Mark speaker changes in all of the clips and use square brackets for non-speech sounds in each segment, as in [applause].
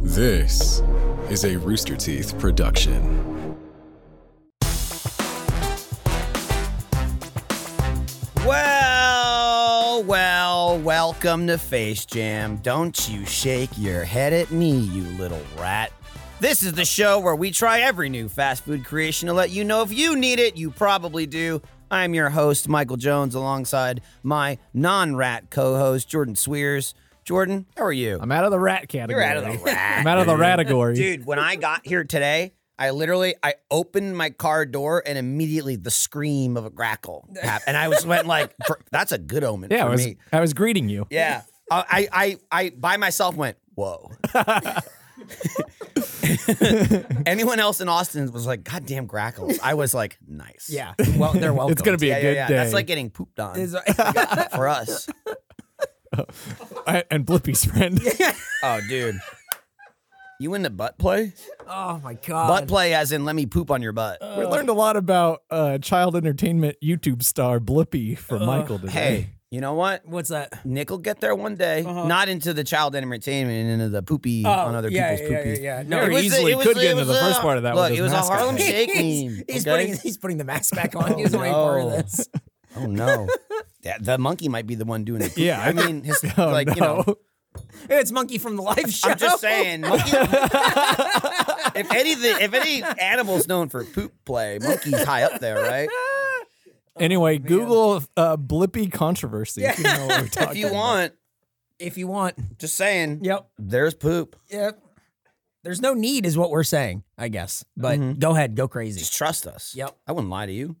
Speaker 1: This is a Rooster Teeth production.
Speaker 2: Well, well, welcome to Face Jam. Don't you shake your head at me, you little rat. This is the show where we try every new fast food creation to let you know if you need it, you probably do. I'm your host, Michael Jones, alongside my non rat co host, Jordan Swears. Jordan, how are you?
Speaker 3: I'm out of the rat category.
Speaker 2: out of the rat,
Speaker 3: [laughs] I'm out of the category.
Speaker 2: Dude, when I got here today, I literally I opened my car door and immediately the scream of a grackle happened. And I was went like, for- "That's a good omen
Speaker 3: [laughs] yeah,
Speaker 2: for
Speaker 3: I was
Speaker 2: me."
Speaker 3: I was greeting you.
Speaker 2: Yeah, Uh, I, I I I by myself went,
Speaker 3: [laughs]
Speaker 2: "Whoa." [laughs] Anyone else in Austin was like, "God damn grackles." I was like, "Nice."
Speaker 4: Yeah.
Speaker 2: well, they're welcome. uh,
Speaker 3: gonna be a good
Speaker 2: That's
Speaker 3: day.
Speaker 2: like getting pooped on
Speaker 4: Is-
Speaker 2: for us.
Speaker 3: I- [laughs] and Blippi's friend.
Speaker 2: Oh, dude. You into butt play?
Speaker 4: [laughs] oh my god.
Speaker 2: Butt play, as in let me poop on your butt.
Speaker 3: [laughs] we learned a lot about uh, child entertainment YouTube star Blippy from Michael today.
Speaker 2: Uh, Hey, you know what?
Speaker 4: What's that?
Speaker 2: Nick will get there one day. Not into the child entertainment and into the poopy on other
Speaker 4: yeah,
Speaker 2: people's
Speaker 4: yeah,
Speaker 2: poopy.
Speaker 4: Yeah, yeah,
Speaker 3: No,
Speaker 4: No,
Speaker 3: Very
Speaker 2: was-
Speaker 3: easily
Speaker 2: it was-
Speaker 3: could
Speaker 2: it
Speaker 3: get into
Speaker 2: was
Speaker 3: the first
Speaker 2: a-
Speaker 3: part of that.
Speaker 2: look,
Speaker 3: with his
Speaker 2: it was a
Speaker 3: mask on.
Speaker 2: Harlem Shake. Take
Speaker 4: [laughs]
Speaker 2: [laughs]
Speaker 4: he's,
Speaker 2: me,
Speaker 4: he's
Speaker 2: okay?
Speaker 4: putting he's putting the mask back on. He doesn't want any part
Speaker 2: no.
Speaker 4: of this.
Speaker 2: Oh no, That- the monkey might be the one doing it.
Speaker 3: Yeah,
Speaker 2: I mean, [laughs] his,
Speaker 3: [laughs] Oh,
Speaker 2: like you know,
Speaker 3: no.
Speaker 4: It's
Speaker 2: [laughs]
Speaker 4: Monkey from the live show.
Speaker 2: I'm just saying. Monkey, [laughs] if anything, if any animal's known for poop play, monkey's high up there, [laughs] right?
Speaker 3: [laughs] Anyway, Google uh, Blippy controversy. if you know what we're
Speaker 2: Oh, [laughs] If
Speaker 3: talking
Speaker 2: you
Speaker 3: about.
Speaker 2: want,
Speaker 4: If you want.
Speaker 2: just saying.
Speaker 4: Yep.
Speaker 2: There's poop.
Speaker 4: Yep. There's no need, is what we're saying, I guess. But go ahead, go crazy.
Speaker 2: Mm-hmm. Just trust us.
Speaker 4: Yep.
Speaker 2: I wouldn't lie to you.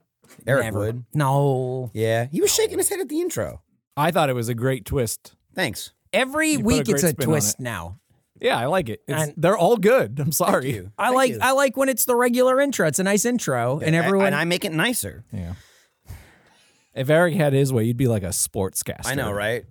Speaker 2: Eric
Speaker 4: Never.
Speaker 2: would.
Speaker 4: No.
Speaker 2: Yeah, he was shaking his head at the intro.
Speaker 3: I thought it was a great twist.
Speaker 2: Thanks.
Speaker 4: Every
Speaker 3: put a
Speaker 4: week
Speaker 3: great
Speaker 4: it's a
Speaker 3: spin on
Speaker 4: twist
Speaker 3: it.
Speaker 4: now.
Speaker 3: Yeah, I like it. It's,
Speaker 4: And-
Speaker 3: they're all good. I'm sorry.
Speaker 2: you.
Speaker 4: I
Speaker 2: Thank
Speaker 4: like
Speaker 2: you.
Speaker 4: I like when it's the regular intro. It's a nice intro, and everyone.
Speaker 2: and I make it nicer.
Speaker 3: [laughs] Yeah. If Eric had his way, you'd be like a sportscaster.
Speaker 2: I know, right?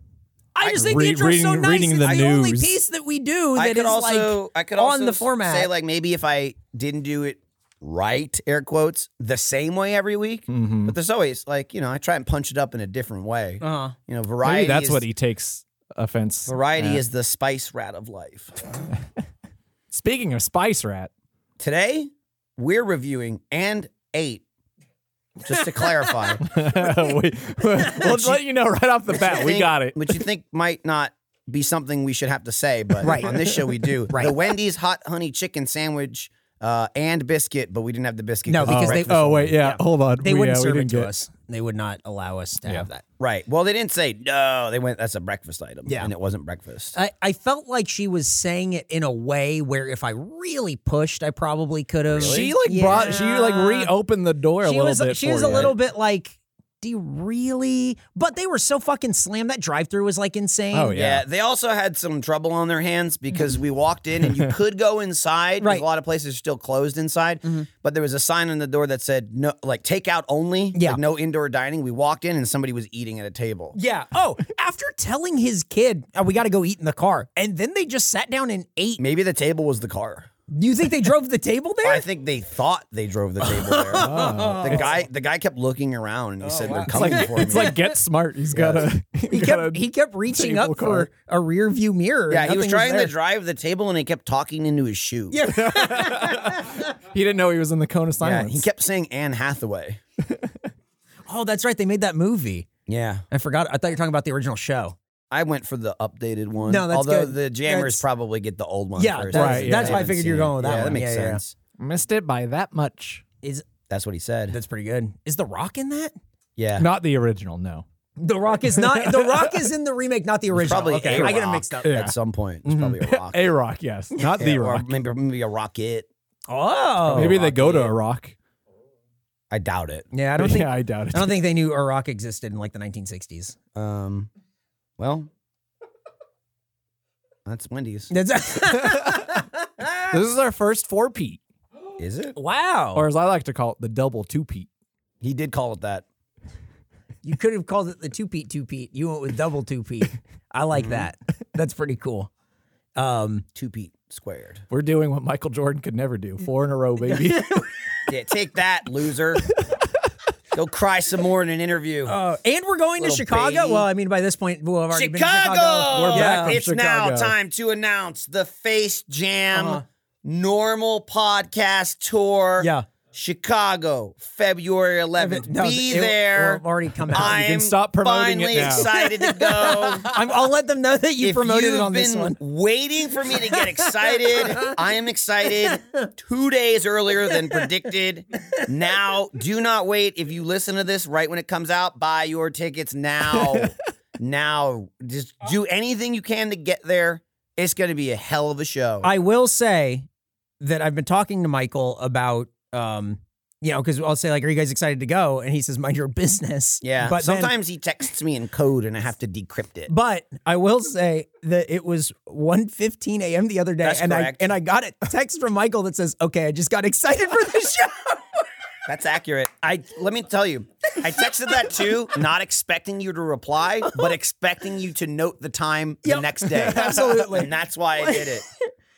Speaker 4: I just think
Speaker 3: Re-
Speaker 4: the intro's so
Speaker 3: reading-
Speaker 4: nice.
Speaker 3: reading
Speaker 4: it's
Speaker 3: the
Speaker 4: the only
Speaker 3: news.
Speaker 4: piece that we do that
Speaker 2: I
Speaker 4: is
Speaker 2: could also
Speaker 4: like
Speaker 2: I could
Speaker 4: on
Speaker 2: also
Speaker 4: the format.
Speaker 2: say like maybe if I didn't do it right, air quotes, the same way every week.
Speaker 3: Mm-hmm.
Speaker 2: But there's always like you know I try and punch it up in a different way.
Speaker 4: uh-huh.
Speaker 2: You know,
Speaker 3: Uh, Maybe
Speaker 2: variety.
Speaker 3: that's
Speaker 2: is,
Speaker 3: what he takes offense.
Speaker 2: variety
Speaker 3: at.
Speaker 2: is the spice rat of life.
Speaker 3: Speaking of Spice Rat,
Speaker 2: Today we're reviewing and eight. Just to
Speaker 4: [laughs]
Speaker 2: clarify,
Speaker 3: [laughs] we, we'll let you know right off the bat. We
Speaker 2: think-
Speaker 3: got it.
Speaker 2: Which you think might not be something we should have to say, but
Speaker 4: Right.
Speaker 2: on this show we do.
Speaker 4: [laughs] Right.
Speaker 2: The Wendy's hot honey chicken sandwich uh, and biscuit, but we didn't have the biscuit.
Speaker 4: No,
Speaker 2: it's
Speaker 4: because
Speaker 3: oh,
Speaker 4: they-
Speaker 2: breakfast
Speaker 3: oh
Speaker 2: only.
Speaker 3: wait, yeah, hold on.
Speaker 4: They
Speaker 3: We,
Speaker 4: wouldn't
Speaker 3: uh, we
Speaker 4: serve it
Speaker 3: didn't
Speaker 4: to
Speaker 3: get-
Speaker 4: us. They would not allow us to
Speaker 3: Yeah.
Speaker 4: have that.
Speaker 2: Right. Well, they didn't say no. They went. That's a breakfast item.
Speaker 4: Yeah. Uh,
Speaker 2: and it wasn't breakfast.
Speaker 4: I, I felt like she was saying it in a way where if I really pushed, I probably could have.
Speaker 3: She like brought. She like reopened the door a
Speaker 4: She
Speaker 3: little
Speaker 4: was.
Speaker 3: bit.
Speaker 4: she
Speaker 3: for
Speaker 4: was a
Speaker 3: you.
Speaker 4: little bit like, "Do you really?" But they were so fucking slammed. That drive-through was like insane.
Speaker 3: Oh,
Speaker 2: yeah.
Speaker 3: Yeah.
Speaker 2: they also had some trouble on their hands because we walked in
Speaker 4: [laughs]
Speaker 2: and you could go inside. 'cause
Speaker 4: Mm-hmm. Right. Mm-hmm.
Speaker 2: a lot of places are still closed inside, but there was a sign on the door that said no, like takeout only. like,
Speaker 4: Yeah.
Speaker 2: no indoor dining. We walked in and somebody was eating at a table.
Speaker 4: Yeah. Oh, after telling his kid, oh, "We got to go eat in the car," and then they just sat down and ate.
Speaker 2: Maybe the table was the car.
Speaker 4: Do you think they drove the table
Speaker 3: [laughs]
Speaker 4: there?
Speaker 2: I think they thought they drove the table
Speaker 4: [laughs]
Speaker 2: there.
Speaker 4: Oh.
Speaker 2: The guy, the guy kept looking around and he said, "They're
Speaker 3: It's
Speaker 2: coming
Speaker 3: like,
Speaker 2: for
Speaker 3: it's
Speaker 2: me."
Speaker 3: like get smart. He's got a.
Speaker 4: [laughs] he kept he kept reaching up
Speaker 3: table
Speaker 4: for a rear view mirror.
Speaker 2: yeah, he was
Speaker 4: Nothing
Speaker 2: trying
Speaker 4: there.
Speaker 2: to drive the table and he kept talking into his shoe. Yeah,
Speaker 3: He didn't know he was in the cone of
Speaker 2: yeah
Speaker 3: silence.
Speaker 2: he kept saying Anne Hathaway.
Speaker 4: Oh, that's right. They made that movie.
Speaker 2: Yeah.
Speaker 4: I forgot. I thought you were talking about the original show.
Speaker 2: I went for the updated one.
Speaker 4: No, that's
Speaker 2: Although
Speaker 4: good.
Speaker 2: the jammers
Speaker 4: That's-
Speaker 2: probably get the old one
Speaker 4: Yeah,
Speaker 2: first.
Speaker 4: that's-
Speaker 3: Right, yeah. that's
Speaker 2: They
Speaker 3: why I
Speaker 2: haven't
Speaker 4: figured you were
Speaker 2: seen it.
Speaker 4: going with that
Speaker 2: yeah, That
Speaker 4: one.
Speaker 2: makes
Speaker 4: Yeah, yeah, yeah.
Speaker 2: sense.
Speaker 3: missed it by that much.
Speaker 4: Is
Speaker 2: That's what he said.
Speaker 4: that's pretty good. Is The Rock in that?
Speaker 2: yeah.
Speaker 3: Not the original. No.
Speaker 4: The Rock is not. the Rock is in the remake, not the original.
Speaker 2: probably
Speaker 4: okay,
Speaker 2: A-Rock
Speaker 4: I get it mixed up. Mm-hmm.
Speaker 3: Yeah.
Speaker 2: At some point, it's probably a
Speaker 4: [laughs]
Speaker 2: rock.
Speaker 3: A rock. Yes. Not
Speaker 2: Yeah,
Speaker 3: the
Speaker 2: or
Speaker 3: rock.
Speaker 2: Maybe, maybe a rocket.
Speaker 4: Oh,
Speaker 3: Maybe they go to a rock.
Speaker 2: I doubt it.
Speaker 4: yeah. I don't [laughs]
Speaker 3: [laughs]
Speaker 4: think.
Speaker 3: yeah, I doubt it.
Speaker 4: I don't think they knew a Rock existed in like the 1960s.
Speaker 2: Um, well, that's Wendy's.
Speaker 4: [laughs] That's
Speaker 3: This is our first four peat,
Speaker 2: Is it?
Speaker 4: wow.
Speaker 3: or as I like to call it, the double two peat.
Speaker 2: He did call it that.
Speaker 4: you could have called it the two peat two peat. You went with double two peat. I
Speaker 2: Mm-hmm.
Speaker 4: like that. That's pretty cool. Um,
Speaker 2: Two Pete squared.
Speaker 3: We're doing what
Speaker 4: [laughs]
Speaker 3: Michael Jordan could never do. Four in a row, baby.
Speaker 2: Yeah, take that, loser. Go cry some more in an interview.
Speaker 4: Uh, and we're going to
Speaker 2: Little
Speaker 4: Chicago.
Speaker 2: baby.
Speaker 4: Well, I mean, by this point, we'll have already been to
Speaker 2: Chicago!
Speaker 4: Chicago.
Speaker 3: We're back from
Speaker 2: it's now
Speaker 3: Chicago.
Speaker 2: time to announce the Face Jam
Speaker 4: Uh-huh.
Speaker 2: normal podcast tour.
Speaker 4: Yeah.
Speaker 2: Chicago, February 11th.
Speaker 4: No,
Speaker 2: Be
Speaker 4: it- it-
Speaker 2: there.
Speaker 4: we've already come out. You
Speaker 2: I'm
Speaker 4: can
Speaker 3: stop promoting it
Speaker 2: finally
Speaker 3: now.
Speaker 2: excited to go.
Speaker 4: [laughs] I'm, I'll let them know that you
Speaker 2: If
Speaker 4: promoted
Speaker 2: you've
Speaker 4: it on
Speaker 2: been
Speaker 4: this one.
Speaker 2: Waiting for me to get
Speaker 4: [laughs]
Speaker 2: excited. I am excited two days earlier than predicted. Now, do not wait. If you listen to this right when it comes out, buy your tickets
Speaker 4: [laughs]
Speaker 2: now. now, just do anything you can to get there. It's going to be a hell of a show.
Speaker 4: I will say that I've been talking to Michael about, um, you know, because I'll say like, "Are you guys excited to go?" And he says, "Mind your business."
Speaker 2: yeah.
Speaker 4: but then-
Speaker 2: sometimes he texts me in code and I have to decrypt it.
Speaker 4: But I will say that it was 1.15 a.m. the other day,
Speaker 2: That's
Speaker 4: and
Speaker 2: correct.
Speaker 4: I and I got a text from Michael that says, "Okay, I just got excited for the show." [laughs]
Speaker 2: That's accurate. I let me tell you, I texted that too, not expecting you to reply, but expecting you to note the time the
Speaker 4: Yep.
Speaker 2: next day.
Speaker 4: [laughs] Absolutely.
Speaker 2: and that's why I did it.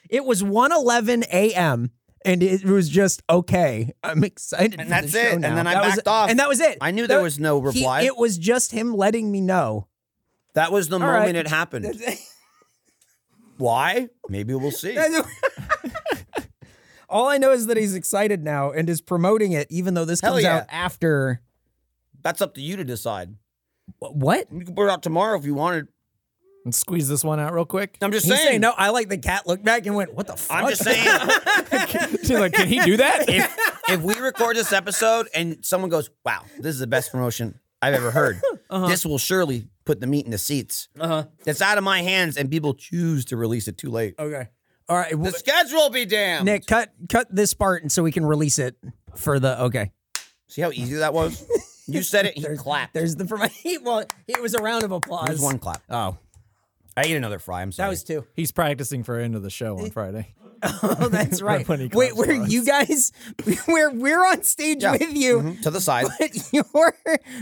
Speaker 4: It was 1.11 a.m. and it was just okay. I'm excited.
Speaker 2: And
Speaker 4: for
Speaker 2: that's
Speaker 4: the show
Speaker 2: it. And
Speaker 4: now."
Speaker 2: then I
Speaker 4: That was-
Speaker 2: backed off.
Speaker 4: and that was it.
Speaker 2: I knew there
Speaker 4: That-
Speaker 2: was no
Speaker 4: he-
Speaker 2: reply.
Speaker 4: it was just him letting me know.
Speaker 2: that was the
Speaker 4: right.
Speaker 2: moment it happened. Why? Maybe we'll
Speaker 4: [laughs]
Speaker 2: see.
Speaker 4: All I know is that he's excited now and is promoting it, even though this
Speaker 2: Hell
Speaker 4: comes
Speaker 2: yeah.
Speaker 4: out after
Speaker 2: That's up to you to decide.
Speaker 4: Wh- what?
Speaker 2: You can put it out tomorrow if you wanted.
Speaker 3: And squeeze this one out real quick.
Speaker 2: I'm just
Speaker 4: He's
Speaker 2: saying.
Speaker 4: saying no. I like the cat looked back and went, "What the fuck?"
Speaker 2: I'm just saying.
Speaker 4: [laughs]
Speaker 3: She's like, can he do that?
Speaker 2: if, if we record this episode and someone goes, "Wow, this is the best promotion I've ever heard," this will surely put the meat in the seats.
Speaker 4: Uh-huh.
Speaker 2: It's out of my hands, and people choose to release it too late.
Speaker 4: Okay. All right,
Speaker 2: The
Speaker 4: well,
Speaker 2: schedule be damned.
Speaker 4: Nick, cut cut this part and so we can release it for the okay.
Speaker 2: see how easy that was.
Speaker 4: [laughs]
Speaker 2: You said it. He clapped. There's
Speaker 4: There's the [laughs] for well, it was a round of applause.
Speaker 2: one clap.
Speaker 4: Oh,
Speaker 2: I ate another fry. I'm sorry.
Speaker 4: that was two. [laughs]
Speaker 3: He's practicing for end of the show
Speaker 4: Eh,
Speaker 3: on Friday.
Speaker 4: Oh,
Speaker 2: [laughs]
Speaker 4: that's right.
Speaker 3: when he
Speaker 4: Wait,
Speaker 3: claps
Speaker 4: where
Speaker 3: once.
Speaker 4: you guys? [laughs] Where we're on stage
Speaker 2: Yeah.
Speaker 4: with you.
Speaker 2: Mhm. to the
Speaker 4: [laughs]
Speaker 2: side.
Speaker 4: but your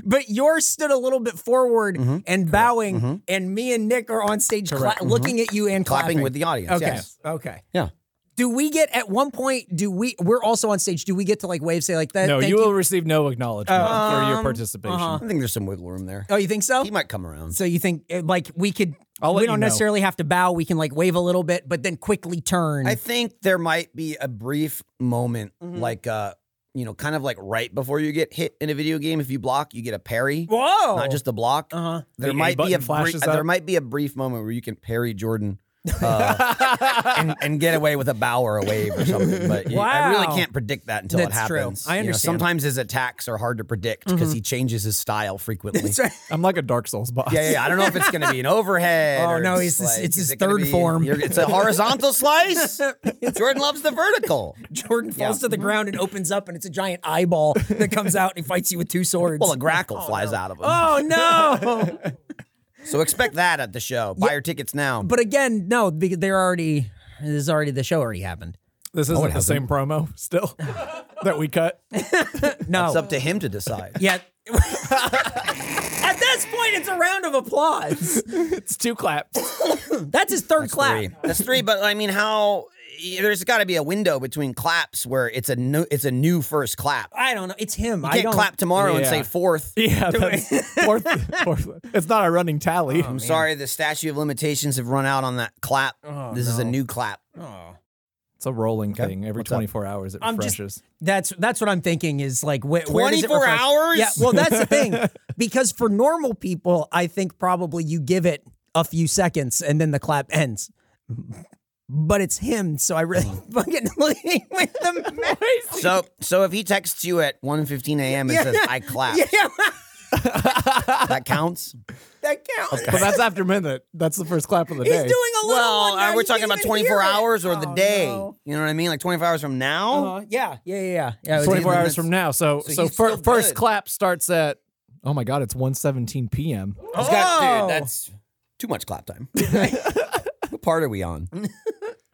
Speaker 4: but yours stood a little bit forward
Speaker 2: Mm-hmm.
Speaker 4: and bowing, and me and Nick are on stage cla- looking at you and clapping,
Speaker 2: Clapping with the audience.
Speaker 4: Okay,
Speaker 2: yes.
Speaker 4: okay.
Speaker 2: Yeah.
Speaker 4: Do we get at one point? Do we? We're also on stage. Do we get to like wave say like that?
Speaker 3: No,
Speaker 4: thank
Speaker 3: you will receive no acknowledgement for your
Speaker 4: Um,
Speaker 3: participation.
Speaker 4: uh-huh.
Speaker 2: I think there's some wiggle room there.
Speaker 4: Oh, you think so?
Speaker 2: He might come around.
Speaker 4: So you think uh, like we could?
Speaker 3: I'll let
Speaker 4: we
Speaker 3: you
Speaker 4: don't
Speaker 3: know.
Speaker 4: necessarily have to bow. We can like wave a little bit, but then quickly turn.
Speaker 2: I think there might be a brief moment,
Speaker 4: Mm-hmm.
Speaker 2: like uh, you know, kind of like right before you get hit in a video game. If you block, you get a parry,
Speaker 4: Whoa!
Speaker 2: not just a block.
Speaker 4: Uh-huh.
Speaker 2: There
Speaker 3: The A
Speaker 2: might be
Speaker 3: button
Speaker 2: a brief, uh,
Speaker 3: flashes
Speaker 2: there
Speaker 3: up.
Speaker 2: might be a brief moment where you can parry
Speaker 4: [laughs]
Speaker 2: Jordan. uh, and, and get away with a bow or a wave or something, but you- I really
Speaker 4: Wow.
Speaker 2: can't predict that until it
Speaker 4: That's true.
Speaker 2: happens. You
Speaker 4: I
Speaker 2: know,
Speaker 4: understand. Mm-hmm.
Speaker 2: sometimes his attacks are hard to predict because he changes his style frequently.
Speaker 4: That's right.
Speaker 3: I'm like a Dark Souls boss.
Speaker 2: Yeah, yeah, yeah. I don't know if it's going to be an overhead.
Speaker 4: [laughs] Oh,
Speaker 2: or
Speaker 4: no,
Speaker 2: just
Speaker 4: it's his- it's
Speaker 2: is
Speaker 4: his
Speaker 2: it gonna
Speaker 4: third
Speaker 2: be-
Speaker 4: form.
Speaker 2: you're- It's a
Speaker 4: [laughs]
Speaker 2: horizontal slice. Jordan loves the vertical.
Speaker 4: [laughs] Jordan falls to the
Speaker 2: Mm-hmm.
Speaker 4: ground and opens up, and it's a giant eyeball that comes out and fights you with two
Speaker 2: [laughs]
Speaker 4: swords. [laughs]
Speaker 2: Well, a grackle flies out of him.
Speaker 4: oh
Speaker 2: [laughs]
Speaker 4: no!
Speaker 2: So expect that at the show. Buy your tickets now.
Speaker 4: but again, no, because they're already. This is already the show already happened.
Speaker 3: This isn't the same promo
Speaker 4: [laughs]
Speaker 3: still [laughs] that we cut.
Speaker 4: No,
Speaker 2: It's up to him to decide.
Speaker 4: yeah. [laughs] At this point, it's a round of applause.
Speaker 3: It's two
Speaker 4: [laughs]
Speaker 3: claps.
Speaker 4: That's his third clap.
Speaker 2: Three. That's three. But I mean, how? There's got to be a window between claps where it's a new, it's a new first clap. You
Speaker 4: I don't know. It's him. I
Speaker 2: can't
Speaker 4: don't.
Speaker 2: clap tomorrow and say
Speaker 3: Yeah.
Speaker 2: fourth.
Speaker 3: Yeah, that's
Speaker 4: [laughs]
Speaker 3: fourth, fourth. It's not a running tally.
Speaker 4: Oh,
Speaker 2: I'm sorry, the statute of limitations have run out on that clap.
Speaker 4: Oh,
Speaker 2: this is a new clap.
Speaker 3: It's a rolling thing. Every
Speaker 2: What's up?
Speaker 3: 24 hours, it
Speaker 4: I'm just-
Speaker 3: refreshes.
Speaker 4: That's that's what I'm thinking is like wh- where does it
Speaker 2: 24
Speaker 4: refresh?
Speaker 2: hours?
Speaker 4: Yeah, well that's
Speaker 2: [laughs]
Speaker 4: the thing because for normal people, I think probably you give it a few seconds and then the clap ends. But it's him, so I really
Speaker 2: Mm.
Speaker 4: [laughs] fucking leading
Speaker 2: [laughs]
Speaker 4: with the mess.
Speaker 2: So, so if he texts you at 1:15 a.m. and says, "I clapped,"
Speaker 4: [laughs] Yeah,
Speaker 2: that counts.
Speaker 4: that
Speaker 3: [laughs]
Speaker 4: counts.
Speaker 3: But that's after midnight. That's the first clap of the
Speaker 4: He's
Speaker 3: day.
Speaker 4: doing a little.
Speaker 2: Well,
Speaker 4: one now,
Speaker 2: are we
Speaker 4: you can't
Speaker 2: talking about
Speaker 4: even
Speaker 2: 24
Speaker 4: hear it.
Speaker 2: hours or the
Speaker 4: Oh,
Speaker 2: day?
Speaker 4: no.
Speaker 2: You know what I mean? Like 24 hours from now.
Speaker 4: Uh, yeah, yeah, yeah, yeah. yeah. it was
Speaker 3: 24
Speaker 4: him.
Speaker 3: hours from now. So so,
Speaker 2: he's
Speaker 3: fir-
Speaker 2: still good.
Speaker 3: first clap starts at Oh my god, it's 1:17 p.m.
Speaker 2: He's got-
Speaker 4: Oh.
Speaker 2: dude, that's too much clap
Speaker 4: [laughs]
Speaker 2: time. what part are we on?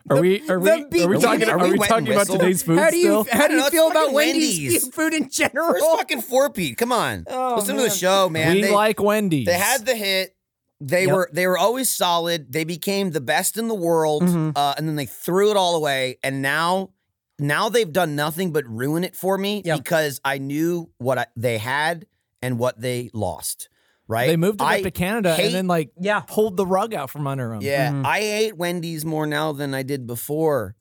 Speaker 3: Are we are we
Speaker 4: the beat-
Speaker 3: are we talking
Speaker 2: Are
Speaker 3: are
Speaker 2: we
Speaker 3: we,
Speaker 2: wet and
Speaker 3: talking about
Speaker 2: whistle?
Speaker 3: today's food
Speaker 4: How do you
Speaker 3: still?
Speaker 4: how do
Speaker 2: I don't know,
Speaker 4: you
Speaker 2: it's
Speaker 4: feel about
Speaker 2: fucking
Speaker 4: Wendy's,
Speaker 2: Wendy's.
Speaker 4: [laughs] food in general?
Speaker 2: Where's fucking four Pete? Come on,
Speaker 4: Oh,
Speaker 2: listen to
Speaker 4: man.
Speaker 2: the show, man.
Speaker 3: we
Speaker 2: they,
Speaker 3: like Wendy's.
Speaker 2: they had the hit. They
Speaker 4: Yep.
Speaker 2: were they were always
Speaker 3: Mm-hmm.
Speaker 2: solid. They became the best in the world, uh, and then they threw it all away. And now now they've done nothing but ruin it for me
Speaker 4: Yeah.
Speaker 2: because I knew what I, they had and what they lost. Right?
Speaker 3: They moved it
Speaker 2: I
Speaker 3: up to Canada
Speaker 2: hate-
Speaker 3: and then like
Speaker 4: Yeah.
Speaker 3: pulled the rug out from under them.
Speaker 2: Yeah,
Speaker 4: Mm-hmm.
Speaker 2: I hate Wendy's more now than I did before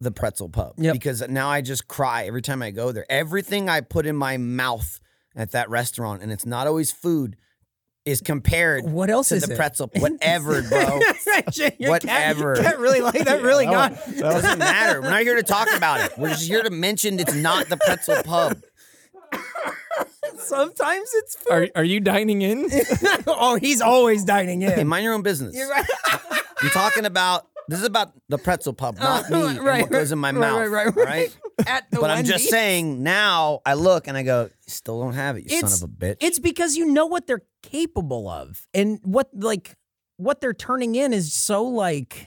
Speaker 2: the pretzel pub
Speaker 4: Yep.
Speaker 2: because now I just cry every time I go there. Everything I put in my mouth at that restaurant, and it's not always food, is compared
Speaker 4: What else
Speaker 2: to
Speaker 4: is
Speaker 2: the
Speaker 4: it? [laughs]
Speaker 2: pretzel. Whatever, bro. Whatever.
Speaker 4: Cat, really like that. Really
Speaker 3: that
Speaker 4: gone.
Speaker 2: doesn't matter. We're not here to talk about it. We're just here to mention it's not the pretzel pub.
Speaker 4: [laughs] Sometimes it's food.
Speaker 3: Are, are you dining in?
Speaker 4: [laughs] oh, he's always dining
Speaker 2: Hey,
Speaker 4: in.
Speaker 2: mind your own business.
Speaker 4: You're right. [laughs] Oh,
Speaker 2: You're talking about this is about the pretzel pub, not me. and
Speaker 4: right,
Speaker 2: what goes in my
Speaker 4: right,
Speaker 2: mouth.
Speaker 4: right, right,
Speaker 2: all
Speaker 4: right.
Speaker 2: right?
Speaker 4: At [laughs] the
Speaker 2: But I'm just
Speaker 4: Wendy's.
Speaker 2: saying now I look and I go, still don't have it, you son of a bitch.
Speaker 4: It's because you know what they're capable of, and what like what they're turning in is so like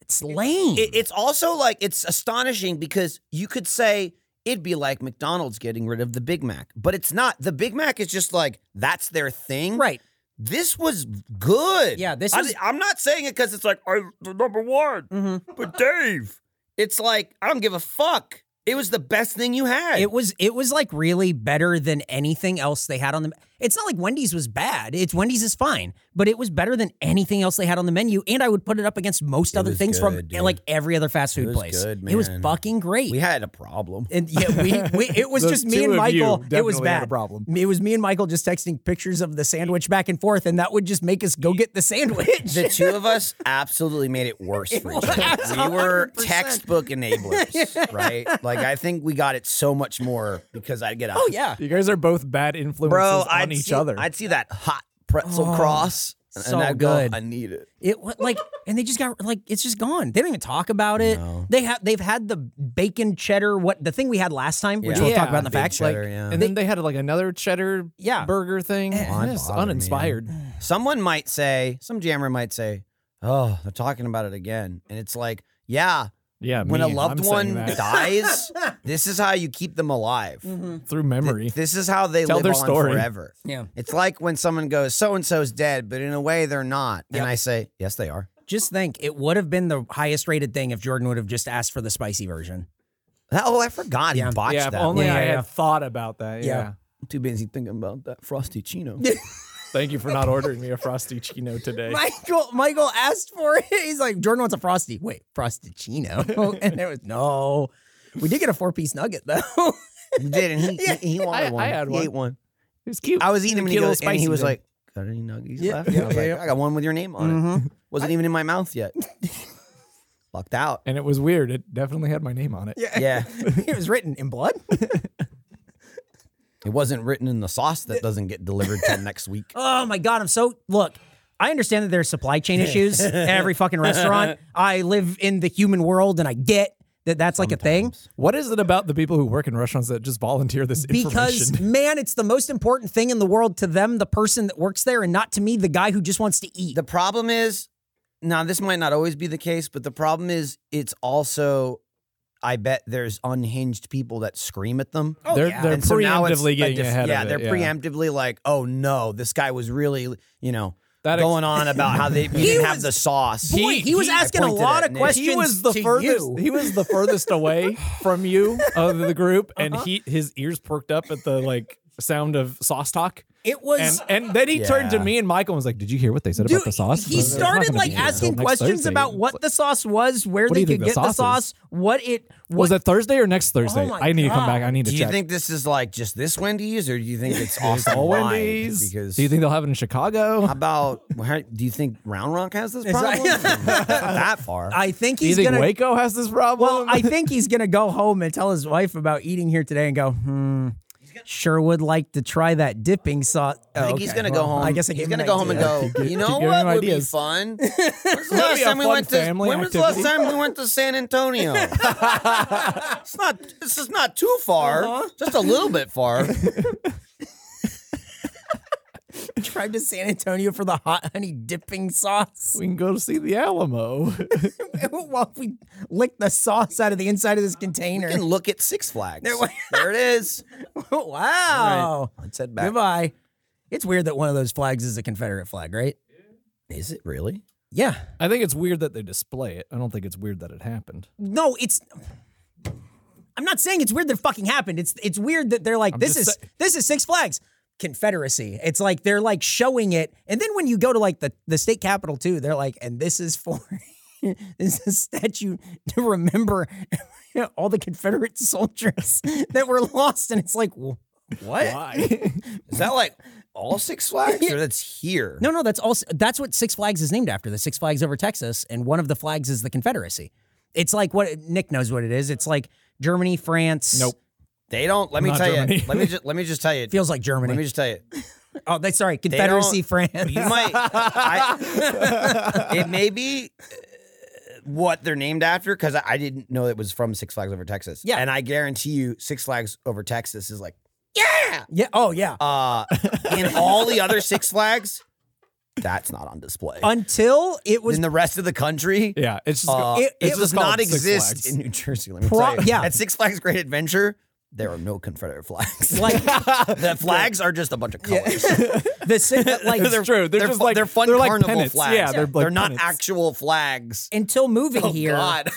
Speaker 4: it's lame.
Speaker 2: It- it's also like it's astonishing because you could say it'd be like McDonald's getting rid of the Big Mac, but it's not. The Big Mac is just like that's their thing.
Speaker 4: right.
Speaker 2: This was good.
Speaker 4: Yeah, this was-
Speaker 2: I, am not saying it because it's like I the number one,
Speaker 4: Mm-hmm.
Speaker 2: but Dave. It's like I don't give a fuck. It was the best thing you had.
Speaker 4: It was it was like really better than anything else they had on the. It's not like Wendy's was bad. It's Wendy's is fine, but it was better than anything else they had on the menu. And I would put it up against most other
Speaker 2: was
Speaker 4: things
Speaker 2: good, dude.
Speaker 4: from like every other fast food
Speaker 2: was
Speaker 4: place.
Speaker 2: good,
Speaker 4: It was
Speaker 2: man.
Speaker 4: fucking great.
Speaker 2: we had a
Speaker 4: [laughs]
Speaker 2: problem.
Speaker 4: and yeah, we, we it
Speaker 3: [laughs]
Speaker 4: was
Speaker 3: The
Speaker 4: just me
Speaker 3: two
Speaker 4: and
Speaker 3: of you
Speaker 4: Michael. It
Speaker 3: definitely
Speaker 4: was
Speaker 3: had a
Speaker 4: bad.
Speaker 3: problem.
Speaker 4: It was me and Michael just texting pictures of the sandwich back and forth, and that would just make us go get the sandwich.
Speaker 3: [laughs]
Speaker 2: The two of us absolutely made it worse for
Speaker 4: [laughs]
Speaker 2: each other. We were
Speaker 4: 100%.
Speaker 2: textbook
Speaker 4: [laughs]
Speaker 2: enablers, right? Like I think we got it so much more because I get out.
Speaker 4: oh yeah,
Speaker 3: You guys are both bad influences
Speaker 2: bro,
Speaker 3: on
Speaker 2: I'd
Speaker 3: each
Speaker 2: see,
Speaker 3: other. Oh,
Speaker 2: I'd see that hot pretzel cross, and
Speaker 4: so
Speaker 2: I'd go,
Speaker 4: good.
Speaker 2: I need it.
Speaker 4: It wa- like, and they just got like it's just gone. They don't even talk about it. They have they've had the bacon cheddar what the thing we had last time, which
Speaker 2: Yeah.
Speaker 4: we'll
Speaker 3: Yeah.
Speaker 4: talk about in the
Speaker 2: Big
Speaker 4: facts.
Speaker 2: cheddar,
Speaker 4: like,
Speaker 2: yeah.
Speaker 3: and then they had like another cheddar
Speaker 4: Yeah.
Speaker 3: burger thing. It's
Speaker 2: bother, man.
Speaker 3: uninspired.
Speaker 2: Someone might say, some jammer might say, oh, they're talking about it again, and it's like, yeah.
Speaker 3: Yeah,
Speaker 2: When
Speaker 3: me,
Speaker 2: a loved
Speaker 3: I'm
Speaker 2: one
Speaker 3: saying
Speaker 2: [laughs]
Speaker 3: that [laughs]
Speaker 2: dies, this is how you keep them alive.
Speaker 3: through memory.
Speaker 2: This is how they
Speaker 3: Mm-hmm. Tell
Speaker 2: live
Speaker 3: their
Speaker 2: on
Speaker 3: story.
Speaker 2: forever.
Speaker 4: yeah,
Speaker 2: It's like when someone goes, so and so's dead, but in a way they're not. And I say, yes, they are.
Speaker 4: just think it would have been the highest rated thing if Jordan would have just asked for the spicy version.
Speaker 2: Oh, I forgot. He botched
Speaker 3: yeah, if
Speaker 2: that.
Speaker 3: only
Speaker 4: Yeah,
Speaker 3: I
Speaker 4: yeah.
Speaker 3: had thought about that. Yeah.
Speaker 4: Yeah.
Speaker 2: I'm too busy thinking about that frosty chino.
Speaker 3: [laughs] Thank you for not ordering me a frosty chino
Speaker 2: [laughs]
Speaker 3: today.
Speaker 4: Michael Michael asked for it. [laughs] He's like, Jordan wants a frosty. Wait, [laughs] frosticino, and there was no. We did get a four piece nugget though. [laughs]
Speaker 2: he did, and he,
Speaker 3: [laughs]
Speaker 2: he, he wanted
Speaker 3: I-
Speaker 2: one.
Speaker 3: I had
Speaker 2: he
Speaker 3: one.
Speaker 2: ate one.
Speaker 3: It was cute.
Speaker 2: I was eating him, and
Speaker 3: a
Speaker 2: he,
Speaker 3: cute
Speaker 2: goes,
Speaker 3: little
Speaker 2: and he
Speaker 3: spicy
Speaker 2: was
Speaker 3: thing.
Speaker 2: like, got any nuggies
Speaker 4: Yeah,
Speaker 2: left? And I was
Speaker 4: yeah,
Speaker 2: like,
Speaker 4: yeah.
Speaker 2: I got one with your name on it. Wasn't even in my mouth [laughs] yet. Lucked out.
Speaker 3: and it was weird. It definitely had my name on it.
Speaker 4: yeah,
Speaker 2: Yeah.
Speaker 4: it was written in blood.
Speaker 2: It wasn't written in the sauce that doesn't get delivered till next week.
Speaker 4: [laughs] Oh my god, I'm so look. I understand that there's supply chain issues at every fucking [laughs] restaurant. I live in the human world, and I get that that's like a thing.
Speaker 3: What is it about the people who work in restaurants that just volunteer this [laughs]
Speaker 4: Because
Speaker 3: information?
Speaker 4: man, it's the most important thing in the world to them, the person that works there, and not to me, the guy who just wants to
Speaker 2: [laughs]
Speaker 4: eat.
Speaker 2: The problem is, now this might not always be the case, but the problem is it's also, I bet there's unhinged people that scream at them.
Speaker 3: they're
Speaker 4: yeah.
Speaker 3: they're
Speaker 2: And so now it's
Speaker 3: preemptively
Speaker 2: a
Speaker 3: getting
Speaker 2: diff-
Speaker 3: ahead
Speaker 2: yeah,
Speaker 3: of it.
Speaker 2: they're preemptively like, oh no, this guy was really, you know,
Speaker 3: That ex-
Speaker 2: going on about how
Speaker 3: [laughs]
Speaker 2: they didn't have
Speaker 4: was-
Speaker 2: the sauce.
Speaker 4: Boy, he, was
Speaker 2: I
Speaker 4: asking a
Speaker 2: pointed
Speaker 4: lot
Speaker 2: at
Speaker 4: of
Speaker 2: Nick.
Speaker 4: questions.
Speaker 3: He was the
Speaker 4: to
Speaker 3: furthest.
Speaker 4: you.
Speaker 3: He was the furthest
Speaker 2: [laughs]
Speaker 3: away from you of the group, and
Speaker 2: Uh-huh.
Speaker 3: he his ears perked up at the like sound of sauce talk.
Speaker 4: It was.
Speaker 3: And, and then he turned to me and Michael and was like, "Did you hear what they said
Speaker 4: Dude,
Speaker 3: about the sauce?"
Speaker 4: he
Speaker 3: It's not gonna
Speaker 4: started
Speaker 3: be
Speaker 4: like
Speaker 3: here
Speaker 4: asking
Speaker 3: until next
Speaker 4: questions
Speaker 3: Thursday."
Speaker 4: about what the sauce was, where
Speaker 3: do
Speaker 4: they
Speaker 3: you
Speaker 4: could
Speaker 3: think the
Speaker 4: get the
Speaker 3: sauce is?
Speaker 4: sauce, what it
Speaker 3: was
Speaker 4: what-
Speaker 3: it Thursday or next Thursday?
Speaker 4: my
Speaker 3: I need to come back.
Speaker 4: God.
Speaker 3: I need to
Speaker 2: Do you
Speaker 3: check.
Speaker 2: think this is like just this Wendy's, or do you think it's
Speaker 3: It's
Speaker 2: Austin
Speaker 3: all
Speaker 2: wide?
Speaker 3: Wendy's?
Speaker 2: Because
Speaker 3: Do you think they'll have it in Chicago?
Speaker 2: how about how- do you think Round Rock has this problem?
Speaker 4: that-
Speaker 2: It's [laughs] not that far.
Speaker 4: I think
Speaker 3: Do you
Speaker 4: he's
Speaker 3: think
Speaker 4: gonna.
Speaker 3: Waco has this problem?
Speaker 4: Well, I think he's gonna go home and tell his wife about eating here today and go, hmm. Sure would like to try that dipping sauce.
Speaker 2: I think he's gonna go home.
Speaker 4: Oh, I guess I
Speaker 2: he's
Speaker 4: gave
Speaker 2: gonna
Speaker 4: him
Speaker 2: go
Speaker 4: an
Speaker 2: home and
Speaker 4: idea. [laughs]
Speaker 2: go.
Speaker 3: gi-
Speaker 2: you
Speaker 3: keep
Speaker 2: know
Speaker 3: giving
Speaker 2: what
Speaker 3: him
Speaker 2: would be
Speaker 3: ideas."
Speaker 2: fun? When's the
Speaker 3: That'd
Speaker 2: last
Speaker 3: be a
Speaker 2: time we
Speaker 3: fun
Speaker 2: went to?
Speaker 3: family
Speaker 2: When was the last
Speaker 3: activity.
Speaker 2: time we went to San Antonio? it's not. This is not too far. Just a little bit far.
Speaker 4: Drive to San Antonio for the hot honey dipping sauce.
Speaker 3: [laughs]
Speaker 4: [laughs]
Speaker 3: we can go to see the Alamo. [laughs]
Speaker 4: While we lick the sauce out of the inside of this container. [laughs]
Speaker 2: You can look at Six Flags.
Speaker 4: There wa-
Speaker 2: There it is.
Speaker 4: wow.
Speaker 2: It's head back.
Speaker 4: Goodbye. It's weird that one of those flags is a Confederate flag, right?
Speaker 2: Is it really?
Speaker 4: Yeah.
Speaker 3: I think it's weird that they display it. I don't think it's weird that it happened.
Speaker 4: No, it's I'm not saying it's weird that it fucking happened. It's it's weird that they're like this
Speaker 3: just
Speaker 4: is this is Six Flags Confederacy. It's like they're like showing it, and then when you go to like the the state capitol too, they're like, and this is for [laughs] this is a statue to remember [laughs] all the Confederate soldiers that were lost, and it's like. wh-
Speaker 2: What?
Speaker 3: Why?
Speaker 2: Is that like all Six Flags or that's here?
Speaker 4: No, no, that's also that's what Six Flags is named after. The Six Flags over Texas, and one of the flags is the Confederacy. It's like what Nick knows what it is. It's like Germany, France.
Speaker 3: Nope.
Speaker 2: They don't. Let me
Speaker 3: Not
Speaker 2: tell
Speaker 3: Germany.
Speaker 2: you. Let me just let me just tell you.
Speaker 4: [laughs] feels like
Speaker 2: let me
Speaker 4: Germany.
Speaker 2: just tell you.
Speaker 4: Oh, they sorry, Confederacy, France.
Speaker 2: You might. I, it may be uh, what they're named after because I, I didn't know it was from Six Flags Over Texas.
Speaker 4: Yeah.
Speaker 2: and I guarantee you, Six Flags Over Texas is like
Speaker 4: [laughs] Yeah. Oh, yeah.
Speaker 2: uh in all the other Six Flags. That's not on display
Speaker 4: Until it was
Speaker 2: in the rest of the country.
Speaker 3: [laughs] Yeah, it's just
Speaker 2: Uh,
Speaker 4: It-
Speaker 2: it,
Speaker 4: it
Speaker 2: does
Speaker 4: was
Speaker 2: not
Speaker 3: called Six
Speaker 2: exist
Speaker 3: Flags.
Speaker 2: in New Jersey. Let me
Speaker 4: Pro-
Speaker 2: tell you.
Speaker 4: yeah.
Speaker 2: At Six Flags Great Adventure, there are no Confederate flags.
Speaker 4: [laughs]
Speaker 2: [laughs]
Speaker 4: like
Speaker 2: the flags are just a bunch of
Speaker 3: [laughs]
Speaker 2: colors.
Speaker 4: the si-
Speaker 3: [laughs]
Speaker 4: like
Speaker 3: It's true. They're, just
Speaker 2: fu-
Speaker 3: like
Speaker 2: they're fun
Speaker 3: they're like
Speaker 2: carnival
Speaker 3: pennants.
Speaker 2: flags.
Speaker 3: Yeah, they're, like
Speaker 2: not
Speaker 3: pennants.
Speaker 2: actual flags.
Speaker 4: until moving
Speaker 2: Oh
Speaker 4: here. [laughs]
Speaker 2: God!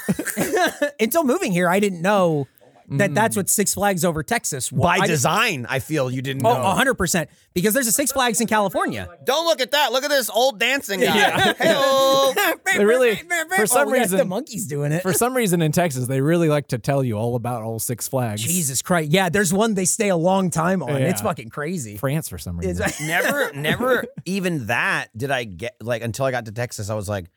Speaker 4: Until moving here, I didn't know that
Speaker 3: Mm.
Speaker 4: that's what Six Flags over Texas was.
Speaker 2: By
Speaker 4: I-
Speaker 2: design, I feel you didn't
Speaker 4: Oh,
Speaker 2: know.
Speaker 4: 100%. Because there's a Six Flags in
Speaker 3: [laughs]
Speaker 4: California.
Speaker 2: Don't look at that. Look at this old dancing guy.
Speaker 3: Yeah.
Speaker 2: Hey-o.
Speaker 4: they
Speaker 3: really- for some
Speaker 4: Oh, the
Speaker 3: reason-
Speaker 4: monkeys doing it. [laughs]
Speaker 3: For some reason in Texas, they really like to tell you all about all Six Flags.
Speaker 4: Jesus Christ. Yeah, there's one they stay a long time on. It's
Speaker 3: Yeah.
Speaker 4: fucking crazy.
Speaker 3: France for some reason.
Speaker 2: [laughs]
Speaker 4: It's-
Speaker 2: never, never even that did I get like until I got to Texas. I was like,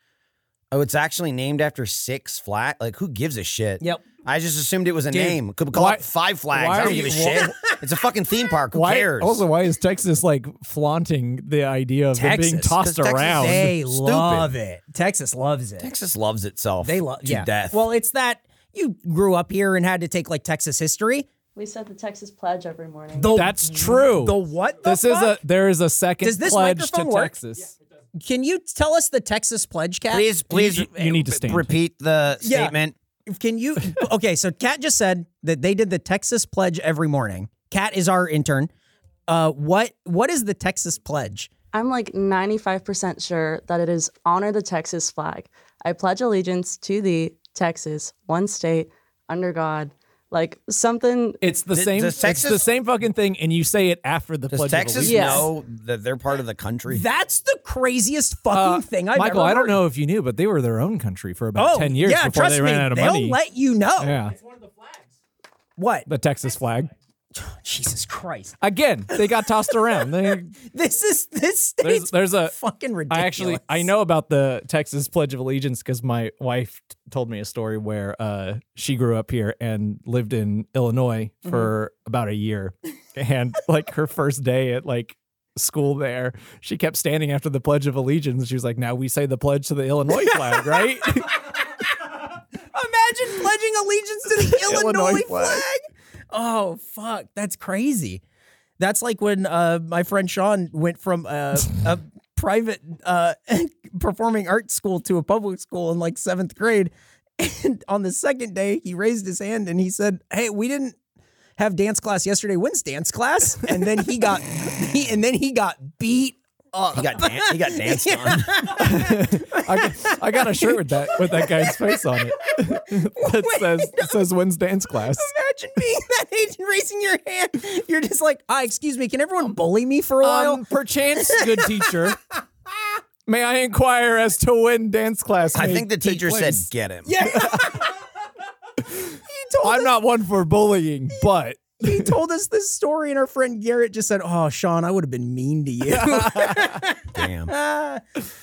Speaker 2: oh, it's actually named after six flag. Like, who gives a shit?
Speaker 4: Yep.
Speaker 2: I just assumed it was a
Speaker 4: Dude,
Speaker 2: name. Could we call
Speaker 3: why-
Speaker 2: it Five Flags?
Speaker 3: why
Speaker 2: I
Speaker 3: are
Speaker 2: don't give a
Speaker 3: you-
Speaker 2: shit. it's a fucking theme park. Who
Speaker 3: Why,
Speaker 2: cares?
Speaker 3: Also, why is Texas like flaunting the idea of them being
Speaker 2: Texas, 'cause
Speaker 3: tossed
Speaker 2: Texas
Speaker 3: around?
Speaker 4: They
Speaker 2: Stupid.
Speaker 4: love it. Texas loves it.
Speaker 2: Texas loves itself.
Speaker 4: They love
Speaker 2: to
Speaker 4: yeah.
Speaker 2: death.
Speaker 4: Well, it's that you grew up here and had to take like Texas history.
Speaker 5: We said the Texas Pledge every morning.
Speaker 4: The,
Speaker 3: That's true.
Speaker 4: the what? the
Speaker 3: this is a
Speaker 4: fuck?
Speaker 3: there is a second
Speaker 4: Does this
Speaker 3: pledge to
Speaker 4: microphone work?
Speaker 3: Texas.
Speaker 4: Can you tell us the Texas pledge, Cat?
Speaker 2: please, please,
Speaker 3: You- you need to
Speaker 2: uh,
Speaker 3: stand.
Speaker 2: repeat the
Speaker 4: Yeah.
Speaker 2: statement.
Speaker 4: Can you? [laughs] Okay, so Kat just said that they did the Texas pledge every morning. Kat is our intern. Uh, what what is the Texas pledge?
Speaker 5: I'm like 95% sure that it is honor the Texas flag. I pledge allegiance to the Texas, one state, under God, like something.
Speaker 3: It's the same.
Speaker 2: does
Speaker 3: it's the
Speaker 2: Texas-
Speaker 3: same fucking thing, and you say it after the
Speaker 2: Does
Speaker 3: pledge. of
Speaker 2: Texas
Speaker 3: Allegiance.
Speaker 5: Yes.
Speaker 2: know that they're part of the country?
Speaker 4: That's the craziest fucking
Speaker 3: Uh,
Speaker 4: thing I've
Speaker 3: Michael,
Speaker 4: ever
Speaker 3: I don't
Speaker 4: heard.
Speaker 3: know if you knew, but they were their own country for about
Speaker 4: Oh,
Speaker 3: ten years
Speaker 4: yeah,
Speaker 3: before
Speaker 4: trust
Speaker 3: they ran
Speaker 4: me,
Speaker 3: out of
Speaker 4: they'll
Speaker 3: money.
Speaker 4: let you know.
Speaker 3: yeah,
Speaker 4: What?
Speaker 3: the Texas flag.
Speaker 4: Jesus Christ.
Speaker 3: Again, they got tossed around. They,
Speaker 4: This is this
Speaker 3: there's
Speaker 4: state's
Speaker 3: there's a
Speaker 4: fucking ridiculous.
Speaker 3: I actually I know about the Texas Pledge of Allegiance because my wife t- told me a story where uh, she grew up here and lived in Illinois
Speaker 4: Mm-hmm.
Speaker 3: for about a year, and like her first day at like school there, she kept standing after the Pledge of Allegiance. She was like, "Now we say the pledge to the Illinois
Speaker 4: [laughs]
Speaker 3: flag, right?"
Speaker 4: Imagine pledging allegiance to the Illinois,
Speaker 3: Illinois
Speaker 4: flag.
Speaker 3: flag.
Speaker 4: Oh fuck, that's crazy. That's like when uh, my friend Sean went from uh, a private uh, [laughs] performing arts school to a public school in like seventh grade. And on the second day, he raised his hand and he said, "Hey, we didn't have dance class yesterday. When's dance class?" And then he got, [laughs] he, and then he got beat
Speaker 2: He got dan- he got
Speaker 4: [laughs]
Speaker 2: danced on.
Speaker 3: I, I got a shirt with that with that guy's face on it [laughs] that says it says when's dance class.
Speaker 4: Imagine being that age and raising your hand. You're just like, ah, excuse me, can everyone bully me for a while?
Speaker 3: Um, perchance, good teacher. May I inquire as to when dance class?
Speaker 2: I
Speaker 3: may
Speaker 2: think the
Speaker 3: take
Speaker 2: teacher said,
Speaker 3: place?
Speaker 2: "Get him."
Speaker 4: yeah. he, told
Speaker 3: I'm
Speaker 4: us,
Speaker 3: not one for bullying, but
Speaker 4: [laughs] he told us this story, and our friend Garrett just said, oh, Sean, I would have been mean to you.
Speaker 3: [laughs]
Speaker 4: [laughs]
Speaker 2: Damn.
Speaker 4: Ah.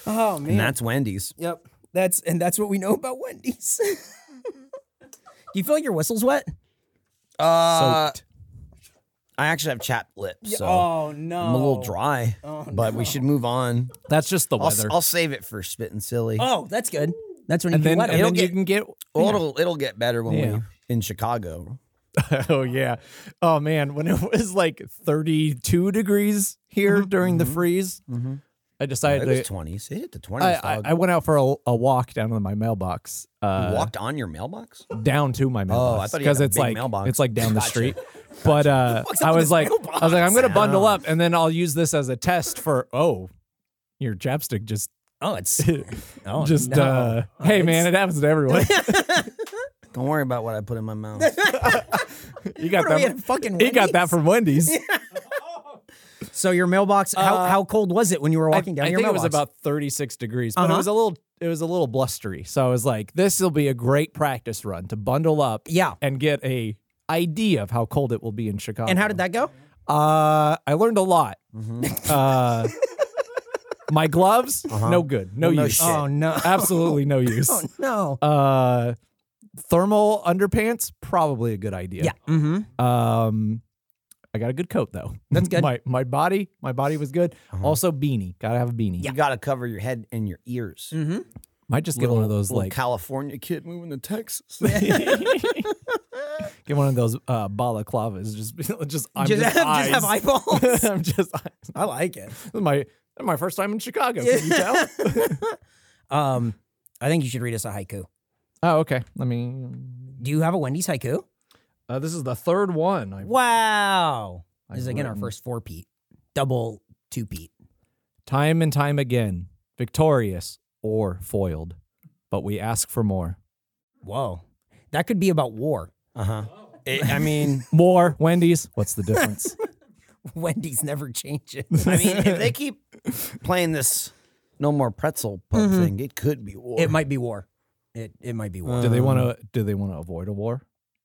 Speaker 4: oh, man.
Speaker 2: And that's Wendy's.
Speaker 4: yep. That's And that's what we know about
Speaker 3: [laughs]
Speaker 4: Wendy's. [laughs] Do you feel like your whistle's wet?
Speaker 2: Uh,
Speaker 3: Soaked.
Speaker 2: I actually have chapped lips,
Speaker 3: Oh,
Speaker 2: so
Speaker 4: Oh, no. Oh,
Speaker 2: I'm a little dry. but we should move on.
Speaker 3: that's just the
Speaker 2: I'll,
Speaker 3: weather.
Speaker 2: I'll save it for spitting silly.
Speaker 4: Oh, that's good. That's when you
Speaker 3: and
Speaker 4: can
Speaker 3: then,
Speaker 4: wet
Speaker 3: and
Speaker 4: it.
Speaker 3: then you
Speaker 2: get-
Speaker 3: can get. [laughs]
Speaker 2: Well, it'll it'll get better when
Speaker 3: Yeah.
Speaker 2: we in Chicago.
Speaker 3: Oh yeah. Oh man, when it was like 32 degrees here during the freeze, I
Speaker 2: It
Speaker 3: decided
Speaker 2: was
Speaker 3: to.
Speaker 2: 20s. It hit the 20s.
Speaker 3: I, I,
Speaker 2: dog.
Speaker 3: I went out for a, a walk down to my mailbox. Uh,
Speaker 2: walked on your mailbox.
Speaker 3: down to
Speaker 4: Oh,
Speaker 3: my mailbox.
Speaker 2: I thought he had
Speaker 3: because
Speaker 2: a
Speaker 3: it's
Speaker 2: big
Speaker 3: like
Speaker 2: mailbox.
Speaker 3: it's like down the street. But uh, I
Speaker 4: up with
Speaker 3: was
Speaker 4: his
Speaker 3: like,
Speaker 4: mailbox? Oh.
Speaker 3: I was like, I'm gonna bundle up, and then I'll use this as a test for oh, your chapstick just [laughs]
Speaker 4: oh, it's.
Speaker 3: just
Speaker 4: no. Oh,
Speaker 3: uh,
Speaker 4: [laughs]
Speaker 3: hey man, it happens to everyone.
Speaker 2: Go Don't worry about what I put in my mouth.
Speaker 3: [laughs] You got
Speaker 4: What are we
Speaker 3: that.
Speaker 4: at fucking
Speaker 3: he got that
Speaker 4: Wendy's?
Speaker 3: from
Speaker 4: [laughs]
Speaker 3: Wendy's.
Speaker 4: So your mailbox, how, how cold was it when you were
Speaker 3: Uh, I-
Speaker 4: walking down
Speaker 3: I,
Speaker 4: your
Speaker 3: think
Speaker 4: mailbox? Uh-huh.
Speaker 3: it was about 36 degrees, but it was a little it was a little blustery. So I was like, this will be a great practice run to bundle up
Speaker 4: Yeah.
Speaker 3: and get a idea of how cold it will be in Chicago.
Speaker 4: and how did that go?
Speaker 3: Uh, I learned a lot. [laughs] Uh, my gloves, no good, no
Speaker 2: Well, no
Speaker 3: use.
Speaker 2: shit. Oh,
Speaker 4: no.
Speaker 3: [laughs] absolutely no use.
Speaker 4: Oh no.
Speaker 3: Uh, thermal underpants, probably a good idea.
Speaker 4: Mm-hmm.
Speaker 3: Um, I got a good coat though. That's
Speaker 4: good.
Speaker 3: my my body, my body was good. Also, beanie, gotta have a beanie.
Speaker 2: You got to cover your head and your ears.
Speaker 4: Mm-hmm.
Speaker 3: Might just get one of those
Speaker 2: Little
Speaker 3: like
Speaker 2: California kid moving to
Speaker 4: [laughs]
Speaker 2: Texas.
Speaker 3: [laughs] get one of those uh, balaclavas. Just [laughs] just I'm just,
Speaker 4: Just, [laughs]
Speaker 3: eyes.
Speaker 4: just have
Speaker 3: [laughs]
Speaker 4: eyeballs.
Speaker 3: I'm just [laughs] eyes.
Speaker 4: I like it.
Speaker 3: This is my this is my first time in Chicago. Can you tell?
Speaker 4: Um, I think you should read us a haiku.
Speaker 3: oh, okay. Let me.
Speaker 4: Do you have a Wendy's haiku?
Speaker 3: Uh, this is the third one. I,
Speaker 4: Wow.
Speaker 3: I've
Speaker 4: this is again our
Speaker 3: written.
Speaker 4: first four peat, double two peat.
Speaker 3: Time and time again, victorious or foiled, but we ask for more.
Speaker 4: Whoa. That could be about war. [laughs]
Speaker 2: Uh huh. I mean,
Speaker 3: More Wendy's. What's the
Speaker 4: [laughs]
Speaker 3: difference?
Speaker 4: Wendy's never changes.
Speaker 2: I mean, if
Speaker 4: [laughs]
Speaker 2: they keep playing this no more pretzel pub thing, it could be [laughs] war.
Speaker 4: Mm-hmm.
Speaker 2: Uh,
Speaker 4: it might be war. It it might be war.
Speaker 3: do they want to? Do they want to avoid a war?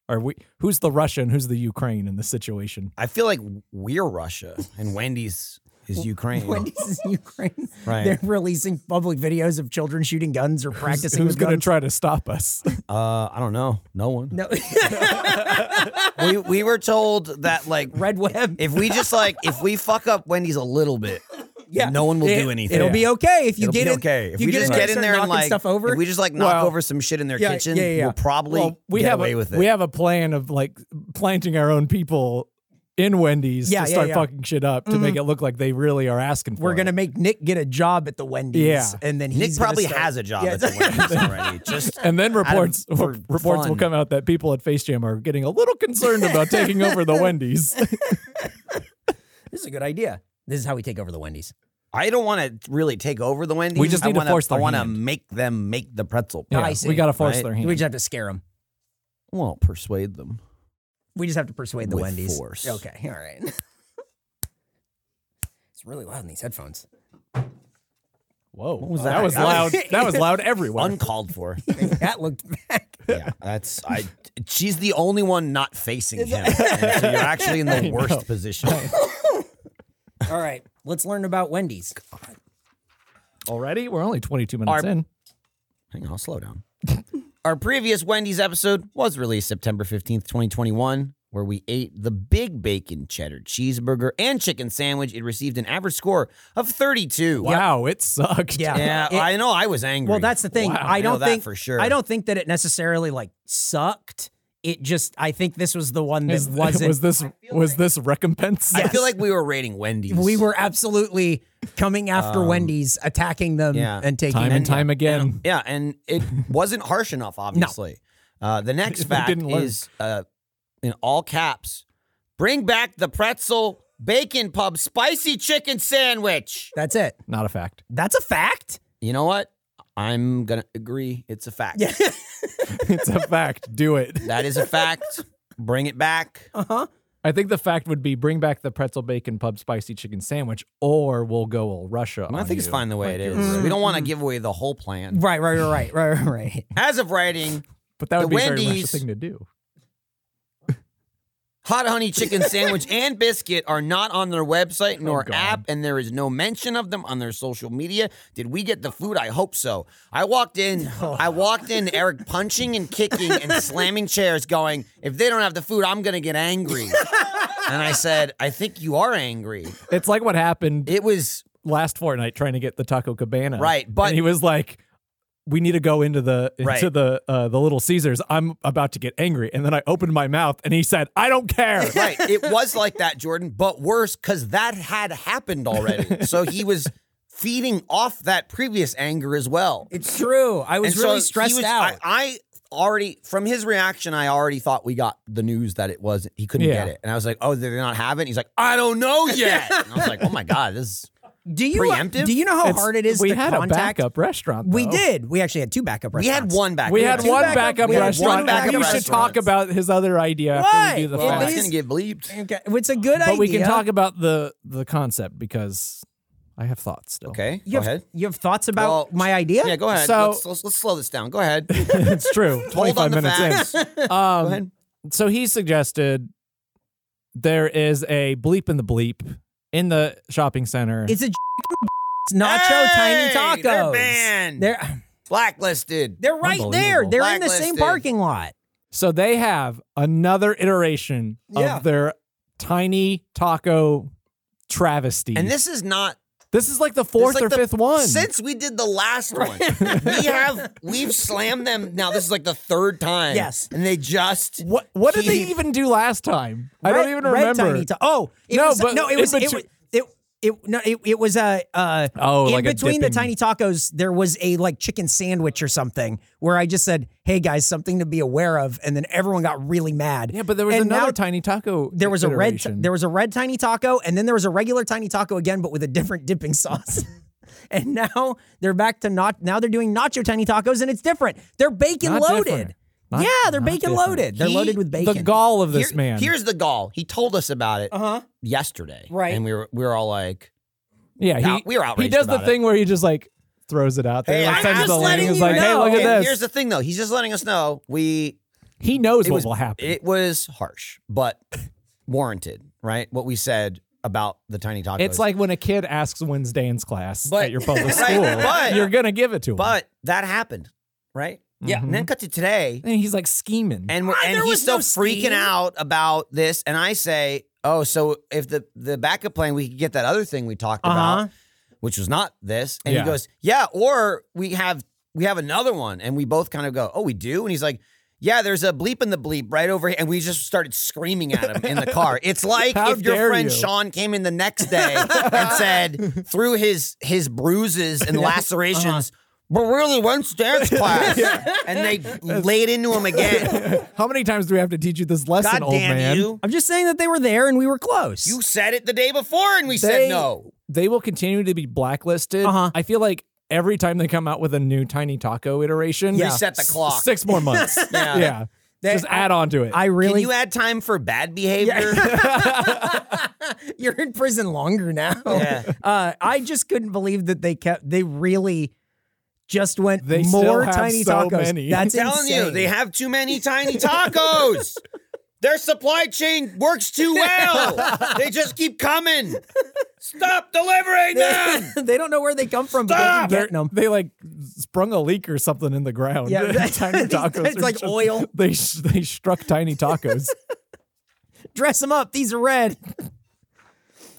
Speaker 3: Are we? Who's the Russian? Who's the Ukraine in this situation?
Speaker 2: I feel like we're Russia and Wendy's is Ukraine.
Speaker 4: [laughs] Wendy's is in Ukraine.
Speaker 2: Right.
Speaker 4: They're releasing public videos of children shooting guns or practicing.
Speaker 3: Who's
Speaker 4: with
Speaker 3: going to
Speaker 4: guns.
Speaker 3: try to stop
Speaker 4: [laughs]
Speaker 3: us?
Speaker 2: Uh, I don't know. No one.
Speaker 4: No. [laughs]
Speaker 2: we we were told that like
Speaker 4: Red web.
Speaker 2: if we just like if we fuck up Wendy's a little
Speaker 4: [laughs]
Speaker 2: bit, no one will
Speaker 4: It-
Speaker 2: do anything.
Speaker 4: It'll be okay if you
Speaker 2: It'll
Speaker 4: get
Speaker 2: be
Speaker 4: in.
Speaker 2: okay. If
Speaker 4: you
Speaker 2: we just get
Speaker 4: and
Speaker 2: in
Speaker 4: start
Speaker 2: there and
Speaker 4: knocking
Speaker 2: like
Speaker 4: stuff over.
Speaker 2: if we just like knock
Speaker 3: Well,
Speaker 2: over some shit in their
Speaker 4: yeah,
Speaker 2: kitchen,
Speaker 4: yeah, yeah.
Speaker 2: we'll probably
Speaker 3: Well, we
Speaker 2: get
Speaker 3: have
Speaker 2: away
Speaker 3: a,
Speaker 2: with it.
Speaker 3: We have a plan of like planting our own people in Wendy's
Speaker 4: Yeah,
Speaker 3: to
Speaker 4: yeah,
Speaker 3: start
Speaker 4: yeah. Mm-hmm.
Speaker 3: fucking shit up to make it look like they really are asking for
Speaker 4: We're
Speaker 3: it.
Speaker 4: gonna make Nick get a job at the Wendy's.
Speaker 3: Yeah.
Speaker 4: and then
Speaker 2: Nick
Speaker 4: he's gonna
Speaker 2: probably
Speaker 4: start-
Speaker 2: has a job
Speaker 4: Yeah.
Speaker 2: at the
Speaker 4: [laughs]
Speaker 2: Wendy's already. Just
Speaker 3: and then
Speaker 2: out of-
Speaker 3: reports
Speaker 2: for
Speaker 3: [laughs] reports will
Speaker 2: fun.
Speaker 3: come out that people at Face Jam are getting a little concerned about taking
Speaker 2: [laughs]
Speaker 3: over the Wendy's.
Speaker 4: This is a good idea. This is how we take over the Wendy's.
Speaker 2: I don't want to really take over the Wendy's.
Speaker 3: We just need
Speaker 2: I
Speaker 3: to
Speaker 2: wanna,
Speaker 3: force their
Speaker 2: I want to
Speaker 3: hand.
Speaker 2: make them make the pretzel.
Speaker 3: Yeah,
Speaker 4: I see.
Speaker 3: We got to force
Speaker 2: Right?
Speaker 3: their
Speaker 4: We
Speaker 3: hand.
Speaker 4: just have to scare them.
Speaker 2: Well, persuade them.
Speaker 4: We just have to persuade the
Speaker 2: With
Speaker 4: Wendy's.
Speaker 2: force.
Speaker 4: Okay, all right. [laughs] it's really loud in these [laughs] headphones.
Speaker 3: Whoa,
Speaker 2: was
Speaker 3: that
Speaker 2: that?
Speaker 3: was
Speaker 2: That
Speaker 3: loud.
Speaker 2: was-
Speaker 3: that
Speaker 2: [laughs]
Speaker 3: was loud everywhere.
Speaker 2: Uncalled
Speaker 3: [laughs]
Speaker 2: for.
Speaker 4: that looked back.
Speaker 2: yeah, that's I. She's the only one not facing him. And so you're actually in
Speaker 3: [laughs]
Speaker 2: the worst position.
Speaker 4: All right, let's learn about Wendy's.
Speaker 3: Already, we're only 22 minutes
Speaker 2: Our-
Speaker 3: in.
Speaker 2: Hang on, I'll slow down. Our previous Wendy's episode was released September 15th, 2021, where we ate the big bacon cheddar cheeseburger and chicken sandwich. It received an average score of 32.
Speaker 3: Wow, it sucked.
Speaker 4: Yeah.
Speaker 3: [laughs]
Speaker 2: Yeah,
Speaker 4: It-
Speaker 2: I know I was angry.
Speaker 4: Well, that's the thing.
Speaker 3: Wow.
Speaker 4: I
Speaker 2: I know
Speaker 4: don't
Speaker 2: that
Speaker 4: think
Speaker 2: for sure.
Speaker 4: I don't think that it necessarily like sucked. It just I think this was the one
Speaker 3: [laughs]
Speaker 4: that
Speaker 3: Is-
Speaker 4: wasn't.
Speaker 3: was this was this recompense?
Speaker 2: I feel like we were rating Wendy's.
Speaker 4: we were absolutely coming after Wendy's, attacking them
Speaker 2: yeah.
Speaker 4: and taking
Speaker 3: time
Speaker 4: them.
Speaker 3: and time again.
Speaker 2: Yeah, and
Speaker 3: [laughs]
Speaker 2: it wasn't harsh enough, obviously. Uh, the next
Speaker 3: They
Speaker 2: fact
Speaker 3: didn't learn.
Speaker 2: is uh, in all caps bring back the pretzel bacon pub spicy chicken sandwich.
Speaker 4: That's it.
Speaker 3: Not a fact. [laughs]
Speaker 4: That's a fact.
Speaker 2: You know what? I'm going to agree. It's a fact.
Speaker 3: [laughs]
Speaker 4: [laughs] Yeah.
Speaker 3: It's a fact. Do it.
Speaker 2: that is a fact. Bring it back.
Speaker 3: Oh, I think the fact would be bring back the pretzel bacon pub spicy chicken sandwich, or we'll go all Russia.
Speaker 2: I
Speaker 3: on
Speaker 2: think it's
Speaker 3: you. Mm-hmm.
Speaker 2: fine the way
Speaker 3: Like
Speaker 2: it
Speaker 3: you're
Speaker 2: is.
Speaker 3: really-
Speaker 2: We don't want to give away the whole plan.
Speaker 4: Right, right, right, right, right, right.
Speaker 2: As of writing,
Speaker 3: But that would
Speaker 2: The
Speaker 3: be a very Russian
Speaker 2: Wendy's-
Speaker 3: thing to do.
Speaker 2: Hot honey chicken sandwich and biscuit are not on their website nor
Speaker 3: God.
Speaker 2: app, and there is no mention of them on their social media. Did we get the food? I hope so. I walked in. I walked in. Eric punching and kicking and slamming chairs, going, "If they don't have the food, I'm gonna get angry." and I said, "I think you are angry."
Speaker 3: It's like what happened
Speaker 2: It was
Speaker 3: last fortnight trying to get the Taco Cabana.
Speaker 2: Right, but-
Speaker 3: And he was like, "We need to go into the into
Speaker 2: Right.
Speaker 3: the uh, the Little Caesars. I'm about to get angry." And then I opened my mouth, and he said, "I don't
Speaker 4: [laughs]
Speaker 3: care."
Speaker 2: right. It was like that, Jordan, but worse because that had happened already. So he was feeding off that previous anger as well.
Speaker 4: It's true. I was
Speaker 2: And so
Speaker 4: really
Speaker 2: he
Speaker 4: stressed
Speaker 2: was-
Speaker 4: out.
Speaker 2: I, I already, from his reaction, I already thought we got the news that it wasn't, he couldn't
Speaker 3: Yeah. [laughs]
Speaker 2: get it. And I was like, oh, did they not have it? And he's like, I don't know yet. and I was like, oh my God, this is
Speaker 4: Do you uh,
Speaker 2: Preemptive?
Speaker 4: do you know how
Speaker 3: It's-
Speaker 4: hard it is
Speaker 3: We
Speaker 4: to
Speaker 3: had
Speaker 4: contact?
Speaker 3: a backup restaurant.
Speaker 4: We
Speaker 3: though.
Speaker 4: did. We actually had two backup
Speaker 2: We
Speaker 4: restaurants.
Speaker 2: had one back.
Speaker 3: We had
Speaker 4: Two
Speaker 3: one
Speaker 4: backup-
Speaker 3: backup
Speaker 4: we had one
Speaker 3: restaurant.
Speaker 4: backup
Speaker 3: and we should
Speaker 2: restaurant.
Speaker 3: talk about his other idea
Speaker 4: Why?
Speaker 3: after we do the
Speaker 4: Well,
Speaker 2: Well,
Speaker 3: facts.
Speaker 2: it's
Speaker 4: these-
Speaker 2: gonna get bleeped.
Speaker 4: Okay, it's a good idea.
Speaker 3: But we can talk about the the concept because I have thoughts still.
Speaker 2: Okay,
Speaker 4: You
Speaker 2: go
Speaker 4: have,
Speaker 2: ahead.
Speaker 4: You have thoughts about
Speaker 2: Well,
Speaker 4: my idea?
Speaker 2: Yeah, go ahead.
Speaker 3: So-
Speaker 2: let's, let's, let's slow this down. Go
Speaker 3: [laughs]
Speaker 2: ahead.
Speaker 3: [laughs] it's true.
Speaker 2: Hold on
Speaker 3: 25
Speaker 2: the
Speaker 3: minutes
Speaker 2: facts. [laughs]
Speaker 3: in.
Speaker 2: go
Speaker 3: Um,
Speaker 2: ahead.
Speaker 3: so he suggested there is a bleep in the bleep in the shopping center.
Speaker 4: It's a [laughs] nacho
Speaker 2: Hey,
Speaker 4: tiny
Speaker 2: They're
Speaker 4: tacos.
Speaker 2: banned.
Speaker 4: They're
Speaker 2: blacklisted.
Speaker 4: they're right there.
Speaker 3: Unbelievable.
Speaker 4: They're in the same
Speaker 2: Blacklisted.
Speaker 4: parking lot.
Speaker 3: so they have another iteration
Speaker 4: Yeah.
Speaker 3: of their tiny taco travesty.
Speaker 2: And this is not
Speaker 3: this is like the fourth
Speaker 2: like
Speaker 3: or
Speaker 2: the-
Speaker 3: fifth one.
Speaker 2: since we did the last one.
Speaker 3: [laughs]
Speaker 2: we have we've slammed them. Now this is like the third time.
Speaker 4: Yes.
Speaker 2: and they just
Speaker 3: what what did they
Speaker 2: Keep-
Speaker 3: even do last time? I don't
Speaker 4: Red-
Speaker 3: even
Speaker 4: red
Speaker 3: remember.
Speaker 4: tiny ta- oh, it
Speaker 3: No,
Speaker 4: was,
Speaker 3: but
Speaker 4: no, it
Speaker 3: in
Speaker 4: was it
Speaker 3: betw-
Speaker 4: was it. It, no, it, it was a uh,
Speaker 3: Oh,
Speaker 4: in
Speaker 3: like a
Speaker 4: between the tiny
Speaker 3: dipping-
Speaker 4: tacos there was a like chicken sandwich or something where I just said hey guys something to be aware of and then everyone got really mad
Speaker 3: yeah, but there was
Speaker 4: and
Speaker 3: another
Speaker 4: now
Speaker 3: tiny taco.
Speaker 4: there was a red t-
Speaker 3: iteration.
Speaker 4: there was a red tiny taco and then there was a regular tiny taco again but with a different dipping sauce [laughs] and now they're back to not now they're doing nacho tiny tacos and it's different they're bacon
Speaker 3: Not
Speaker 4: loaded
Speaker 3: different. Not-
Speaker 4: yeah they're
Speaker 3: not
Speaker 4: bacon
Speaker 3: different.
Speaker 4: loaded they're
Speaker 2: He-
Speaker 4: loaded with bacon
Speaker 3: the gall of this
Speaker 2: Here-
Speaker 3: man.
Speaker 2: Here's the gall. He told us about it
Speaker 4: uh-huh
Speaker 2: yesterday.
Speaker 4: Right.
Speaker 2: and we were we were all like,
Speaker 3: yeah, he,
Speaker 2: out- we were
Speaker 3: he
Speaker 2: outraged
Speaker 3: does the
Speaker 2: about it.
Speaker 3: thing where he just like throws it out there,
Speaker 2: Hey,
Speaker 3: like
Speaker 2: I'm
Speaker 3: sends
Speaker 2: just
Speaker 3: the link,
Speaker 4: letting
Speaker 3: is
Speaker 4: you
Speaker 3: like, hey,
Speaker 4: know.
Speaker 3: look
Speaker 2: Okay,
Speaker 3: at
Speaker 2: Here's the
Speaker 3: this.
Speaker 2: thing, though. He's just letting us know we
Speaker 3: he knows
Speaker 2: it
Speaker 3: what
Speaker 2: was-
Speaker 3: will happen.
Speaker 2: It was harsh, but warranted, right? What we said about the tiny tacos.
Speaker 3: It's like when a kid asks when's dance class
Speaker 2: But-
Speaker 3: at your public
Speaker 2: [laughs] Right,
Speaker 3: school.
Speaker 2: but-
Speaker 3: you're gonna give it to him.
Speaker 2: but that happened, right?
Speaker 3: Yeah.
Speaker 2: And then cut to today,
Speaker 3: and he's like scheming.
Speaker 2: and
Speaker 4: Ah,
Speaker 2: and
Speaker 4: there
Speaker 2: he's
Speaker 4: was
Speaker 2: still
Speaker 4: no
Speaker 2: freaking
Speaker 4: steam.
Speaker 2: out about this, and I say, oh, so if the the backup plan, we could get that other thing we talked
Speaker 4: Uh-huh.
Speaker 2: about, which was not this, and
Speaker 3: Yeah.
Speaker 2: he goes, yeah, or we have we have another one, and we both kind of go, oh, we do, and he's like. Yeah, there's a bleep in the bleep right over here, and we just started screaming at him in the
Speaker 4: [laughs]
Speaker 2: car. It's like
Speaker 3: How
Speaker 2: if your
Speaker 3: dare
Speaker 2: friend
Speaker 3: you.
Speaker 2: Sean came in the next day
Speaker 4: [laughs]
Speaker 2: and said through his his bruises and lacerations,
Speaker 4: Uh-huh.
Speaker 2: but really when's dance
Speaker 4: [laughs]
Speaker 2: class, and they laid into him again.
Speaker 3: How many times do we have to teach you this lesson,
Speaker 2: God
Speaker 3: old man?
Speaker 2: damn you!
Speaker 4: I'm just saying that they were there and we were close.
Speaker 2: You said it the day before, and we
Speaker 3: They-
Speaker 2: said no.
Speaker 3: They will continue to be blacklisted.
Speaker 4: Uh-huh.
Speaker 3: I feel like every time they come out with a new tiny taco iteration,
Speaker 4: Yeah.
Speaker 2: Reset the
Speaker 3: s-
Speaker 2: clock.
Speaker 3: Six more months.
Speaker 2: [laughs] Yeah.
Speaker 3: yeah.
Speaker 4: They-
Speaker 3: Just add on to it.
Speaker 4: I
Speaker 2: Can
Speaker 4: really
Speaker 2: you add time for bad behavior?
Speaker 4: [laughs]
Speaker 3: [laughs]
Speaker 4: you're in prison longer now.
Speaker 2: Yeah.
Speaker 4: [laughs] Uh, I just couldn't believe that they kept they really just went
Speaker 3: They still
Speaker 4: more
Speaker 3: have
Speaker 4: tiny
Speaker 3: so
Speaker 4: tacos.
Speaker 3: many.
Speaker 4: That's
Speaker 2: telling
Speaker 4: insane.
Speaker 2: you, they have too many tiny
Speaker 3: [laughs]
Speaker 2: tacos. Their supply chain works too
Speaker 3: [laughs]
Speaker 2: well. they just keep coming. Stop delivering
Speaker 3: [laughs]
Speaker 2: them.
Speaker 4: [laughs] they don't know where they come from,
Speaker 2: Stop!
Speaker 4: but they
Speaker 3: They're-
Speaker 4: keep getting them.
Speaker 3: They like sprung a leak or something in the ground.
Speaker 4: Yeah, that-
Speaker 3: [laughs] tiny tacos.
Speaker 4: [laughs] it's
Speaker 3: are
Speaker 4: like oil.
Speaker 3: They sh- they struck tiny tacos.
Speaker 4: Dress them up. These are red.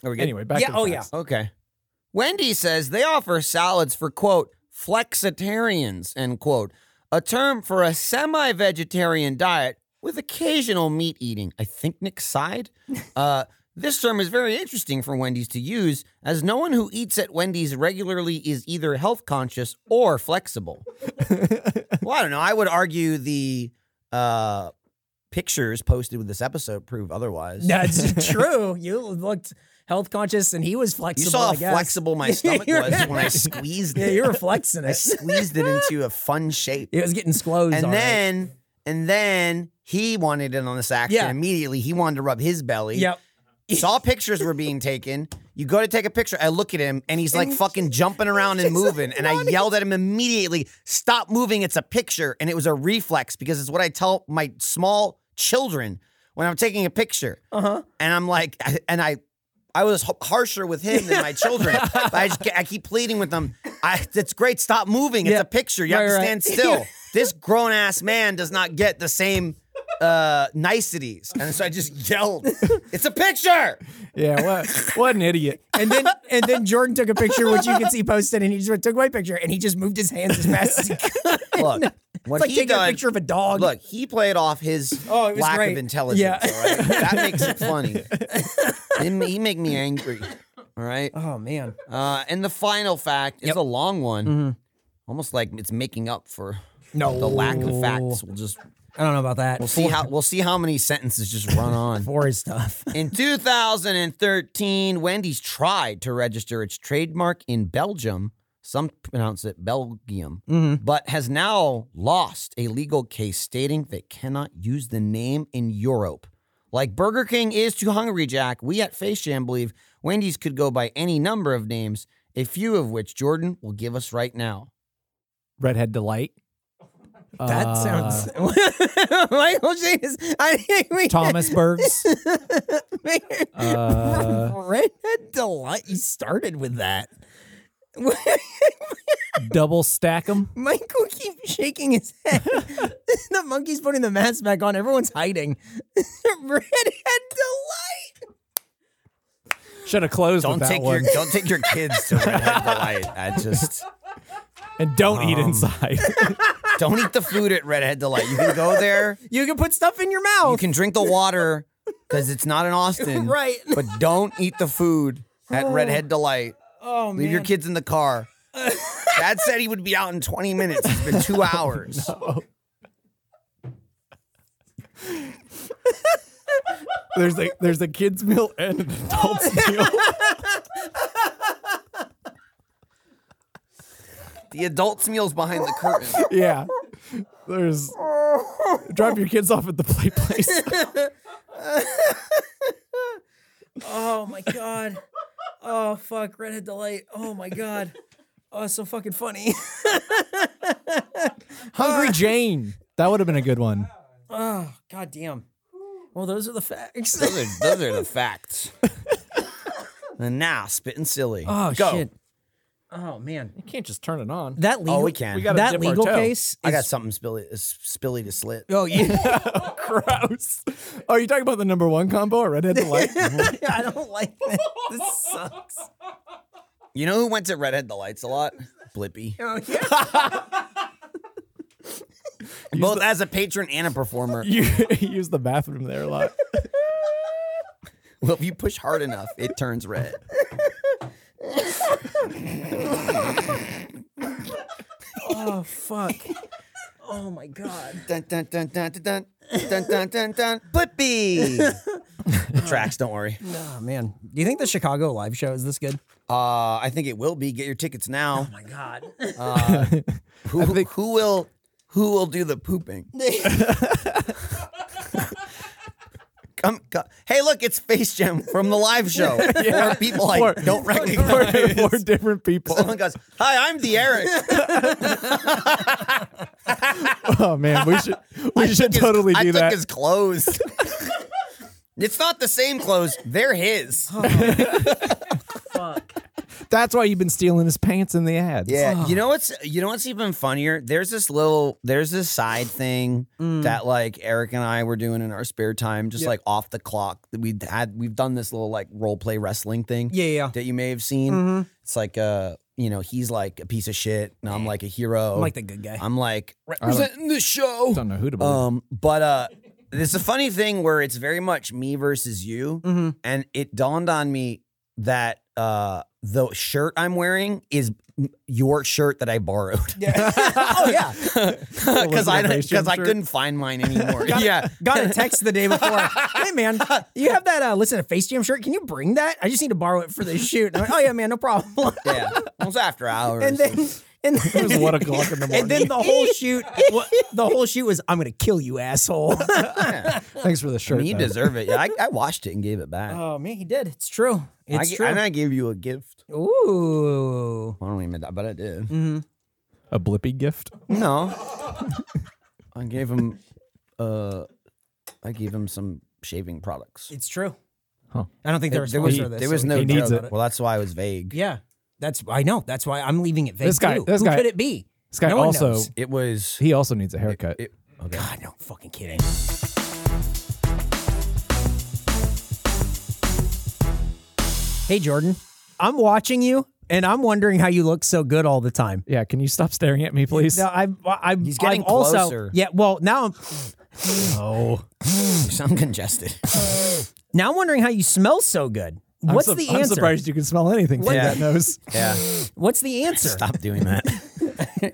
Speaker 2: Are we good?
Speaker 3: anyway, back
Speaker 4: [laughs] Yeah,
Speaker 3: to the
Speaker 4: oh,
Speaker 3: facts.
Speaker 2: Okay. Wendy says they offer salads for quote flexitarians end quote, a term for a semi-vegetarian diet with occasional meat eating. I think Nick sighed. Uh, this term is very interesting for Wendy's to use, as no one who eats at Wendy's regularly is either health conscious or flexible. well, I don't know. I would argue the uh, pictures posted with this episode prove otherwise.
Speaker 4: That's [laughs] true. You looked health conscious, and he was flexible.
Speaker 2: You saw
Speaker 4: I
Speaker 2: how
Speaker 4: guess.
Speaker 2: flexible my stomach
Speaker 4: [laughs] You're
Speaker 2: was
Speaker 4: right.
Speaker 2: when I squeezed
Speaker 4: Yeah,
Speaker 2: it. [laughs]
Speaker 4: you were flexing
Speaker 2: I
Speaker 4: it.
Speaker 2: squeezed it into a fun shape.
Speaker 4: [laughs] It was getting squoze. all
Speaker 2: And
Speaker 4: right.
Speaker 2: then and then he wanted in on this action
Speaker 4: Yeah.
Speaker 2: immediately. He wanted to rub his belly.
Speaker 4: yep. [laughs]
Speaker 2: Saw pictures were being taken. You go to take a picture. I look at him and he's like fucking
Speaker 4: [laughs]
Speaker 2: jumping around and moving. And I yelled at him immediately, stop moving. It's a picture. And it was a reflex because it's what I tell my small children when I'm taking a picture.
Speaker 4: Uh-huh.
Speaker 2: And I'm like, [laughs] and I, I was h- harsher with him than my children. but I,
Speaker 4: [laughs]
Speaker 2: just, I keep pleading with them. I, it's great. Stop moving. It's
Speaker 4: Yeah.
Speaker 2: a picture. You have
Speaker 4: Right,
Speaker 2: to
Speaker 4: right. [laughs]
Speaker 2: stand still. this grown ass man does not get the same uh, niceties, and so I just yelled, "It's a picture."
Speaker 3: Yeah, what what an idiot.
Speaker 4: [laughs] And then and then Jordan took a picture, which you can see posted, and he just went, took my picture, and he just moved his hands as fast as he could. [laughs]
Speaker 2: Look,
Speaker 4: It's
Speaker 2: what
Speaker 4: like
Speaker 2: he
Speaker 4: taking
Speaker 2: done-
Speaker 4: a picture of a dog.
Speaker 2: Look, he played off his
Speaker 4: Oh, it was
Speaker 2: lack of
Speaker 4: great.
Speaker 2: intelligence.
Speaker 4: Yeah.
Speaker 2: All right? That makes
Speaker 4: [laughs]
Speaker 2: it funny. he, ma- he make me angry. All right.
Speaker 4: Oh man.
Speaker 2: Uh, and the final fact is a long one. Almost like it's making up for
Speaker 4: Mm-hmm. No.
Speaker 2: the lack of facts. We'll just
Speaker 4: I don't know about that.
Speaker 2: We'll see how we'll see how many sentences just run on.
Speaker 4: Four is tough.
Speaker 2: In 2013, Wendy's tried to register its trademark in Belgium, some pronounce it Belgium, but has now lost a legal case stating they cannot use the name in Europe. Like Burger King is to Hungry Jack, we at Face Jam believe Wendy's could go by any number of names, a few of which Jordan will give us right now.
Speaker 3: Redhead delight.
Speaker 4: [laughs] That
Speaker 3: Uh,
Speaker 4: sounds. [laughs] Michael James. I think we [laughs]
Speaker 3: Thomasburgs. uh,
Speaker 4: Redhead delight. You started with that. [laughs]
Speaker 3: double stack 'em.
Speaker 4: Michael keeps shaking his head. [laughs] the monkey's putting the mask back on. Everyone's hiding. [laughs] Redhead delight.
Speaker 3: Should have closed
Speaker 2: Don't
Speaker 3: with that
Speaker 2: take
Speaker 3: one.
Speaker 2: your don't take your kids to Redhead Delight. I [laughs] just
Speaker 3: and don't
Speaker 4: Um.
Speaker 3: eat inside. [laughs]
Speaker 2: don't eat the food at Redhead Delight. You can go there.
Speaker 4: You can put stuff in your
Speaker 2: You
Speaker 4: mouth.
Speaker 2: can drink the water because it's not in Austin.
Speaker 4: [laughs] Right.
Speaker 2: But don't eat the food at Redhead Delight.
Speaker 4: oh
Speaker 2: Leave your kids in the
Speaker 4: [laughs]
Speaker 2: car. Dad said he would be out in 20 minutes. It's been two
Speaker 4: [laughs]
Speaker 2: hours.
Speaker 3: there's a there's a kids meal and an
Speaker 4: [laughs]
Speaker 3: adults meal.
Speaker 2: The adults' meal's behind the
Speaker 4: [laughs]
Speaker 2: curtain.
Speaker 3: yeah. There's drop your kids off at the play
Speaker 4: [laughs]
Speaker 3: place.
Speaker 4: Oh my god. Oh fuck, redhead delight. Oh my god. Oh, it's so fucking funny. [laughs]
Speaker 3: Hungry Jane. That would have been a good one.
Speaker 4: Oh god damn. Well, those are the facts.
Speaker 2: Those are, those are the facts. And now, spitting silly.
Speaker 4: [laughs] Oh
Speaker 2: Go.
Speaker 4: shit. Oh man,
Speaker 3: You can't just turn it on.
Speaker 4: that legal.
Speaker 2: Oh, we can.
Speaker 3: We gotta
Speaker 4: that
Speaker 3: dip our
Speaker 4: legal
Speaker 3: toe.
Speaker 4: case. Is,
Speaker 2: I got something spilly, uh, spilly to slit.
Speaker 4: Oh yeah.
Speaker 3: Gross. Oh, you talking about the number one combo or
Speaker 2: [laughs]
Speaker 3: redhead delight?
Speaker 4: [laughs] I don't like this. This sucks.
Speaker 2: You know who went to Redhead Delights a
Speaker 4: [laughs]
Speaker 2: lot? Blippy.
Speaker 4: Oh yeah.
Speaker 2: Both as a patron and a
Speaker 4: [laughs]
Speaker 2: performer.
Speaker 3: you [laughs] you use the bathroom there
Speaker 2: [laughs]
Speaker 3: a lot.
Speaker 2: Well, if you push hard enough, it turns red.
Speaker 4: Oh fuck. Oh my god. [laughs]
Speaker 2: Dun dun dun dun dun dun dun
Speaker 3: [laughs]
Speaker 2: dun dun dun. Uh, Blippi. the tracks, don't worry.
Speaker 4: Oh man. Do you think the Chicago live show is this good?
Speaker 2: Uh, I think it will be. Get your tickets
Speaker 3: Oh
Speaker 2: now.
Speaker 4: my god.
Speaker 2: Who, who will who will do the
Speaker 3: [laughs]
Speaker 2: pooping? Come, come. Hey, look, it's Face Jam from the live
Speaker 3: [laughs]
Speaker 2: show. Four people I
Speaker 3: Four-
Speaker 2: don't
Speaker 3: Four,
Speaker 2: recognize.
Speaker 3: four different people.
Speaker 2: Someone goes, "Hi, I'm the
Speaker 3: [laughs]
Speaker 2: Eric."
Speaker 3: Oh man, we should we should
Speaker 2: His-
Speaker 3: totally
Speaker 2: I
Speaker 3: do
Speaker 2: took
Speaker 3: that.
Speaker 2: his
Speaker 3: [laughs]
Speaker 2: clothes. it's not the same clothes. They're his.
Speaker 4: Fuck.
Speaker 3: That's why you've been stealing his pants in the ads.
Speaker 2: Yeah. You know what's you know what's even funnier? There's this little there's this side thing
Speaker 4: Mm.
Speaker 2: that like Eric and I were doing in our spare time, just like off the clock. That We had we've done this little like role play wrestling thing.
Speaker 4: Yeah, yeah. Mm-hmm.
Speaker 2: That you may have seen. It's like uh, you know, he's like a piece of shit and I'm like a hero.
Speaker 4: I'm like the good guy.
Speaker 2: I'm like representing the show.
Speaker 3: Don't know who to believe.
Speaker 2: Um, but uh, there's a funny thing where it's very much me versus you,
Speaker 4: Mhm.
Speaker 2: and it dawned on me that uh, the shirt I'm wearing is m- your shirt that I borrowed.
Speaker 4: [laughs]
Speaker 2: Yeah. oh [laughs] yeah. Because Uh, I
Speaker 3: Liberation
Speaker 2: because I
Speaker 3: shirt?
Speaker 2: couldn't find mine anymore. yeah.
Speaker 4: [laughs] [laughs] Got a text the day before. hey man, you have that uh, listen to Face Jam shirt? Can you bring that? I just need to borrow it for this shoot. And I'm like, oh yeah, man, no problem. [laughs]
Speaker 2: Yeah. It was after hours. [laughs]
Speaker 4: and then [laughs] and
Speaker 3: [laughs] it was
Speaker 4: then,
Speaker 3: one o'clock in the morning.
Speaker 4: and then the whole shoot, [laughs] wa- the whole shoot was I'm gonna kill you, asshole.
Speaker 3: Thanks for the
Speaker 2: I
Speaker 3: shirt.
Speaker 2: mean, you
Speaker 3: though.
Speaker 2: deserve it. Yeah, I, I washed it and gave it back.
Speaker 4: [laughs] oh man, he did. It's true.
Speaker 2: I,
Speaker 4: It's
Speaker 2: g-
Speaker 4: true.
Speaker 2: And I gave you a gift.
Speaker 4: Ooh.
Speaker 2: I don't even, but I did.
Speaker 4: Mm-hmm.
Speaker 3: a blippy gift.
Speaker 2: No. [laughs] I gave him uh I gave him some shaving products.
Speaker 4: It's true.
Speaker 3: Huh.
Speaker 4: I don't think there,
Speaker 2: There,
Speaker 4: was
Speaker 2: there was
Speaker 4: sponsor of this,
Speaker 2: there
Speaker 4: so
Speaker 2: was
Speaker 4: we
Speaker 2: no
Speaker 3: he
Speaker 4: can't
Speaker 3: needs
Speaker 4: talk
Speaker 2: joke.
Speaker 4: about
Speaker 2: Well, that's why I was vague.
Speaker 4: Yeah, that's I know. That's why I'm leaving it vague.
Speaker 3: This guy-
Speaker 4: too.
Speaker 3: this
Speaker 4: Who
Speaker 3: guy-
Speaker 4: could it be?
Speaker 3: This guy
Speaker 4: No one
Speaker 3: also
Speaker 4: knows.
Speaker 2: It was [laughs]
Speaker 3: he also needs a haircut.
Speaker 2: it, okay.
Speaker 4: God, no fucking kidding. Hey Jordan, I'm watching you, and I'm wondering how you look so good all the time.
Speaker 3: yeah, can you stop staring at me, please?
Speaker 4: No, I've, I've,
Speaker 2: He's getting
Speaker 4: I've also,
Speaker 2: closer.
Speaker 4: Yeah, well, now I'm
Speaker 3: Oh,
Speaker 2: [sighs] You sound [laughs] congested.
Speaker 4: now I'm wondering how you smell so good.
Speaker 3: I'm
Speaker 4: What's
Speaker 3: su-
Speaker 4: the
Speaker 3: I'm
Speaker 2: [laughs]
Speaker 4: answer?
Speaker 3: surprised you can smell anything through
Speaker 2: Yeah.
Speaker 3: that nose.
Speaker 4: [laughs]
Speaker 2: yeah.
Speaker 4: What's the answer?
Speaker 2: Stop doing that.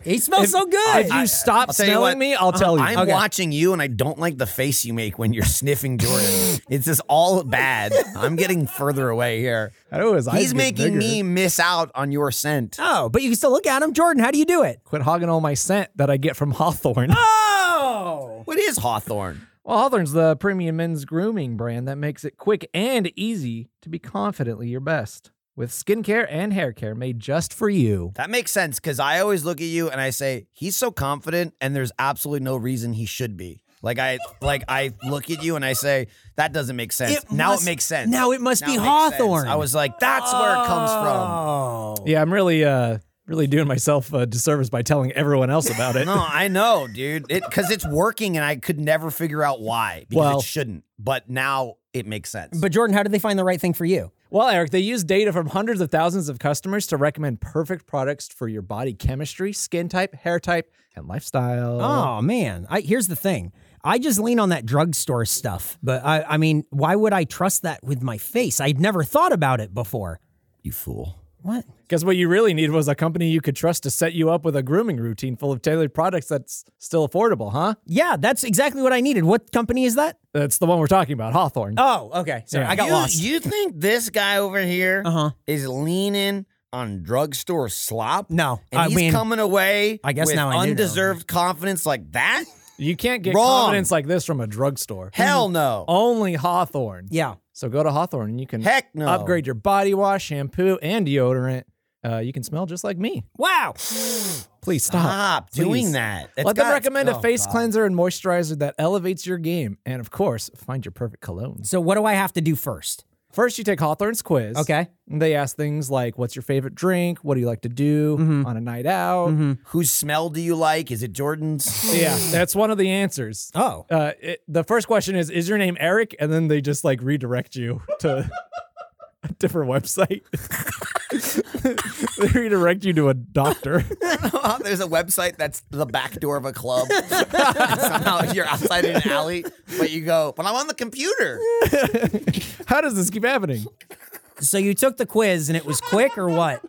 Speaker 4: He smells so good.
Speaker 3: If you stop
Speaker 2: I'll tell you
Speaker 3: smelling
Speaker 2: what.
Speaker 3: me, I'll tell you.
Speaker 2: I'm
Speaker 3: Okay.
Speaker 2: watching you and I don't like the face you make when you're sniffing [laughs] Jordan. it's just all bad. I'm getting further away here.
Speaker 3: I know his eyes
Speaker 2: He's
Speaker 3: get
Speaker 2: making
Speaker 3: bigger.
Speaker 2: me miss out on your scent.
Speaker 4: [laughs] oh, but you can still look at him, Jordan. How do you do it?
Speaker 3: quit hogging all my scent that I get from Hawthorne.
Speaker 4: Oh,
Speaker 2: What is Hawthorne?
Speaker 3: Well, Hawthorne's the premium men's grooming brand that makes it quick and easy to be confidently your best with skincare and hair care made just for you.
Speaker 2: That makes sense because I always look at you and I say, he's so confident and there's absolutely no reason he should be. Like I like I look at you and I say, that doesn't make sense.
Speaker 4: It
Speaker 2: now
Speaker 4: must-
Speaker 2: it makes sense.
Speaker 4: now it must be
Speaker 2: makes sense.
Speaker 4: Hawthorne. Oh.
Speaker 2: I was like, that's where it comes from.
Speaker 3: Yeah, I'm really, uh, really doing myself a disservice by telling everyone else about [laughs] it.
Speaker 2: No, I know, dude. It because it's working and I could never figure out why. Because
Speaker 3: Well-
Speaker 2: it shouldn't. But now it makes sense.
Speaker 4: But Jordan, how did they find the right thing for you?
Speaker 3: Well, Eric, they use data from hundreds of thousands of customers to recommend perfect products for your body chemistry, skin type, hair type, and lifestyle.
Speaker 4: Oh man, I here's the thing. I just lean on that drugstore stuff, but I, I mean, why would I trust that with my face? I'd never thought about it before.
Speaker 2: you fool.
Speaker 4: What?
Speaker 3: Because what you really need was a company you could trust to set you up with a grooming routine full of tailored products that's still affordable, huh?
Speaker 4: Yeah, that's exactly what I needed. What company is that?
Speaker 3: That's the one we're talking about, Hawthorne.
Speaker 4: Oh, okay. Sorry,
Speaker 3: Yeah.
Speaker 4: I got
Speaker 2: you,
Speaker 4: lost.
Speaker 2: You think this guy over here is
Speaker 4: Uh-huh.
Speaker 2: leaning on drugstore slop?
Speaker 4: No,
Speaker 2: and
Speaker 4: I
Speaker 2: he's
Speaker 4: mean-
Speaker 2: coming away.
Speaker 4: I guess
Speaker 2: with
Speaker 4: now I knew that.
Speaker 2: undeserved confidence like that.
Speaker 3: You can't get
Speaker 2: Wrong.
Speaker 3: confidence like this from a drugstore.
Speaker 2: Hell no.
Speaker 3: Only Hawthorne.
Speaker 4: yeah.
Speaker 3: So go to Hawthorne and you can
Speaker 2: Heck no.
Speaker 3: upgrade your body wash, shampoo, and deodorant. Uh, you can smell just like me.
Speaker 4: Wow.
Speaker 3: Please stop.
Speaker 2: Stop doing
Speaker 3: Please.
Speaker 2: that. It's
Speaker 3: Let them
Speaker 2: got-
Speaker 3: recommend
Speaker 2: Oh,
Speaker 3: a face
Speaker 2: God.
Speaker 3: cleanser and moisturizer that elevates your game. And of course, find your perfect cologne.
Speaker 4: So what do I have to do first?
Speaker 3: First, you take Hawthorne's quiz.
Speaker 4: Okay.
Speaker 3: And They ask things like, what's your favorite drink? What do you like to do
Speaker 2: Mm-hmm.
Speaker 3: on a night out?
Speaker 2: Whose smell do you like? Is it Jordan's?
Speaker 3: Yeah, that's one of the answers.
Speaker 4: Oh.
Speaker 3: Uh, it, the first question is, is your name Eric? And then they just like redirect you to a different website. [laughs] they redirect you to a doctor.
Speaker 2: [laughs] There's a website that's the back door of a [laughs] club. Somehow you're outside in an alley, but you go, but I'm on the computer.
Speaker 3: How does this keep happening?
Speaker 4: So you took the quiz and it was quick or what?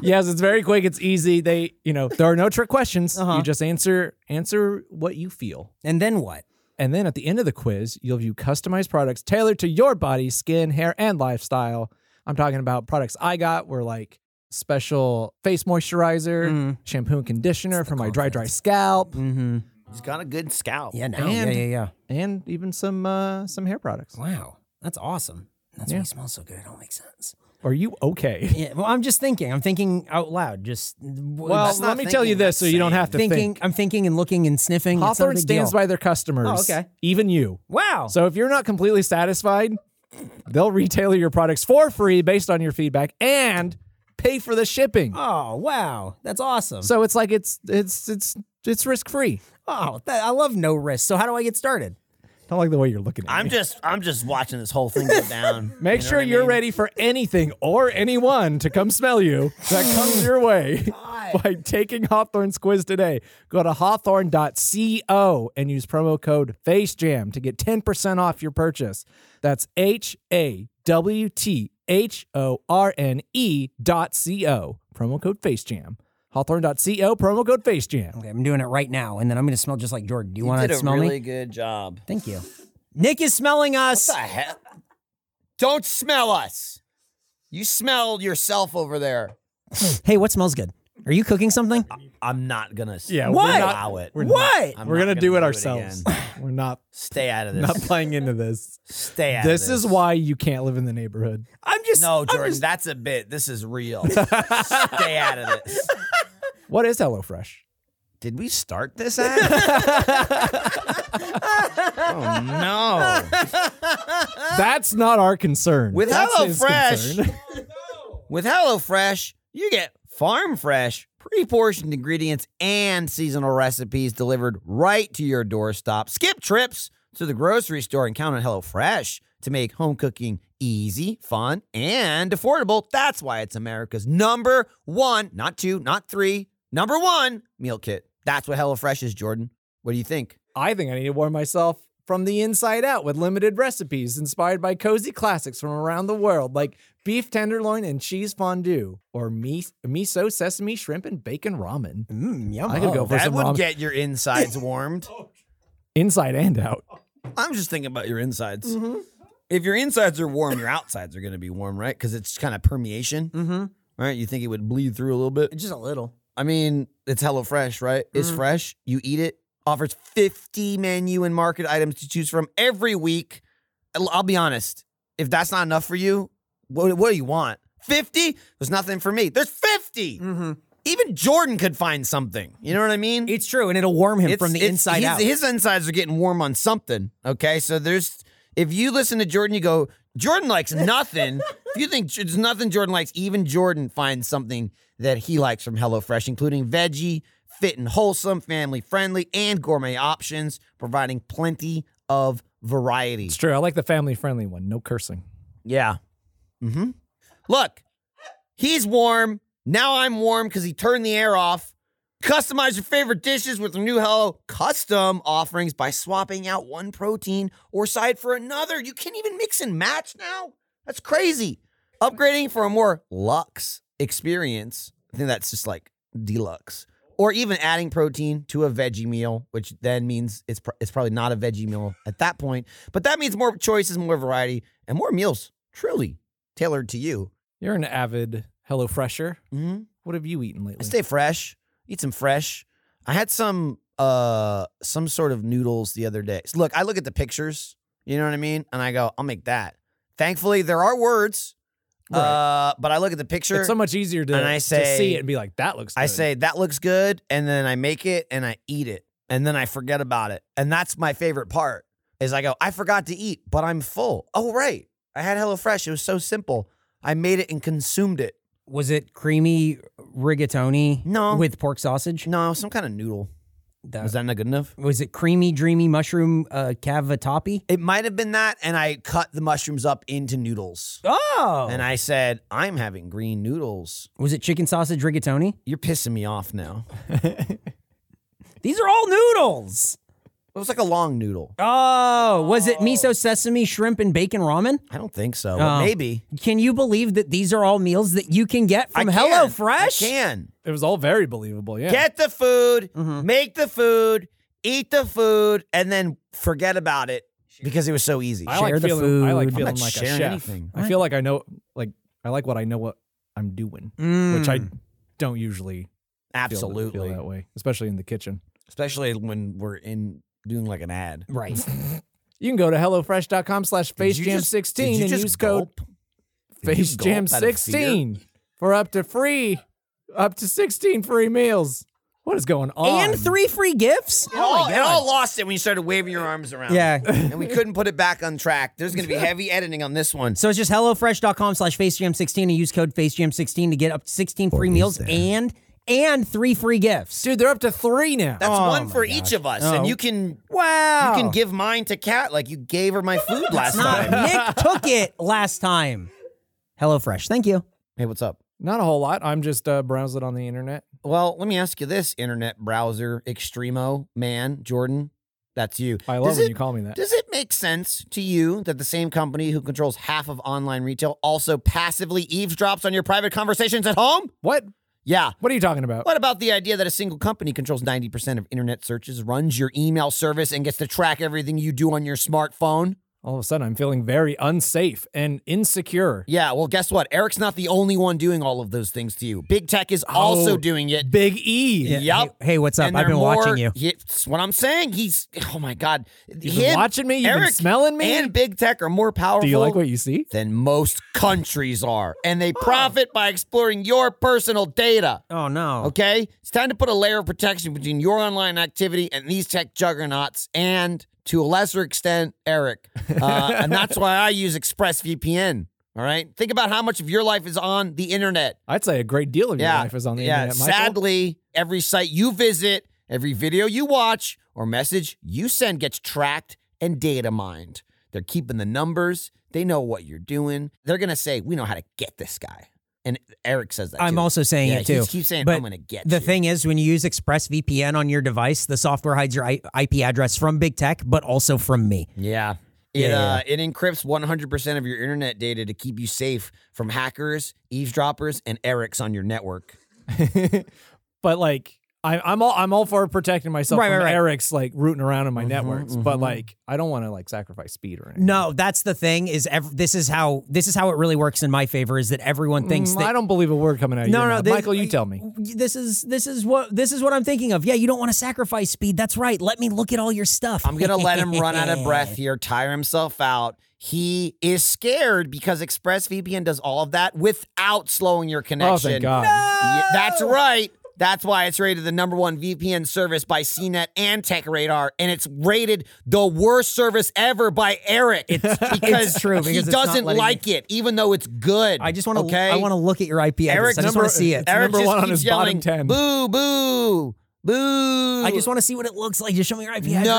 Speaker 3: Yes, it's very quick. It's easy. They, you know, there are no trick questions. You just answer answer what you feel.
Speaker 4: And then what?
Speaker 3: And then at the end of the quiz, you'll view customized products tailored to your body, skin, hair, and lifestyle. I'm talking about products I got were like special face moisturizer,
Speaker 4: Mm-hmm.
Speaker 3: shampoo and conditioner for my dry, dry scalp,
Speaker 2: He's got a good scalp.
Speaker 4: Yeah, no.
Speaker 3: And-
Speaker 4: yeah, yeah,
Speaker 3: and even some uh, some hair products.
Speaker 4: yeah. Wow. That's awesome. That's why he smells so good. It don't make sense.
Speaker 3: Are you
Speaker 4: [laughs]
Speaker 3: okay?
Speaker 4: Yeah. Well, I'm just thinking. I'm thinking out loud. Just
Speaker 3: Well,
Speaker 2: That's not
Speaker 3: let me tell you
Speaker 2: thinking,
Speaker 3: this
Speaker 2: that's
Speaker 3: so you don't
Speaker 2: saying.
Speaker 3: have to
Speaker 4: thinking.
Speaker 3: think.
Speaker 4: I'm thinking and looking and sniffing. It's not a
Speaker 3: Hawthorne
Speaker 4: big
Speaker 3: stands
Speaker 4: deal.
Speaker 3: by their customers.
Speaker 4: Oh, okay.
Speaker 3: Even you.
Speaker 4: Wow.
Speaker 3: So if you're not completely satisfied, they'll retailer your products for free based on your feedback and pay for the shipping.
Speaker 4: oh wow, that's awesome.
Speaker 3: So it's like it's it's it's it's risk free.
Speaker 4: oh, that, I love no risk. So how do I get started?
Speaker 3: Don't like the way you're looking at
Speaker 4: [laughs]
Speaker 2: I'm
Speaker 3: me.
Speaker 2: just I'm just watching this whole thing go down.
Speaker 3: Make sure you're ready for anything or anyone to come smell you that comes your way
Speaker 2: [laughs] Oh
Speaker 3: [laughs] by taking Hawthorne's quiz today. Go to hawthorne.co and use promo code FACEJAM to get 10% off your purchase. That's H A W T H O R N E dot co. Promo code FACEJAM. Hawthorne.co, promo code FACEJAM.
Speaker 4: Okay, I'm doing it right now, and then I'm gonna smell just like Jordan. Do you
Speaker 2: You
Speaker 4: want
Speaker 2: did
Speaker 4: to
Speaker 2: a
Speaker 4: smell
Speaker 2: really
Speaker 4: me?
Speaker 2: good job.
Speaker 4: Thank you. Nick is smelling us.
Speaker 2: the hell? Don't smell us. You smell yourself over there.
Speaker 4: Hey, what smells good? Are you cooking something?
Speaker 2: Uh, I'm not gonna. s-
Speaker 3: Yeah,
Speaker 4: What?
Speaker 2: Allow it.
Speaker 3: We're
Speaker 4: What?
Speaker 2: I'm
Speaker 3: We're
Speaker 2: not
Speaker 3: going to do it
Speaker 2: again.
Speaker 3: ourselves. [laughs] We're not,
Speaker 2: Stay out
Speaker 3: [laughs]
Speaker 2: of this.
Speaker 3: not playing into this.
Speaker 2: Stay out.
Speaker 3: This
Speaker 2: of this
Speaker 3: is why you can't live in the neighborhood.
Speaker 4: I'm just
Speaker 2: No,
Speaker 4: I'm
Speaker 2: Jordan,
Speaker 4: just-
Speaker 2: that's a bit. This is
Speaker 3: [laughs]
Speaker 2: real. Stay out of this.
Speaker 3: What is HelloFresh?
Speaker 2: Did we start this
Speaker 3: [laughs]
Speaker 2: ad? oh [laughs] no!
Speaker 3: That's not our concern.
Speaker 2: Uh, With
Speaker 3: That's
Speaker 2: Hello
Speaker 3: his
Speaker 2: Fresh.
Speaker 3: concern. [laughs]
Speaker 2: With HelloFresh, you get farm fresh, pre-portioned ingredients and seasonal recipes delivered right to your doorstep. Skip trips to the grocery store and count on HelloFresh to make home cooking easy, fun, and affordable. That's why it's America's number one, not two, not three, number one meal kit. That's what HelloFresh is, Jordan. What do you think?
Speaker 3: I think I need to warm myself from the inside out with limited recipes inspired by cozy classics from around the world, like beef tenderloin and cheese fondue, or mis- miso, sesame, shrimp, and bacon ramen.
Speaker 4: Mm, yum.
Speaker 3: I could go for
Speaker 2: That
Speaker 3: some
Speaker 2: would
Speaker 3: ramen
Speaker 2: get your insides warmed.
Speaker 3: inside and out.
Speaker 2: I'm just thinking about your insides.
Speaker 4: Mm-hmm.
Speaker 2: If your insides are warm, your outsides are going to be warm, right? Because it's kind of permeation,
Speaker 4: Mm-hmm.
Speaker 2: right? You think it would bleed through a little bit?
Speaker 4: Just a little.
Speaker 2: I mean, it's hello fresh, right? It's
Speaker 4: Mhm.
Speaker 2: fresh. You eat it. Offers 50 menu and market items to choose from every week. I'll, I'll be honest. If that's not enough for you, what, what do you want? 50? There's nothing for me. There's 50.
Speaker 4: Mm-hmm.
Speaker 2: Even Jordan could find something. You know what I mean?
Speaker 4: It's true, and it'll warm him
Speaker 2: It's-
Speaker 4: from the
Speaker 2: it's-
Speaker 4: inside
Speaker 2: his,
Speaker 4: out.
Speaker 2: His insides are getting warm on something. Okay, so there's if you listen to Jordan, you go, Jordan likes nothing. if you think there's nothing Jordan likes, even Jordan finds something that he likes from HelloFresh, including veggie, fit and wholesome, family friendly, and gourmet options, providing plenty of variety.
Speaker 3: It's true. I like the family friendly one. No cursing.
Speaker 2: Yeah. Mm-hmm. Look, he's warm. Now I'm warm because he turned the air off. Customize your favorite dishes with the new Hello custom offerings by swapping out one protein or side for another. You can even mix and match now. That's crazy. Upgrading for a more luxe experience. I think that's just like deluxe. Or even adding protein to a veggie meal, which then means it's pr- it's probably not a veggie meal at that point. But that means more choices, more variety, and more meals truly tailored to you.
Speaker 3: You're an avid Hello Fresher.
Speaker 2: Mm-hmm.
Speaker 3: What have you eaten
Speaker 2: I
Speaker 3: lately?
Speaker 2: stay fresh. Eat some fresh. I had some uh some sort of noodles the other day. So look, I look at the pictures, you know what I mean? And I go, I'll make that. Thankfully, there are words. Uh, but I look at the picture.
Speaker 3: It's so much easier to,
Speaker 2: And I
Speaker 3: to
Speaker 2: say-
Speaker 3: see it and be like, that looks good.
Speaker 2: I say that looks good, and then I make it and I eat it, and then I forget about it, and that's my favorite part. Is I go, I forgot to eat, but I'm full. Oh right, I had HelloFresh. It was so simple. I made it and consumed it.
Speaker 4: Was it creamy rigatoni?
Speaker 2: No.
Speaker 4: with pork sausage.
Speaker 2: No, some kind of noodle.
Speaker 4: That-
Speaker 2: Was that not good enough?
Speaker 4: was it creamy, dreamy mushroom uh, cavatappi?
Speaker 2: It might have been that, and I cut the mushrooms up into noodles.
Speaker 4: Oh,
Speaker 2: And I said, I'm having green noodles.
Speaker 4: was it chicken sausage rigatoni?
Speaker 2: You're pissing me off now.
Speaker 4: These are all noodles.
Speaker 2: It was like a long noodle.
Speaker 4: Oh, was it miso sesame shrimp and bacon ramen?
Speaker 2: I don't think so,
Speaker 4: Oh.
Speaker 2: but maybe.
Speaker 4: Can you believe that these are all meals that you can get from
Speaker 2: I can.
Speaker 4: HelloFresh?
Speaker 2: I can.
Speaker 3: it was all very believable. Yeah.
Speaker 2: Get the food,
Speaker 4: Mm-hmm.
Speaker 2: make the food, eat the food, and then forget about it because it was so easy.
Speaker 3: I
Speaker 4: Share
Speaker 3: like
Speaker 4: the
Speaker 3: feeling. I like
Speaker 4: food. I'm
Speaker 3: feeling
Speaker 2: not
Speaker 3: like a
Speaker 2: sharing
Speaker 3: chef.
Speaker 2: anything.
Speaker 3: I feel like I know. Like I like what I know what I'm doing, which I don't usually
Speaker 2: Hmm.
Speaker 3: feel-
Speaker 2: Absolutely.
Speaker 3: feel that way, especially in the kitchen.
Speaker 2: Especially when we're in doing like an ad.
Speaker 4: right.
Speaker 3: You can go to hellofresh.com slash
Speaker 2: Did you just- did
Speaker 3: facejam16
Speaker 2: you
Speaker 3: and
Speaker 2: just
Speaker 3: use code
Speaker 2: gulp? Did you gulp out of fear?
Speaker 3: facejam16 for up to free, up to 16 free meals. What is going on?
Speaker 4: and three free gifts.
Speaker 2: It
Speaker 4: Oh,
Speaker 2: all, it all lost it when you started waving your arms around.
Speaker 4: Yeah.
Speaker 2: and we couldn't put it back on track. There's
Speaker 3: [laughs]
Speaker 2: going to be heavy editing on this one.
Speaker 4: So it's just HelloFresh.com slash FaceJam16 and use code FaceJam16 to get up to 16 free meals and and three free gifts.
Speaker 3: Dude, they're up to three now.
Speaker 2: That's
Speaker 4: Oh
Speaker 2: one
Speaker 4: my
Speaker 2: for each of us,
Speaker 4: Oh.
Speaker 2: and you can
Speaker 4: Wow.
Speaker 2: you
Speaker 3: Oh.
Speaker 2: can give mine to Kat like you gave her my food last
Speaker 4: Not-
Speaker 2: time.
Speaker 4: Nick took it last time. HelloFresh. Thank you.
Speaker 2: Hey, what's up?
Speaker 3: Not a whole lot. I'm just uh, browsing on the internet.
Speaker 2: Well, let me ask you this, internet browser extremo man, Jordan. That's you.
Speaker 3: I love
Speaker 2: Does
Speaker 3: when
Speaker 2: it-
Speaker 3: you call me that.
Speaker 2: Does it make sense to you that the same company who controls half of online retail also passively eavesdrops on your private conversations at home?
Speaker 3: what?
Speaker 2: Yeah.
Speaker 3: What are you talking about?
Speaker 2: What about the idea that a single company controls 90% of internet searches, runs your email service, and gets to track everything you do on your smartphone?
Speaker 3: All of a sudden, I'm feeling very unsafe and insecure.
Speaker 2: Yeah, well, guess what? Eric's not the only one doing all of those things to you. Big tech is also
Speaker 3: Oh,
Speaker 2: doing it.
Speaker 3: Big E.
Speaker 2: Yup.
Speaker 4: Hey, hey, what's up?
Speaker 2: And
Speaker 4: I've
Speaker 2: they're
Speaker 4: been watching
Speaker 2: more-
Speaker 4: you.
Speaker 2: Yeah, That's what I'm saying. He's, oh my God.
Speaker 3: You've been
Speaker 2: Him,
Speaker 3: watching me. You've
Speaker 2: Eric,
Speaker 3: been smelling me.
Speaker 2: and Big Tech are more powerful
Speaker 3: Do you like what you see?
Speaker 2: than most countries are. And they profit by exploring your personal data.
Speaker 4: Oh no.
Speaker 2: Okay? It's time to put a layer of protection between your online activity and these tech juggernauts, and to a lesser extent, Eric. Uh, and that's why I use ExpressVPN. All right? Think about how much of your life is on the internet.
Speaker 3: I'd say a great deal of your
Speaker 2: yeah.
Speaker 3: life is on the
Speaker 2: yeah.
Speaker 3: internet, Michael.
Speaker 2: Sadly, every site you visit, every video you watch, or message you send gets tracked and data mined. They're keeping the numbers. They know what you're doing. They're going to say, we know how to get this guy. And Eric says that.
Speaker 4: I'm
Speaker 2: too.
Speaker 4: also saying
Speaker 2: yeah,
Speaker 4: it too.
Speaker 2: He keeps saying,
Speaker 4: but
Speaker 2: I'm going to get
Speaker 4: The
Speaker 2: you."
Speaker 4: thing is, when you use ExpressVPN on your device, the software hides your I- IP address from big tech, but also from me.
Speaker 2: Yeah. It,
Speaker 4: Yeah,
Speaker 2: uh, it encrypts 100% of your internet data to keep you safe from hackers, eavesdroppers, and Eric's on your network.
Speaker 3: [laughs] but like I, I'm all I'm all for protecting myself
Speaker 4: Right,
Speaker 3: from
Speaker 4: right, right.
Speaker 3: Eric's like rooting around in my networks, but
Speaker 2: mhm.
Speaker 3: like I don't want to like sacrifice speed or anything.
Speaker 4: No, that's the thing. Is ev- this is how this is how it really works in my favor? Is that everyone thinks
Speaker 3: Mm,
Speaker 4: that
Speaker 3: I don't believe a word coming out. Of
Speaker 4: No,
Speaker 3: your
Speaker 4: no,
Speaker 3: mouth.
Speaker 4: this-
Speaker 3: Michael, you tell me. Oh,
Speaker 4: this is this is what this is what I'm thinking of. Yeah, you don't want to sacrifice speed. That's right. Let me look at all your stuff.
Speaker 2: I'm going to let him run out
Speaker 4: [laughs]
Speaker 2: of breath here, tire himself out. He is scared because ExpressVPN does all of that without slowing your connection.
Speaker 3: Oh, thank God.
Speaker 2: Yeah, that's right. That's why it's rated the number one VPN service by CNET and TechRadar, and it's rated the worst service ever by Eric. It's because
Speaker 4: [laughs] it's true, because
Speaker 2: he
Speaker 4: it's not
Speaker 2: doesn't
Speaker 4: letting me-
Speaker 2: like it, even though it's good.
Speaker 4: I just want to.
Speaker 2: Okay,
Speaker 4: I want to look at your IP address.
Speaker 2: Eric
Speaker 4: I just
Speaker 2: number-
Speaker 4: want to see it.
Speaker 3: Eric- number
Speaker 2: just
Speaker 3: one on
Speaker 2: keeps
Speaker 3: his bottom
Speaker 2: yelling,
Speaker 3: 10.
Speaker 2: Boo, boo, boo.
Speaker 4: I just want to see what it looks like. Just show me your IP address.
Speaker 2: No.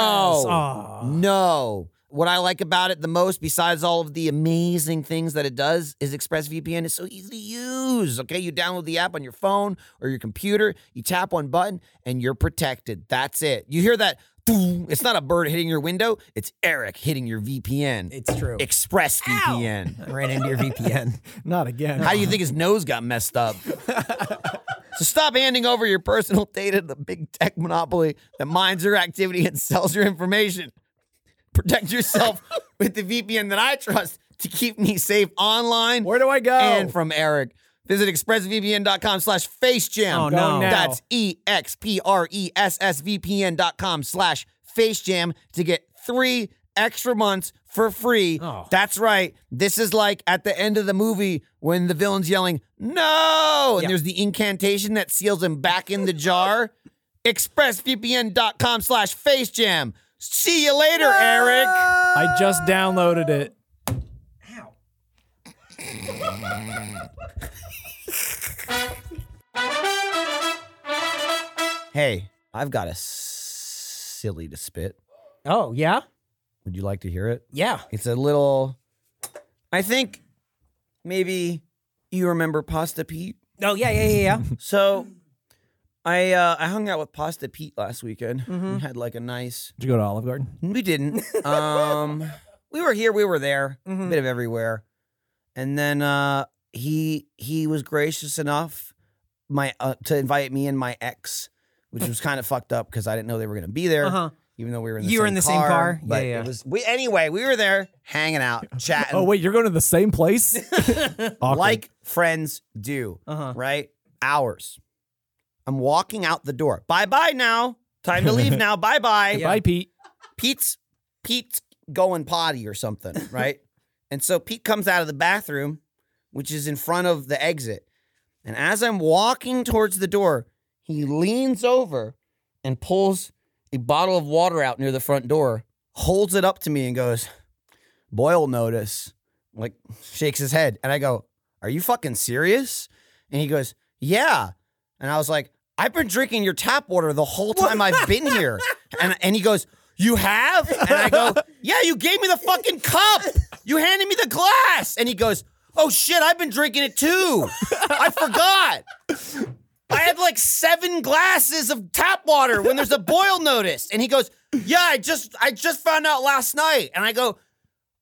Speaker 4: Aw.
Speaker 2: No. What I like about it the most, besides all of the amazing things that it does, is ExpressVPN is so easy to use. Okay, you download the app on your phone or your computer, you tap one button, and you're protected. That's it. You hear that? boom. It's not a bird hitting your window. It's Eric hitting your VPN.
Speaker 4: It's true.
Speaker 2: ExpressVPN.
Speaker 4: I ran into your [laughs] VPN.
Speaker 3: Not again.
Speaker 2: How do you think his nose got messed up? [laughs] so stop handing over your personal data to the big tech monopoly that mines your activity and sells your information. Protect yourself with the VPN that I trust to keep me safe online
Speaker 3: Where do I go?
Speaker 2: and from Eric. Visit expressvpn.com slash facejam.
Speaker 4: Oh, no.
Speaker 3: now.
Speaker 2: That's E E-X-P-R-E-S-S-V-P-N dot com slash facejam to get three extra months for free.
Speaker 4: Oh.
Speaker 2: That's right. This is like at the end of the movie when the villain's yelling, no! And
Speaker 4: Yeah.
Speaker 2: there's the incantation that seals him back in the jar. expressvpn.com slash facejam. See you later, Eric.
Speaker 3: I just downloaded it.
Speaker 2: Hey, I've got a s- silly to spit.
Speaker 4: Oh yeah,
Speaker 2: Would you like to hear it?
Speaker 4: yeah.
Speaker 2: It's a little. I think maybe you remember Pasta Pete.
Speaker 4: Oh yeah, yeah, yeah, yeah. [laughs]
Speaker 2: So I uh, I hung out with Pasta Pete last weekend.
Speaker 4: Mm-hmm.
Speaker 2: We had like a nice.
Speaker 3: Did you go to Olive Garden?
Speaker 2: We
Speaker 4: [laughs]
Speaker 2: didn't. Um, we were here. We were there.
Speaker 4: Mm-hmm.
Speaker 2: A bit of everywhere. And then uh, he he was gracious enough my uh, to invite me and my ex, which was kind of fucked up because I didn't know they were gonna be there.
Speaker 4: Uh-huh.
Speaker 2: Even though we were in the
Speaker 4: You
Speaker 2: same
Speaker 4: were in the same
Speaker 2: car,
Speaker 4: car? Yeah,
Speaker 2: but
Speaker 4: yeah.
Speaker 2: It was, we anyway. We were there hanging
Speaker 4: [laughs]
Speaker 2: out, chatting.
Speaker 3: Oh wait, you're going to the
Speaker 2: [laughs]
Speaker 3: same place? Awkward.
Speaker 2: like friends do,
Speaker 4: Uh-huh.
Speaker 2: right? Hours. I'm walking out the door. Bye bye now. Time to leave now. Bye bye.
Speaker 3: Bye, Pete.
Speaker 2: Pete's Pete's going potty or something, right? and so Pete comes out of the bathroom, which is in front of the exit. And as I'm walking towards the door, he leans over and pulls a bottle of water out near the front door, holds it up to me and goes, Boyle notice. Like shakes his head. And I go, Are you fucking serious? And he goes, Yeah. And I was like, I've been drinking your tap water the whole time I've been here. And and he goes, You have? And I go, Yeah, you gave me the fucking cup. You handed me the glass. And he goes, Oh shit, I've been drinking it too. I forgot. I had like seven glasses of tap water when there's a boil notice. And he goes, Yeah, I just I just found out last night. And I go,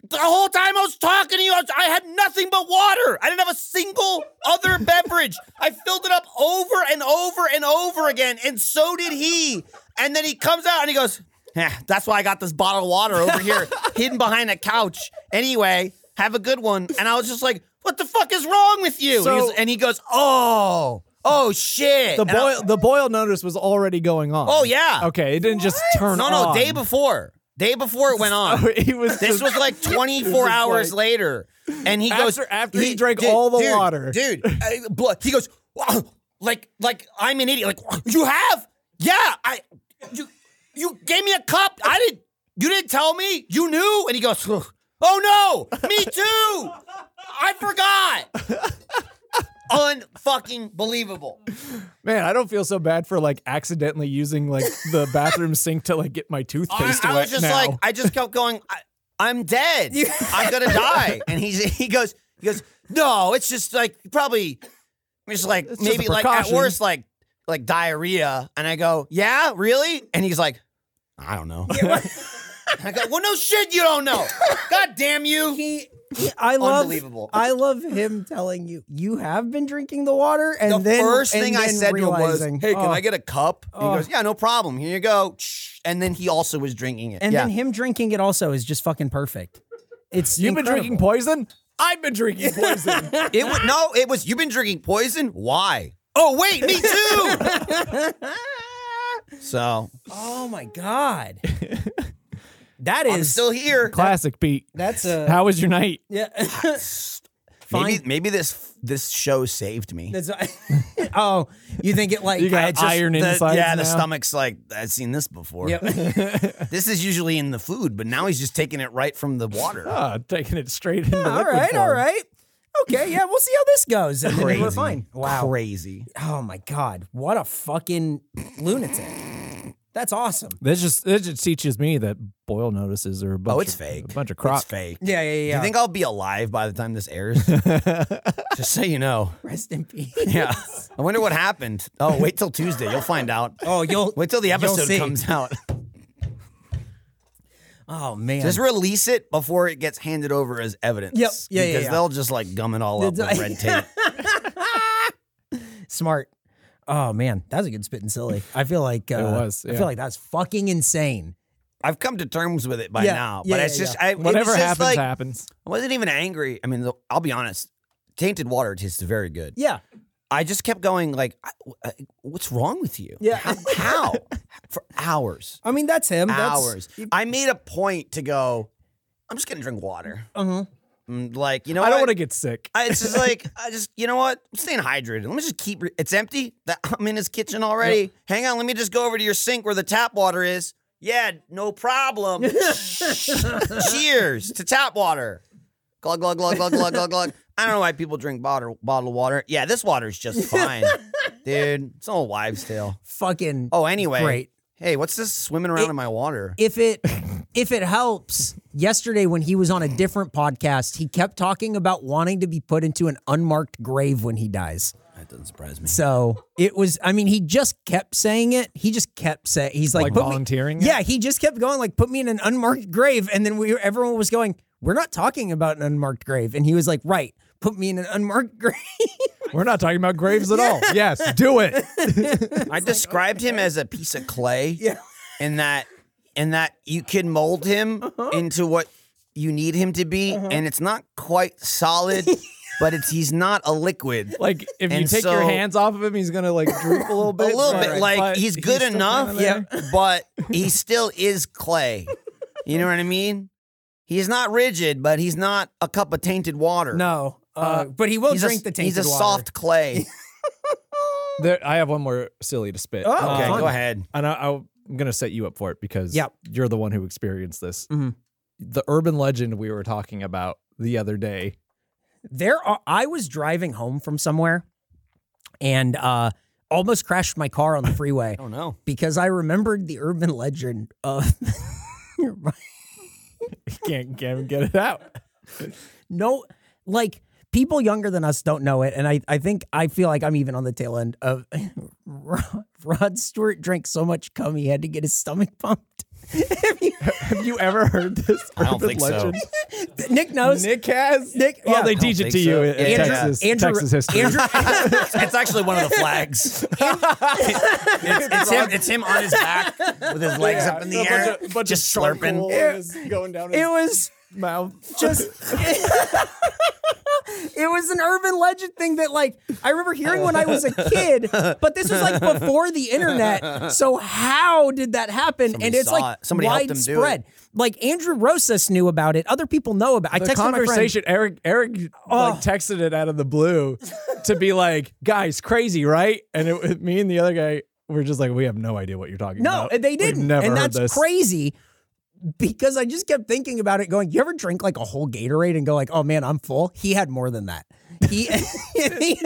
Speaker 2: the whole time I was talking to you, I, was- I had nothing but water. I didn't have a single other beverage. I filled it up over and over and over again, and so did he. And then he comes out and he goes, "Eh, That's why I got this bottle of water over here hidden behind a couch. Anyway, have a good one. And I was just like, What the fuck is wrong with you?
Speaker 3: So-
Speaker 2: and, he was- and he goes, Oh, oh shit.
Speaker 3: The
Speaker 2: And I-
Speaker 3: boil the boil notice was already going on.
Speaker 2: Oh, yeah.
Speaker 3: Okay, it didn't just turn
Speaker 2: No,
Speaker 3: on.
Speaker 2: no,
Speaker 3: [laughs]
Speaker 2: day before. Day before it went on.
Speaker 3: he was
Speaker 2: This
Speaker 3: just-
Speaker 2: was
Speaker 3: [laughs]
Speaker 2: like 24
Speaker 3: just
Speaker 2: hours
Speaker 3: like-
Speaker 2: later, and he goes
Speaker 3: After- after he drank all the
Speaker 2: dude,
Speaker 3: water." [laughs]
Speaker 2: dude. I, blo- he goes, "Wow, like, like I'm an idiot. Like you have, yeah. I, you, you gave me a cup. I didn't. You didn't tell me. You knew." And he goes, "Oh no, me too. I forgot."
Speaker 3: [laughs]
Speaker 2: Unfucking believable.
Speaker 3: Man, I don't feel so bad for like accidentally using like the
Speaker 2: [laughs]
Speaker 3: bathroom sink to like get my
Speaker 2: I,
Speaker 3: toothpaste
Speaker 2: I
Speaker 3: wet
Speaker 2: was just
Speaker 3: now.
Speaker 4: [laughs]
Speaker 2: like, I just kept going. I, I'm dead. I'm gonna die. And he he goes, He goes, no, it's just like probably, it's like
Speaker 3: It's just a
Speaker 2: maybe like at
Speaker 3: precaution."
Speaker 2: worst like like diarrhea. And I go, yeah, really? And he's like, I don't know. [laughs] I go, well, no shit, you don't know. God damn you.
Speaker 4: He, he- I love,
Speaker 2: Unbelievable.
Speaker 4: I love him telling you you have been drinking the water, and
Speaker 2: the
Speaker 4: then
Speaker 2: first
Speaker 4: and
Speaker 2: thing I
Speaker 4: then
Speaker 2: said to
Speaker 4: realizing,
Speaker 2: him was, "Hey, can
Speaker 4: oh.
Speaker 2: I get a cup?" And
Speaker 4: Oh.
Speaker 2: he goes, "Yeah, no problem. Here you go." Shh. And then he also was drinking it.
Speaker 4: And
Speaker 2: yeah.
Speaker 4: then him drinking it also is just fucking perfect. It's
Speaker 3: You've been
Speaker 4: incredible.
Speaker 3: drinking poison? I've
Speaker 2: [laughs]
Speaker 3: been drinking poison.
Speaker 2: it was no, it was you've been drinking poison. Why? Oh wait, me too. so
Speaker 4: Oh my
Speaker 2: [laughs]
Speaker 4: god, that
Speaker 2: I'm
Speaker 4: is
Speaker 2: still here.
Speaker 3: Classic Pete.
Speaker 4: that's a
Speaker 3: How was your night?
Speaker 4: yeah. [laughs]
Speaker 2: Maybe
Speaker 4: fine.
Speaker 2: maybe this this show saved me.
Speaker 4: That's, [laughs] oh, you think it like
Speaker 3: You got
Speaker 4: I just-
Speaker 3: iron
Speaker 2: The-
Speaker 3: inside.
Speaker 2: yeah, the stomach's like I've seen this
Speaker 3: [laughs]
Speaker 2: before.
Speaker 4: Yep.
Speaker 2: [laughs] This is usually in the food, but now he's just taking it right from the water.
Speaker 3: Ah, taking it straight into
Speaker 4: all right, all right. Okay, yeah, we'll see how this goes. And [laughs] then we're
Speaker 2: Crazy.
Speaker 4: fine. Wow.
Speaker 2: Crazy.
Speaker 4: Oh my god, what a fucking lunatic. That's awesome.
Speaker 3: This just this just teaches me that boil notices are a bunch
Speaker 2: Oh, it's
Speaker 3: of,
Speaker 2: fake.
Speaker 3: A bunch of crap.
Speaker 2: It's fake.
Speaker 4: Yeah, yeah, yeah.
Speaker 2: Do you think I'll be alive by the time this
Speaker 4: [laughs]
Speaker 2: airs? Just so you know.
Speaker 4: rest in peace? [laughs]
Speaker 2: Yeah. I wonder what happened. Oh, wait till Tuesday. You'll find out.
Speaker 4: Oh, you'll
Speaker 2: [laughs] Wait till the
Speaker 4: you'll
Speaker 2: episode
Speaker 4: see.
Speaker 2: comes
Speaker 4: [laughs]
Speaker 2: out.
Speaker 4: Oh man.
Speaker 2: Just release it before it gets handed over as evidence.
Speaker 4: Yep. Yeah, yeah,
Speaker 2: Because
Speaker 4: yeah.
Speaker 2: they'll just like gum it all up with
Speaker 4: [laughs]
Speaker 2: red tape.
Speaker 4: Smart. Oh man, that was a good spit and silly. I feel like uh,
Speaker 3: was,
Speaker 4: I
Speaker 3: yeah.
Speaker 4: feel like that's fucking insane.
Speaker 2: I've come to terms with it by
Speaker 4: Yeah,
Speaker 2: now.
Speaker 4: yeah,
Speaker 2: But
Speaker 4: yeah,
Speaker 2: it's just
Speaker 4: yeah.
Speaker 2: I, it was
Speaker 3: Whatever
Speaker 2: just,
Speaker 3: happens,
Speaker 2: like,
Speaker 3: happens.
Speaker 2: I wasn't even angry. I mean, the- I'll be honest. Tainted water tastes very good.
Speaker 4: Yeah.
Speaker 2: I just kept going like, I- uh, what's wrong with you?
Speaker 4: Yeah.
Speaker 2: How?
Speaker 4: [laughs]
Speaker 2: how? For hours.
Speaker 4: I mean, that's him. That's,
Speaker 2: hours. I made a point to go. I'm just gonna drink water.
Speaker 4: Uh-huh.
Speaker 2: Mm, Like you know,
Speaker 3: I don't
Speaker 2: what?
Speaker 3: want to get sick.
Speaker 2: I- It's just
Speaker 4: [laughs]
Speaker 2: like I just you know what? I'm staying hydrated. Let me just keep. Re- it's empty. That [laughs] I'm in his kitchen already. Hang on. Let me just go over to your sink where the tap water is. Yeah, no problem.
Speaker 4: [laughs]
Speaker 2: Cheers to tap water. Glug glug glug glug glug glug glug. I don't know why people drink bottle bottled water. Yeah, this water's just
Speaker 4: [laughs]
Speaker 2: fine, dude. It's an old wives' tale.
Speaker 4: Fucking
Speaker 2: Oh, anyway.
Speaker 4: Great.
Speaker 2: Hey, what's this swimming around
Speaker 4: It-
Speaker 2: in my water?
Speaker 4: if it if it helps yesterday when he was on a different podcast he kept talking about wanting to be put into an unmarked grave when he dies
Speaker 2: that doesn't surprise me.
Speaker 4: so it was i mean he just kept saying it he just kept saying he's like,
Speaker 3: Like
Speaker 4: put me-
Speaker 3: volunteering it?
Speaker 4: yeah he just kept going like put me in an unmarked grave and then we everyone was going we're not talking about an unmarked grave and he was like right put me in an unmarked [laughs] grave
Speaker 3: We're not talking about
Speaker 2: [laughs]
Speaker 3: graves at all. Yes, do it.
Speaker 2: I described him as a piece of clay.
Speaker 4: [laughs] Yeah.
Speaker 2: In that, in that you can mold him
Speaker 4: Uh-huh.
Speaker 2: into what you need him to be, and it's not quite solid,
Speaker 4: [laughs]
Speaker 2: but it's he's not a liquid.
Speaker 3: Like if you
Speaker 2: And
Speaker 3: take your
Speaker 2: so-
Speaker 3: hands off of him, he's gonna like droop a little
Speaker 2: [laughs] a
Speaker 3: bit.
Speaker 2: little
Speaker 3: but-
Speaker 2: bit, like
Speaker 3: but
Speaker 2: he's good
Speaker 3: still
Speaker 2: enough,
Speaker 3: kinda there.
Speaker 2: [laughs] but
Speaker 4: [laughs]
Speaker 2: he still is clay. You know what I mean? He's not rigid, but he's not a cup of tainted water.
Speaker 4: no uh, but he will
Speaker 2: he's
Speaker 4: drink
Speaker 2: a,
Speaker 4: the tainted
Speaker 2: He's a
Speaker 4: water.
Speaker 2: soft
Speaker 4: [laughs]
Speaker 2: clay.
Speaker 3: There, I have one more silly to spit.
Speaker 4: Oh,
Speaker 2: Okay,
Speaker 4: fun.
Speaker 2: go ahead.
Speaker 3: and I, I'm gonna set you up for it because
Speaker 4: Yep.
Speaker 3: you're the one who experienced this.
Speaker 2: Mm-hmm.
Speaker 4: Mhm.
Speaker 3: The urban legend we were talking about the other day. [laughs]
Speaker 4: there are i was driving home from somewhere and uh almost crashed my
Speaker 3: [laughs]
Speaker 4: car on the freeway
Speaker 2: I
Speaker 3: Oh,
Speaker 2: don't know.
Speaker 4: because i remembered the urban legend of [laughs]
Speaker 3: Can't, can't even get it out.
Speaker 4: no like people younger than us don't know it and i i think i feel like i'm even on the tail end of [laughs] rod, rod stewart drank so much cum he had to get his stomach pumped [laughs]
Speaker 3: Have you ever heard this
Speaker 2: I don't
Speaker 3: urban
Speaker 2: think so.
Speaker 3: [laughs] legend?
Speaker 4: nick knows
Speaker 3: Nick has.
Speaker 4: Nick-
Speaker 3: Well,
Speaker 4: yeah.
Speaker 3: they
Speaker 4: I
Speaker 3: teach
Speaker 2: don't
Speaker 3: it to
Speaker 2: think
Speaker 3: you
Speaker 2: so.
Speaker 3: in in
Speaker 2: Andrew-
Speaker 3: Texas,
Speaker 4: Andrew-
Speaker 3: Texas history.
Speaker 4: Andrew,
Speaker 3: [laughs]
Speaker 4: [laughs]
Speaker 2: it's actually one of the flags. it's, it's him. It's him on his back with his legs up in the air, just slurping.
Speaker 3: going down
Speaker 4: it was
Speaker 3: mouth.
Speaker 4: just [laughs] it was an urban legend thing that like I remember hearing when I was a kid, but this was like before the internet. So how did that happen? and
Speaker 2: Somebody
Speaker 4: it's
Speaker 2: saw
Speaker 4: like
Speaker 2: it. Somebody helped them do it.
Speaker 4: widespread. Like Andrew Rosas knew about it. Other people know about. It. I
Speaker 3: the
Speaker 4: texted
Speaker 3: conversation Eric Eric
Speaker 4: Oh.
Speaker 3: like texted it out of the blue to be like, guys, crazy, right? And it, it- me and the other guy were just like, we have no idea what you're talking
Speaker 4: my friend. No,
Speaker 3: about.
Speaker 4: and they
Speaker 3: We've
Speaker 4: didn't.
Speaker 3: never
Speaker 4: and
Speaker 3: heard
Speaker 4: that's
Speaker 3: this.
Speaker 4: crazy because I just kept thinking about it, going, "You ever drink like a whole Gatorade and go like, oh man, I'm full." He had more than that. He, [laughs] he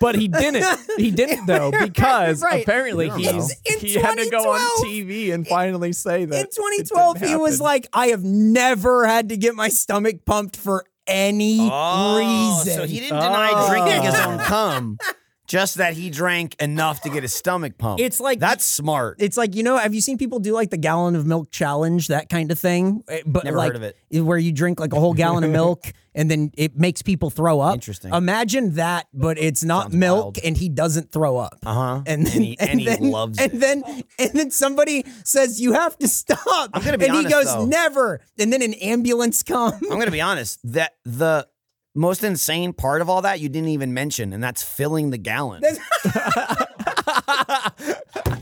Speaker 3: But he didn't.
Speaker 4: [laughs]
Speaker 3: He didn't though because
Speaker 4: Right.
Speaker 3: apparently
Speaker 2: don't
Speaker 3: he's,
Speaker 4: know. In
Speaker 3: he had to go
Speaker 4: 2012
Speaker 3: on TV and finally say that
Speaker 4: in
Speaker 3: it
Speaker 4: 2012
Speaker 3: didn't
Speaker 4: he was
Speaker 3: happen.
Speaker 4: like i have never had to get my stomach pumped for any
Speaker 2: Oh,
Speaker 4: reason.
Speaker 2: So he didn't deny
Speaker 3: Oh.
Speaker 2: drinking his own
Speaker 4: [laughs]
Speaker 2: cum, just that he drank enough to get his stomach pumped.
Speaker 4: It's like-
Speaker 2: that's smart.
Speaker 4: it's like you know have you seen people do like the gallon of milk challenge that kind of thing Eh, but
Speaker 2: Never
Speaker 4: like
Speaker 2: heard of it.
Speaker 4: where you drink like a whole
Speaker 2: [laughs]
Speaker 4: gallon of milk and then it makes people throw up
Speaker 2: Interesting.
Speaker 4: imagine that but it's not milk
Speaker 2: wild.
Speaker 4: and he doesn't throw up
Speaker 2: Uh huh.
Speaker 4: and then,
Speaker 2: he, and he
Speaker 4: then-
Speaker 2: loves
Speaker 4: and
Speaker 2: it.
Speaker 4: then and then somebody says you have to stop
Speaker 2: I'm gonna be
Speaker 4: and he
Speaker 2: honest,
Speaker 4: goes
Speaker 2: though.
Speaker 4: never and then an ambulance [laughs] comes
Speaker 2: I'm gonna be honest. That the most insane part of all that you didn't even mention, and that's filling the gallon.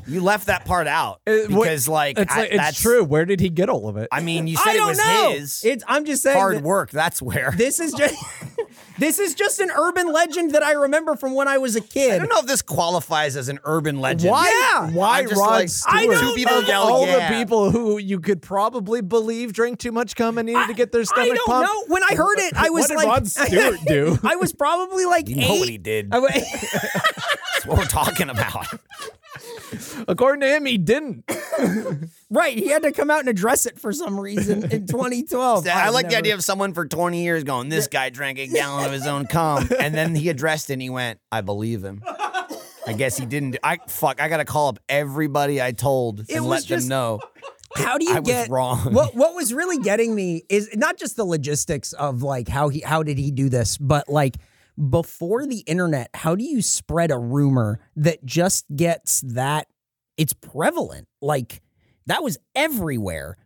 Speaker 2: you left that part out
Speaker 3: [laughs] It- Uh, what-
Speaker 2: because, like,
Speaker 3: It's
Speaker 2: I-
Speaker 3: like, it's
Speaker 2: that's
Speaker 3: true. Where did he get all of it?
Speaker 2: I mean, you said
Speaker 4: I
Speaker 2: it
Speaker 4: don't
Speaker 2: was
Speaker 4: know
Speaker 2: his
Speaker 4: it's I'm just saying
Speaker 2: hard
Speaker 4: that-
Speaker 2: work. That's where.
Speaker 4: This is just [laughs] this is just an urban legend that I remember from when I was a kid.
Speaker 2: I don't know if this qualifies as an urban legend.
Speaker 4: Why- Yeah.
Speaker 3: why
Speaker 2: I'm just
Speaker 3: Rod
Speaker 2: like,
Speaker 3: Stewart?
Speaker 2: I don't Two people know. yell,
Speaker 3: all
Speaker 2: yeah.
Speaker 3: the people who you could probably believe drank too much cum and needed to get their stomach
Speaker 4: I don't
Speaker 3: pumped.
Speaker 4: know. When I heard it, I was
Speaker 3: what did
Speaker 4: like,
Speaker 3: Rod
Speaker 4: [laughs]
Speaker 3: Stewart do?
Speaker 4: I was probably like
Speaker 2: You
Speaker 4: eight.
Speaker 2: know what he did.
Speaker 4: I wa- [laughs]
Speaker 2: That's what we're talking about.
Speaker 3: According to him, he didn't.
Speaker 4: right, he had to come out and address it for some reason [laughs] in 2012.
Speaker 2: I like the idea of someone for 20 years going, this guy drank a gallon of his own
Speaker 4: [laughs]
Speaker 2: cum. And then he addressed it and he went, I believe him. I guess he didn't. Do- I fuck. I gotta call up everybody I told and
Speaker 4: It was
Speaker 2: let
Speaker 4: just-
Speaker 2: them know.
Speaker 4: how do you
Speaker 2: I was
Speaker 4: get
Speaker 2: wrong.
Speaker 4: What what was really getting me is not just the logistics of like how he how did he do this, but like before the internet, how do you spread a rumor that just gets that it's prevalent? Like that was everywhere.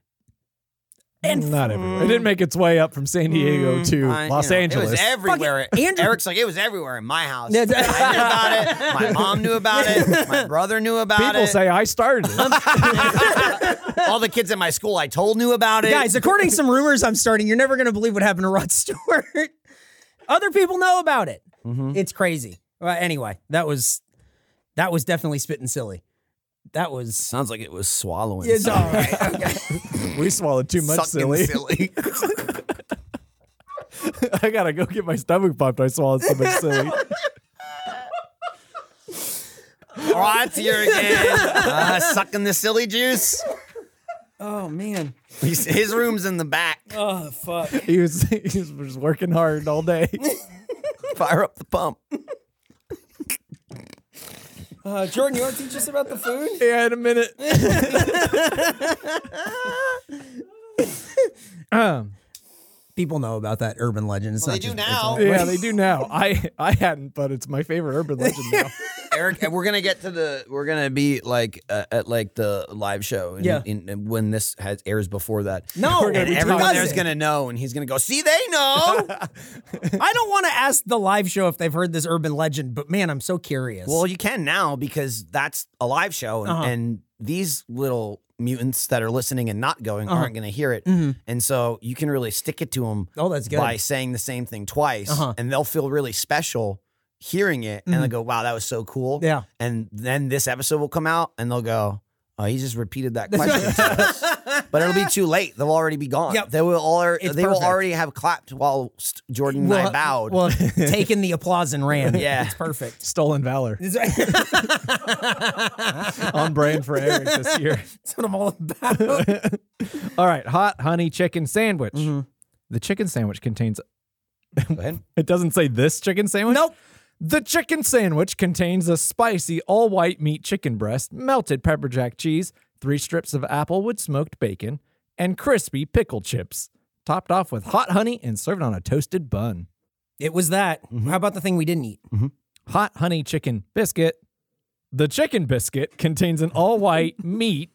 Speaker 3: And not everywhere. It didn't make its way up from San Diego to
Speaker 2: I- you
Speaker 3: Los
Speaker 2: know,
Speaker 3: Angeles.
Speaker 2: It was everywhere.
Speaker 4: Andrew-
Speaker 2: Eric's like, it was everywhere in my house. I
Speaker 4: [laughs] Yeah,
Speaker 2: knew
Speaker 4: that-
Speaker 2: about it. My mom knew about
Speaker 4: [laughs]
Speaker 2: it. My brother knew about
Speaker 3: People
Speaker 2: it.
Speaker 3: say I started it.
Speaker 2: [laughs] All the kids at my school I told knew about it.
Speaker 4: Guys, according to some rumors I'm starting, you're never going to believe what happened to Rod [laughs] Stewart. Other people know about it. It's crazy. Well, anyway, that was that was definitely spitting silly. That was
Speaker 2: sounds like it was swallowing.
Speaker 4: it's all [laughs] right.
Speaker 3: we swallowed too much
Speaker 2: Sucking
Speaker 3: silly.
Speaker 4: [laughs]
Speaker 2: silly.
Speaker 3: [laughs] I gotta go get my stomach pumped. I swallowed so much silly.
Speaker 2: All right, it's here again. Uh,
Speaker 4: [laughs]
Speaker 2: sucking the silly juice.
Speaker 4: Oh man.
Speaker 2: He's, his room's in the back.
Speaker 4: Oh fuck.
Speaker 3: he was he was just working hard all day. [laughs]
Speaker 2: Fire up the pump.
Speaker 4: Uh, Jordan, you want to teach us about the food?
Speaker 3: yeah, in a minute. um,
Speaker 4: People know about that urban legend. It's
Speaker 2: Well,
Speaker 4: not
Speaker 2: they do
Speaker 4: just-
Speaker 2: now.
Speaker 3: yeah, they do now. I I hadn't, but it's my favorite urban legend now.
Speaker 2: Eric, and we're gonna get to the. We're gonna be like uh, at like the live show. In,
Speaker 4: Yeah.
Speaker 2: In, in- when this has airs before that.
Speaker 4: No,
Speaker 2: And
Speaker 4: it
Speaker 2: everyone there's
Speaker 4: doesn't.
Speaker 2: gonna know, and he's gonna go. See, they
Speaker 4: [laughs]
Speaker 2: know.
Speaker 4: I don't want to ask the live show if they've heard this urban legend, but man, I'm so curious. [laughs]
Speaker 2: well, you can now because that's a live show, and,
Speaker 4: Uh-huh.
Speaker 2: and these little mutants that are listening and not going
Speaker 4: Uh-huh.
Speaker 2: aren't gonna hear it, and so you can really stick it to them.
Speaker 4: Mm-hmm. oh, that's good.
Speaker 2: by saying the same thing twice,
Speaker 4: Uh-huh. Mm-hmm.
Speaker 2: and they'll feel really special hearing it, and they'll go, "Wow, that was so cool."
Speaker 4: Yeah.
Speaker 2: And then this episode will come out, and they'll go, "Oh, he just repeated
Speaker 4: [laughs]
Speaker 2: that question." to us." But it'll be too late. They'll already be gone.
Speaker 4: Yep.
Speaker 2: They will all.
Speaker 4: It's
Speaker 2: they will
Speaker 4: perfect.
Speaker 2: already have clapped while st- Jordan and I bowed.
Speaker 4: Well, taking the applause and ran.
Speaker 2: Yeah.
Speaker 4: it's
Speaker 3: [laughs]
Speaker 4: perfect.
Speaker 3: Stolen valor
Speaker 4: That's [laughs] what
Speaker 3: on brand for Eric this year. [laughs]
Speaker 4: I'm all about.
Speaker 3: All right, hot honey chicken sandwich. The chicken sandwich contains.
Speaker 2: Go ahead.
Speaker 3: It doesn't say this chicken sandwich.
Speaker 4: Nope.
Speaker 3: The chicken sandwich contains a spicy all white meat chicken breast, melted pepper jack cheese, three strips of applewood smoked bacon, and crispy pickle chips, topped off with hot honey and served on a toasted bun.
Speaker 4: It was that. How about the thing we didn't eat?
Speaker 3: Hot honey chicken biscuit. The chicken biscuit contains an all [laughs] white meat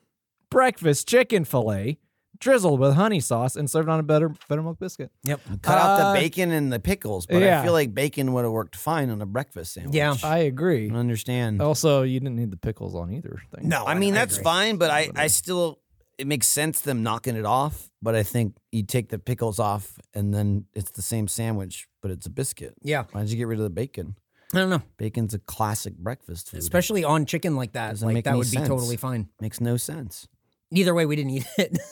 Speaker 3: breakfast chicken filet, drizzled with honey sauce and served on a butter, buttermilk biscuit.
Speaker 4: Yep.
Speaker 2: Cut out
Speaker 3: Uh,
Speaker 2: the bacon and the pickles, but I
Speaker 3: yeah.
Speaker 2: feel like bacon would have worked fine on a breakfast sandwich.
Speaker 4: Yeah.
Speaker 3: I agree. Oh,
Speaker 2: I don't understand.
Speaker 3: Also, you didn't need the pickles on either thing.
Speaker 4: No,
Speaker 2: I mean, that's
Speaker 4: agree.
Speaker 2: fine, but I, I still, it makes sense them knocking it off. But I think you take the pickles off and then it's the same sandwich, but it's a biscuit.
Speaker 4: Yeah,
Speaker 2: Why did you get rid of the bacon?
Speaker 4: I don't know.
Speaker 2: Bacon's a classic breakfast food.
Speaker 4: Especially on chicken like that.
Speaker 2: Doesn't
Speaker 4: like
Speaker 2: make
Speaker 4: that
Speaker 2: any
Speaker 4: would be
Speaker 2: sense.
Speaker 4: totally fine.
Speaker 2: makes no sense.
Speaker 4: Either way, we didn't eat it. [laughs]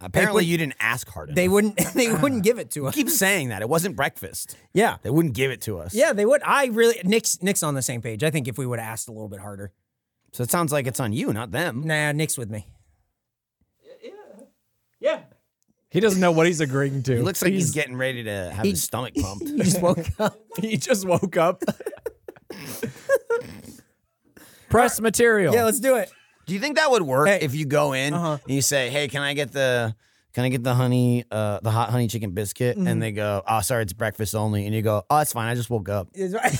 Speaker 2: Apparently, you didn't ask hard enough.
Speaker 4: they wouldn't. [laughs] They wouldn't give it to us.
Speaker 2: keep saying that. It wasn't breakfast.
Speaker 4: Yeah.
Speaker 2: They wouldn't give it to us.
Speaker 4: Yeah, they would. I really Nick's Nick's on the same page. I think if we would have asked a little bit harder.
Speaker 2: So it sounds like it's on you, not them.
Speaker 4: Nah, Nick's with me.
Speaker 3: He doesn't know what he's agreeing to.
Speaker 2: He looks like he's, getting ready to have his stomach pumped.
Speaker 4: You just woke up.
Speaker 3: [laughs] he just
Speaker 2: [laughs]
Speaker 3: woke up. Press material.
Speaker 4: Yeah, let's do it.
Speaker 2: Do you think that would work
Speaker 4: Hey.
Speaker 2: if you go in
Speaker 3: Uh-huh.
Speaker 2: and you say, "Hey, can I get the can I get the honey uh the hot honey chicken biscuit?"
Speaker 3: Mm-hmm.
Speaker 2: And they go, "Oh, sorry, it's breakfast only." And you go, "Oh, it's fine. I just woke up.
Speaker 4: It's right.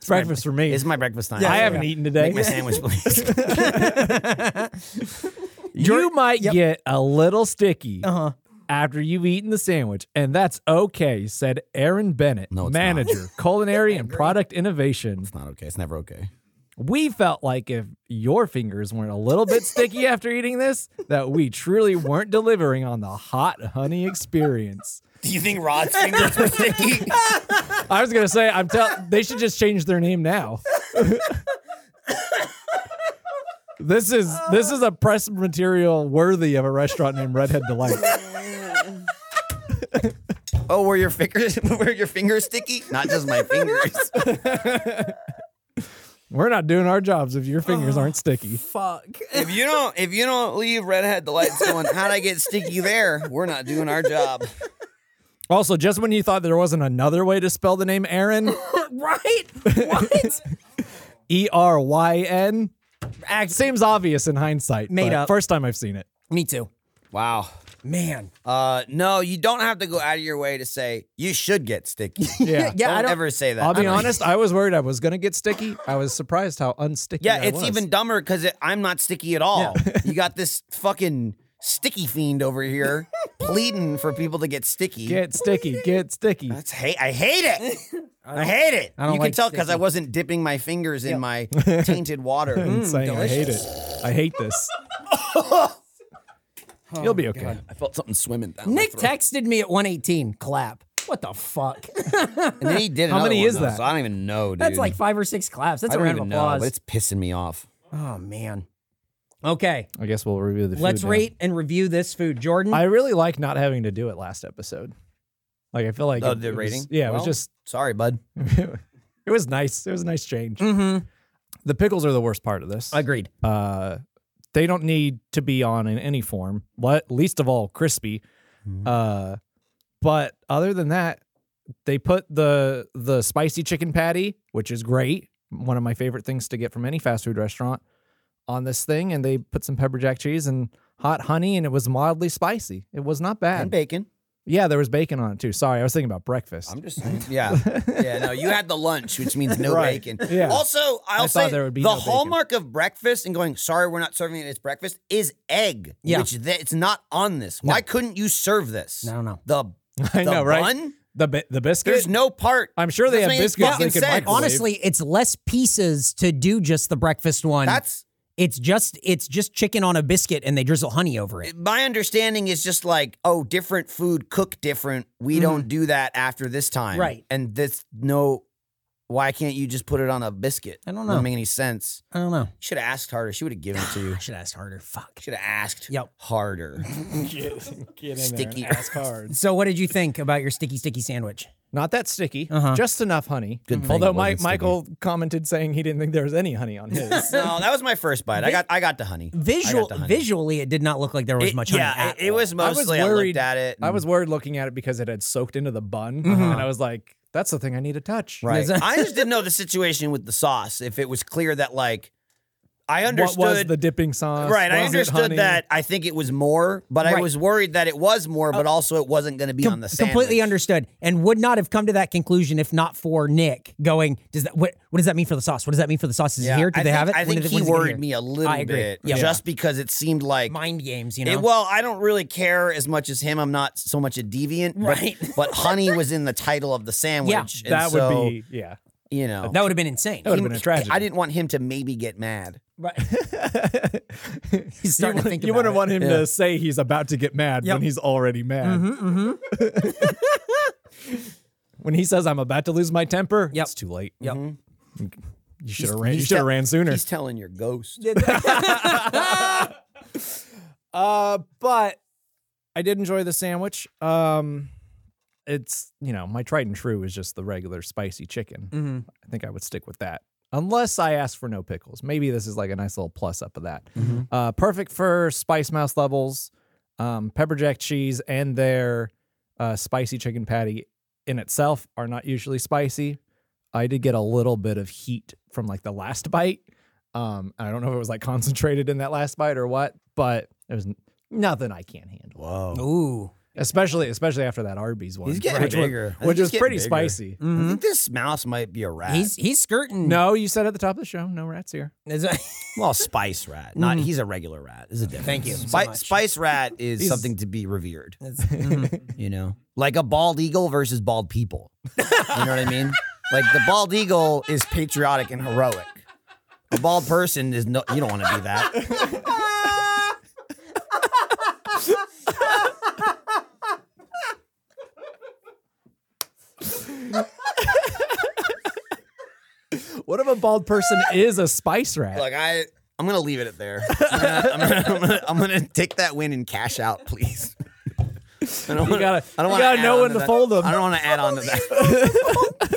Speaker 3: it's breakfast for me.
Speaker 2: It's my breakfast time.
Speaker 3: I haven't eaten today.
Speaker 2: Make my
Speaker 3: [laughs]
Speaker 2: sandwich, please."
Speaker 3: you might
Speaker 4: Yep.
Speaker 3: get a little sticky
Speaker 2: Uh-huh.
Speaker 3: after you've eaten the sandwich, and that's okay, said Aaron Bennett,
Speaker 2: No, it's not. [laughs]
Speaker 3: manager, culinary and product innovation.
Speaker 2: it's not okay. It's never okay.
Speaker 3: We felt like if your fingers weren't a little bit sticky after eating this, that we truly weren't delivering on the hot honey experience.
Speaker 2: Do you think Rod's [laughs] fingers were sticky?
Speaker 3: I was gonna say, I'm tell they should just change their name now. this is this is a press material worthy of a restaurant named Redhead Delight.
Speaker 2: oh, were your fingers [laughs] were your fingers sticky? Not just my fingers.
Speaker 3: We're not doing our jobs if your fingers aren't sticky.
Speaker 4: Fuck.
Speaker 2: [laughs]
Speaker 4: [laughs]
Speaker 2: if you don't if you don't leave redhead the lights going, how'd I get sticky there? We're not doing our job.
Speaker 3: Also, just when you thought there wasn't another way to spell the name Aaron,
Speaker 4: right?
Speaker 2: [laughs]
Speaker 4: What?
Speaker 3: E R Y N, seems obvious in hindsight.
Speaker 4: Made
Speaker 3: but
Speaker 4: up.
Speaker 3: First time I've seen it.
Speaker 4: Me too.
Speaker 2: Wow.
Speaker 4: Man.
Speaker 2: Uh no, you don't have to go out of your way to say you should get sticky.
Speaker 3: [laughs] Yeah.
Speaker 4: Yeah,
Speaker 2: don't,
Speaker 4: I don't-
Speaker 2: ever say that.
Speaker 3: I'll be
Speaker 2: I'm like-
Speaker 3: honest. I was worried I was gonna get sticky. I was surprised how unsticky.
Speaker 2: Yeah,
Speaker 3: I
Speaker 2: it's
Speaker 3: was.
Speaker 2: even dumber because I'm not sticky at all. you got this fucking sticky fiend over [laughs] here pleading for people to get sticky.
Speaker 3: get sticky. Get sticky.
Speaker 2: That's hate. I hate it. [laughs] I, hate it.
Speaker 4: I don't
Speaker 2: you
Speaker 4: like
Speaker 2: can tell because I
Speaker 4: sticky.
Speaker 2: wasn't dipping my fingers in
Speaker 3: [laughs]
Speaker 2: my tainted water.
Speaker 4: Hmm,
Speaker 3: and saying I hate it. I hate
Speaker 4: [laughs]
Speaker 3: this. You'll
Speaker 4: Oh,
Speaker 3: be okay.
Speaker 2: I felt something swimming down. my
Speaker 4: Nick
Speaker 2: throat.
Speaker 4: texted me at 118. Clap. What the fuck? [laughs]
Speaker 2: And then he did.
Speaker 3: How
Speaker 2: another
Speaker 3: many
Speaker 2: one,
Speaker 3: is
Speaker 2: though,
Speaker 3: that?
Speaker 2: So I don't even know, dude.
Speaker 4: That's like five or six claps. That's
Speaker 2: I
Speaker 4: a
Speaker 2: don't
Speaker 4: round of
Speaker 2: even know,
Speaker 4: applause.
Speaker 2: but it's pissing me off.
Speaker 4: oh man. Okay.
Speaker 3: I guess we'll review the.
Speaker 4: Let's
Speaker 3: food now.
Speaker 4: rate and review this food. Jordan.
Speaker 3: I really like not having to do it last episode. Like I feel like
Speaker 2: Oh,
Speaker 3: it-
Speaker 2: the
Speaker 3: it was-
Speaker 2: rating?
Speaker 3: yeah, it
Speaker 2: Well,
Speaker 3: was just [laughs]
Speaker 2: Sorry, bud.
Speaker 3: it was nice. It was a nice change.
Speaker 4: mm-hmm.
Speaker 3: The pickles are the worst part of this.
Speaker 4: Agreed.
Speaker 3: uh, they don't need to be on in any form, le- least of all crispy. Uh, but other than that, they put the the spicy chicken patty, which is great, one of my favorite things to get from any fast food restaurant, on this thing, and they put some pepper jack cheese and hot honey, and it was mildly spicy. It was not
Speaker 2: And
Speaker 3: bad.
Speaker 2: bacon.
Speaker 3: yeah, there was bacon on it too. Sorry, I was thinking about breakfast.
Speaker 2: I'm just saying. Yeah. Yeah. No, you had the lunch, which means no
Speaker 3: Right.
Speaker 2: bacon.
Speaker 3: Yeah.
Speaker 2: Also, I'll
Speaker 3: I thought
Speaker 2: say
Speaker 3: there would be
Speaker 2: the
Speaker 3: no bacon.
Speaker 2: hallmark of breakfast and going, sorry, we're not serving it as breakfast is egg,
Speaker 4: Yeah.
Speaker 2: which th- it's not on this. Why couldn't you serve this?
Speaker 4: I don't know.
Speaker 2: The,
Speaker 3: [laughs] I
Speaker 2: the
Speaker 3: know, right?
Speaker 2: bun?
Speaker 3: the bi- the biscuit.
Speaker 2: There's no part.
Speaker 3: I'm sure they
Speaker 2: Doesn't
Speaker 3: have
Speaker 2: make
Speaker 3: biscuits
Speaker 2: fucking
Speaker 3: they can
Speaker 2: sense.
Speaker 3: microwave.
Speaker 4: Honestly, it's less pieces to do just the breakfast one.
Speaker 2: That's
Speaker 4: it's just it's just chicken on a biscuit and they drizzle honey over it.
Speaker 2: my understanding is just like, oh, different food cook different. We
Speaker 3: Mm-hmm.
Speaker 2: don't do that after this time.
Speaker 4: Right.
Speaker 2: And this, no, why can't you just put it on a biscuit?
Speaker 4: I don't know.
Speaker 2: Doesn't make any sense.
Speaker 4: I don't know.
Speaker 2: You should have asked harder. She would have given it to you.
Speaker 4: [sighs] I should ask harder. Fuck.
Speaker 2: Should have asked
Speaker 4: Yep. [laughs]
Speaker 2: harder. Sticky ass
Speaker 3: cards.
Speaker 4: So what did you think about your sticky sticky sandwich?
Speaker 3: Not that sticky.
Speaker 4: Uh-huh.
Speaker 3: Just enough honey.
Speaker 2: Good thing
Speaker 3: Although
Speaker 2: it
Speaker 3: Mike
Speaker 2: wasn't
Speaker 3: Michael commented saying he didn't think there was any honey
Speaker 2: [laughs]
Speaker 3: on his.
Speaker 2: [laughs] no, that was my first bite. I got I got the honey.
Speaker 4: Visual
Speaker 2: the honey.
Speaker 4: visually it did not look like there was
Speaker 2: It-
Speaker 4: much honey.
Speaker 2: yeah,
Speaker 4: at
Speaker 2: it, it
Speaker 4: all.
Speaker 2: was
Speaker 3: I was
Speaker 2: mostly I,
Speaker 3: worried-
Speaker 2: looked at it.
Speaker 3: I
Speaker 2: and-
Speaker 3: was worried looking at it because it had soaked into the bun, and I was like, "That's the thing I need to
Speaker 2: [laughs]
Speaker 3: touch."
Speaker 2: right.
Speaker 4: [laughs]
Speaker 2: I just didn't know the situation with the sauce. If it was clear that like I
Speaker 3: What
Speaker 2: understood
Speaker 3: was the dipping sauce?
Speaker 2: Right, I
Speaker 3: Was it
Speaker 2: understood
Speaker 3: honey?
Speaker 2: that. I think it was more, but I
Speaker 4: Right. Oh.
Speaker 2: was worried that it was more, but also it wasn't going to be
Speaker 4: Com-
Speaker 2: on the sandwich.
Speaker 4: completely understood and would not have come to that conclusion if not for Nick going, does that what what does that mean for the sauce? What does that mean for the sauce? Is
Speaker 2: Yeah,
Speaker 4: it here? Do
Speaker 2: I
Speaker 4: they
Speaker 2: think,
Speaker 4: have it?
Speaker 2: I
Speaker 4: When
Speaker 2: think
Speaker 4: did it-
Speaker 2: he
Speaker 4: when's it
Speaker 2: worried
Speaker 4: here?
Speaker 2: me a little
Speaker 4: I agree.
Speaker 2: bit,
Speaker 4: Yeah.
Speaker 2: just because it seemed like
Speaker 4: Mind games, you know.
Speaker 2: It- well, I don't really care as much as him. I'm not so much a deviant, but-
Speaker 4: Right.
Speaker 2: [laughs] But, honey was in the title of the sandwich. and
Speaker 3: That would
Speaker 2: so,
Speaker 3: be [laughs] yeah.
Speaker 2: you know.
Speaker 4: that would have been insane.
Speaker 3: That would have been a tragedy.
Speaker 2: I didn't want him to maybe get mad.
Speaker 4: Right. [laughs] He's starting
Speaker 3: you
Speaker 4: to think
Speaker 3: you
Speaker 4: about
Speaker 3: wouldn't
Speaker 4: it.
Speaker 3: want him to say he's about to get mad when he's already mad. Mm-hmm, [laughs] when he says, "I'm about to lose my temper,"
Speaker 4: Yep.
Speaker 3: it's too late. Mm-hmm.
Speaker 4: Yep.
Speaker 3: You should have ran. You
Speaker 2: he's
Speaker 3: should have
Speaker 2: tell-
Speaker 3: ran sooner.
Speaker 2: He's telling your ghost.
Speaker 3: Uh, but I did enjoy the sandwich. Um, it's you know my tried and true is just the regular spicy chicken. I think I would stick with that unless I ask for no pickles. Maybe this is like a nice little plus up of that. Uh, perfect for spice mouse levels. Um, pepper jack cheese and their uh, spicy chicken patty in itself are not usually spicy. I did get a little bit of heat from like the last bite. Um, I don't know if it was like concentrated in that last bite or what, but it was n- nothing I can't handle.
Speaker 2: Whoa.
Speaker 3: [laughs]
Speaker 4: [laughs] Ooh.
Speaker 3: Especially, especially after that Arby's one,
Speaker 2: He's getting
Speaker 3: which was-
Speaker 2: bigger. I think
Speaker 3: which
Speaker 2: he's
Speaker 3: was
Speaker 2: getting
Speaker 3: pretty
Speaker 2: bigger. Mm.
Speaker 3: spicy.
Speaker 2: I think this mouse might be a rat.
Speaker 4: He's he's skirting.
Speaker 3: No, you said at the top of the show, no
Speaker 2: [laughs]
Speaker 3: rats here.
Speaker 4: Is that- [laughs]
Speaker 2: well, spice rat. Not
Speaker 3: Mm-hmm.
Speaker 2: he's a regular rat. There's a difference.
Speaker 4: Thank you so
Speaker 2: Spi-
Speaker 4: much.
Speaker 2: Spice rat is
Speaker 3: He's-
Speaker 2: something to be revered.
Speaker 4: it's- mhm.
Speaker 2: [laughs] You know, like a bald eagle versus bald people. you know what I mean? Like the bald eagle is patriotic and heroic. A bald person is no. You don't want to be that.
Speaker 3: What if a bald person [laughs] is a spice rat?
Speaker 2: Like [laughs] I, I'm gonna leave it at there. I'm gonna, I'm gonna, I'm gonna, I'm gonna take that win and cash out, please. I don't
Speaker 3: you gotta, you
Speaker 2: wanna
Speaker 3: gotta
Speaker 2: add
Speaker 3: know
Speaker 2: on
Speaker 3: when to
Speaker 2: that.
Speaker 3: fold them.
Speaker 2: I don't want to add on
Speaker 3: [laughs]
Speaker 2: to that.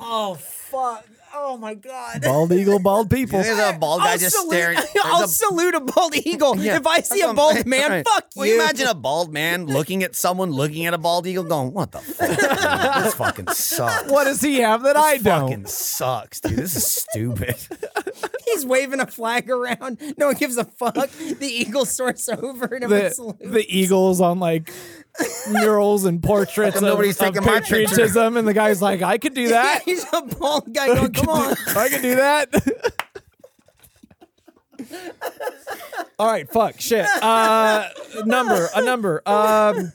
Speaker 4: oh fuck. Oh my god.
Speaker 3: Bald eagle, bald people.
Speaker 2: There's a bald guy
Speaker 4: I'll
Speaker 2: just
Speaker 4: salute-
Speaker 2: staring.
Speaker 4: [laughs] I'll
Speaker 2: there's a-
Speaker 4: salute a bald eagle.
Speaker 2: Yeah,
Speaker 4: if I
Speaker 2: that's
Speaker 4: see
Speaker 2: what
Speaker 4: a
Speaker 2: I'm [laughs]
Speaker 4: bald
Speaker 2: saying.
Speaker 4: man,
Speaker 2: Right.
Speaker 4: fuck
Speaker 2: Well,
Speaker 4: you. [laughs]
Speaker 2: imagine a bald man looking at someone looking at a bald eagle going, what the fuck? this fucking sucks.
Speaker 3: [laughs] What does he have that I
Speaker 2: Fucking
Speaker 3: don't?
Speaker 2: sucks, dude. This is
Speaker 4: [laughs]
Speaker 2: stupid.
Speaker 4: He's waving a flag around. No one gives a fuck. The eagle soars over and everyone
Speaker 3: The,
Speaker 4: [laughs] salutes.
Speaker 3: the eagles
Speaker 2: [laughs]
Speaker 3: on like murals and portraits of,
Speaker 2: Well, nobody's
Speaker 3: of
Speaker 2: taking my picture.
Speaker 3: patriotism, and the guy's like,
Speaker 2: [laughs]
Speaker 3: "I could do
Speaker 4: yeah,
Speaker 3: that.
Speaker 4: he's a bald guy going, [laughs] come on.
Speaker 3: I could do
Speaker 4: [laughs]
Speaker 3: that." All right, fuck, shit. Uh, number, a number. Um,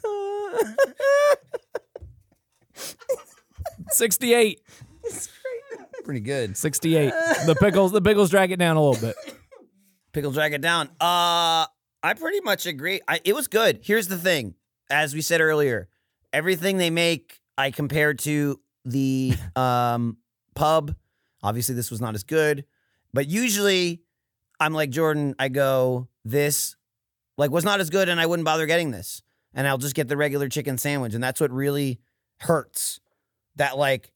Speaker 3: sixty-eight.
Speaker 2: Pretty good.
Speaker 3: 68. The pickles, the pickles drag it down a little bit.
Speaker 2: Pickle drag it down. Uh, I pretty much agree. I, it was good. Here's the thing. As we said earlier, everything they make, I compare to the um, pub. Obviously, this was not as good, but usually I'm like Jordan. I go, this like was not as good, and I wouldn't bother getting this, and I'll just get the regular chicken sandwich, and that's what really hurts. That like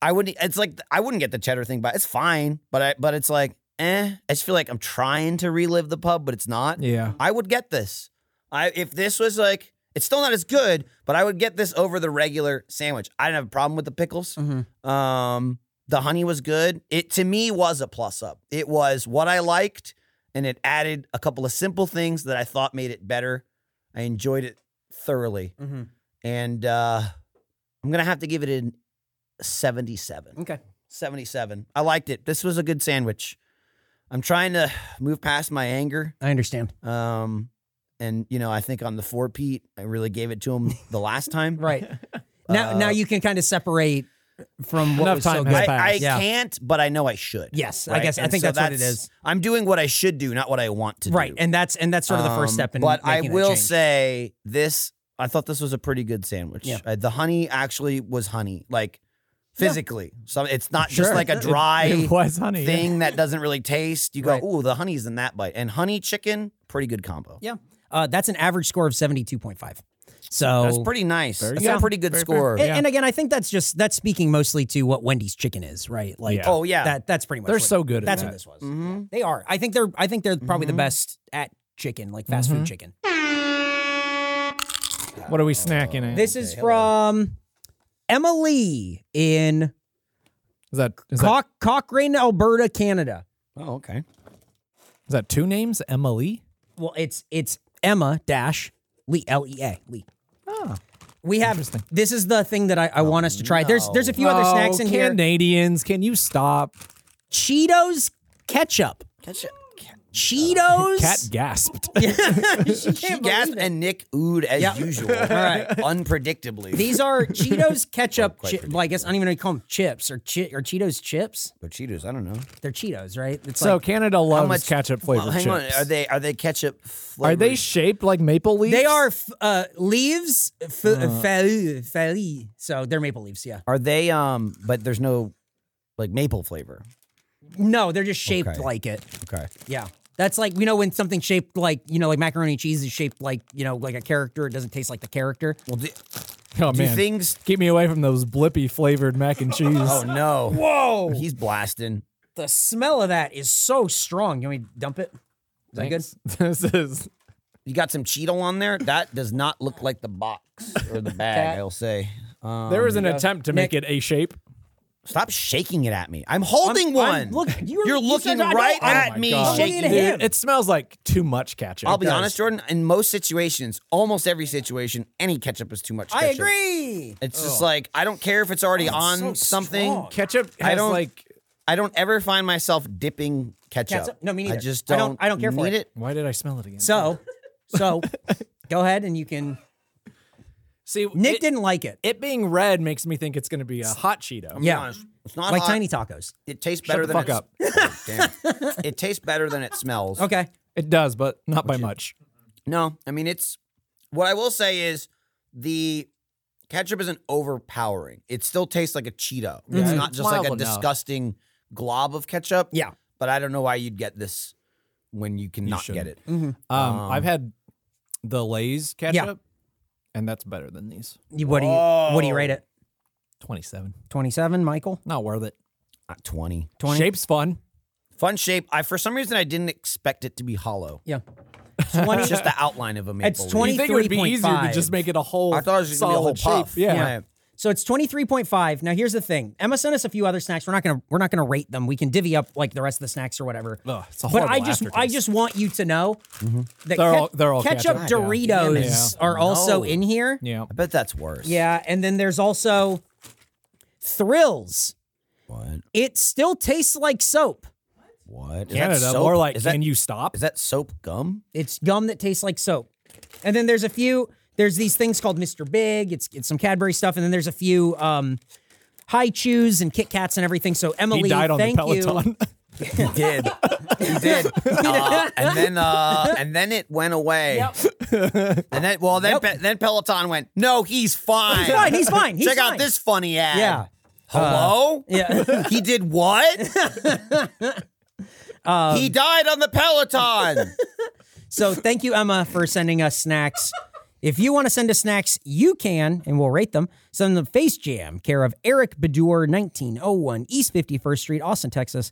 Speaker 2: I wouldn't. It's like I wouldn't get the cheddar thing, but it's fine. But I but it's like eh. I just feel like I'm trying to relive the pub, but it's not.
Speaker 3: Yeah.
Speaker 2: I would get this. I if this was like it's still not as good, but I would get this over the regular sandwich. I didn't have a problem with the pickles. Um, the honey was good. It to me was a plus up. It was what I liked, and it added a couple of simple things that I thought made it better. I enjoyed it thoroughly, and uh, I'm gonna have to give it an 77.
Speaker 4: Okay.
Speaker 2: 77. I liked it. This was a good sandwich. I'm trying to move past my anger.
Speaker 4: I understand.
Speaker 2: Um, and you know, I think on the four Pete, I really gave it to
Speaker 4: [laughs]
Speaker 2: him the last time. [laughs]
Speaker 4: Right. Now
Speaker 2: Uh,
Speaker 4: now you can kind of separate from what
Speaker 3: Enough
Speaker 4: was so
Speaker 3: time
Speaker 4: good.
Speaker 3: has
Speaker 2: I,
Speaker 3: passed.
Speaker 2: I
Speaker 4: Yeah.
Speaker 2: can't, but I know I should.
Speaker 4: Yes, I
Speaker 2: right?
Speaker 4: guess- I
Speaker 2: And
Speaker 4: think
Speaker 2: so
Speaker 4: that's what it is.
Speaker 2: I'm doing what I should do, not what I want to
Speaker 4: Right.
Speaker 2: do.
Speaker 4: And that's and that's sort of the first
Speaker 2: Um,
Speaker 4: step in
Speaker 2: But I
Speaker 4: making a
Speaker 2: will
Speaker 4: change.
Speaker 2: say this: I thought this was a pretty good sandwich.
Speaker 4: Yeah.
Speaker 2: Uh, the honey actually was honey, like physically. So it's not just
Speaker 4: Sure.
Speaker 2: like a
Speaker 4: [laughs] It-
Speaker 2: dry
Speaker 3: it was honey. yeah.
Speaker 2: thing that doesn't really taste. You go,
Speaker 4: Right.
Speaker 2: ooh, the honey's in that bite, and honey chicken, pretty good combo.
Speaker 4: Yeah. Uh, that's an average score of 72.5. So
Speaker 2: That's pretty nice. That's
Speaker 3: good.
Speaker 2: a pretty good
Speaker 3: Very fair.
Speaker 2: score.
Speaker 4: And, and again, I think that's just that's speaking mostly to what Wendy's chicken is, right? Like,
Speaker 3: Yeah.
Speaker 2: Oh yeah,
Speaker 4: that that's pretty much.
Speaker 3: They're
Speaker 4: what-
Speaker 3: so good at
Speaker 4: That's
Speaker 3: that. Mm-hmm.
Speaker 4: what this was.
Speaker 2: Mhm.
Speaker 4: They are. I think they're. I think they're probably the best at chicken, like fast food chicken.
Speaker 3: What are we snacking at?
Speaker 4: This is from Emily in
Speaker 3: is that is, that,
Speaker 4: Coch- Cochrane, Alberta, Canada.
Speaker 2: Oh okay.
Speaker 3: is that two names? Emily?
Speaker 4: Well, it's it's Emma dash Lee L E A Lee. We have
Speaker 3: Ah. Interesting.
Speaker 4: this is the thing that I, I want us to try. There's there's a few other
Speaker 3: Oh,
Speaker 4: snacks in here.
Speaker 3: Canadians, can you stop?
Speaker 4: Cheetos ketchup.
Speaker 2: Ketchup.
Speaker 4: Cheetos.
Speaker 3: Cat
Speaker 2: [laughs]
Speaker 3: gasped.
Speaker 4: she
Speaker 2: She
Speaker 4: can't believe
Speaker 2: gasped
Speaker 4: it.
Speaker 2: and Nick oohed as
Speaker 4: [laughs]
Speaker 2: usual. All
Speaker 4: right.
Speaker 2: Unpredictably.
Speaker 4: These are Cheetos ketchup. chi- well, I guess I don't even know what you call them chips or chi- or Cheetos chips.
Speaker 2: But Cheetos, I don't know.
Speaker 4: They're Cheetos, right? It's
Speaker 3: so
Speaker 4: like,
Speaker 3: Canada loves
Speaker 2: much-
Speaker 3: ketchup flavored
Speaker 2: Well, hang
Speaker 3: chips.
Speaker 2: on. Are they are they ketchup
Speaker 3: Are
Speaker 2: flavored?
Speaker 3: they shaped like maple leaves?
Speaker 4: they are f- uh, leaves, f- fali- fali. So they're maple leaves. Yeah.
Speaker 2: Are they um but there's no like maple flavor.
Speaker 4: No, they're just shaped
Speaker 2: Okay.
Speaker 4: like it.
Speaker 2: Okay.
Speaker 4: Yeah. That's like you know when something shaped like you know like macaroni and cheese is shaped like you know like a character. It doesn't taste like the character.
Speaker 2: Well do,
Speaker 3: Oh
Speaker 2: do
Speaker 3: man,
Speaker 2: things
Speaker 3: keep me away from those blippy flavored mac and
Speaker 2: [laughs]
Speaker 3: cheese.
Speaker 2: Oh no.
Speaker 4: Whoa!
Speaker 2: He's blasting.
Speaker 4: The smell of that is so strong. You want me to dump it? Is that good?
Speaker 3: [laughs] This is
Speaker 2: You got some Cheetle on there? That does not look like the box or the bag, I'll say. Um,
Speaker 3: There was an attempt to make it a shape.
Speaker 2: Stop shaking it at me. I'm holding
Speaker 4: I'm-
Speaker 2: one.
Speaker 4: I'm- look, you were-
Speaker 2: you're
Speaker 4: you
Speaker 2: looking
Speaker 4: said I Oh don't-
Speaker 2: right
Speaker 4: I'm-
Speaker 2: at
Speaker 3: my
Speaker 2: me,
Speaker 3: God.
Speaker 4: Looking
Speaker 2: shaking
Speaker 4: at
Speaker 2: it.
Speaker 4: him.
Speaker 3: It smells like too much ketchup.
Speaker 2: I'll be honest, Jordan. In most situations, almost every situation, any ketchup is too much.
Speaker 4: I
Speaker 2: ketchup.
Speaker 4: agree. Oh,
Speaker 2: It's just like I don't care if it's already on
Speaker 4: so
Speaker 2: something.
Speaker 4: strong.
Speaker 3: Ketchup
Speaker 2: I
Speaker 3: has
Speaker 2: don't-
Speaker 3: like
Speaker 2: I don't ever find myself dipping ketchup.
Speaker 4: Ketchup? No,
Speaker 2: I
Speaker 4: me neither.
Speaker 2: just
Speaker 4: I
Speaker 2: don't.
Speaker 4: don't- I don't care for
Speaker 2: need
Speaker 4: it.
Speaker 3: why did I smell it again?
Speaker 4: So, so go ahead and you can.
Speaker 3: see
Speaker 4: Nick
Speaker 3: it,
Speaker 4: didn't like it.
Speaker 3: it being red makes me think it's gonna be a hot Cheeto.
Speaker 4: Yeah.
Speaker 2: Honest, It's not
Speaker 4: like
Speaker 2: hot.
Speaker 4: tiny tacos.
Speaker 2: It tastes
Speaker 3: Shut
Speaker 2: better
Speaker 3: the
Speaker 2: than
Speaker 3: fuck
Speaker 4: [laughs]
Speaker 2: it. Damn. it tastes better than it smells.
Speaker 4: Okay.
Speaker 3: It does, but not by much.
Speaker 2: No, I mean it's. What I will say is the ketchup isn't overpowering. It still tastes like a Cheeto. It's not
Speaker 3: It's
Speaker 2: just like a
Speaker 3: mild enough.
Speaker 2: disgusting glob of ketchup.
Speaker 4: Mm-hmm. Yeah.
Speaker 2: but I don't know why you'd get this when you cannot get it.
Speaker 3: shouldn't. Um,
Speaker 2: Um,
Speaker 3: I've had the Lay's ketchup, and that's better than these.
Speaker 4: You, what do you what do you rate it?
Speaker 3: Twenty-seven,
Speaker 4: Twenty seven, Michael.
Speaker 3: not worth it.
Speaker 2: Not Twenty.
Speaker 4: 20?
Speaker 3: Shape's fun.
Speaker 2: Fun shape. I for some reason I didn't expect it to be hollow.
Speaker 3: [laughs]
Speaker 4: Yeah.
Speaker 2: It's just the outline of a maple.
Speaker 4: It's
Speaker 2: leaf.
Speaker 4: 20
Speaker 3: You think it would be easier to
Speaker 4: 23.5.
Speaker 3: just make it a whole?
Speaker 2: I thought it was just gonna be a whole
Speaker 3: solid shape.
Speaker 2: puff.
Speaker 3: [laughs] Yeah.
Speaker 4: So it's twenty three point five. Now here's the thing. Emma sent us a few other snacks. We're not gonna we're not gonna rate them. We can divvy up like the rest of the snacks or whatever.
Speaker 3: Ugh, it's a
Speaker 4: but
Speaker 3: horrible
Speaker 4: I just I
Speaker 3: aftertaste. Mm-hmm.
Speaker 4: just want you to know that
Speaker 3: They're
Speaker 4: ke-
Speaker 3: all- they're all
Speaker 4: ketchup,
Speaker 3: ketchup.
Speaker 2: God,
Speaker 4: Doritos
Speaker 2: damn
Speaker 4: are also
Speaker 2: No.
Speaker 4: in here.
Speaker 3: yeah.
Speaker 2: I bet that's worse.
Speaker 4: Yeah, and then there's also Thrills.
Speaker 2: What?
Speaker 4: It still tastes like soap.
Speaker 2: What? Is that
Speaker 3: Canada,
Speaker 2: soap?
Speaker 3: more like
Speaker 2: is
Speaker 3: can
Speaker 2: that,
Speaker 3: you
Speaker 2: [laughs]
Speaker 3: stop?
Speaker 2: Is that soap gum?
Speaker 4: It's gum that tastes like soap. And then there's a few. There's these things called Mr. Big. It's it's some Cadbury stuff, and then there's a few um, high chews and Kit Kats and everything. So Emily,
Speaker 3: he died on the
Speaker 4: thank
Speaker 2: [laughs]
Speaker 4: you.
Speaker 3: Peloton.
Speaker 2: He did. he did. Uh, and then uh, and then it went away. and then well then Pe- then Peloton went, "No, he's fine.
Speaker 4: He's fine. He's fine. He's
Speaker 2: [laughs] Check out
Speaker 4: fine.
Speaker 2: this funny ad."
Speaker 4: Yeah. Uh,
Speaker 2: Hello? [laughs]
Speaker 4: yeah. [laughs]
Speaker 2: he did what?
Speaker 4: Um,
Speaker 2: he died on the [laughs] Peloton.
Speaker 4: So thank you, Emma, for sending us snacks. If you want to send us snacks, you can, and we'll rate them. Send them Face Jam, care of Eric Bedour, 1901 East 51st Street, Austin, Texas,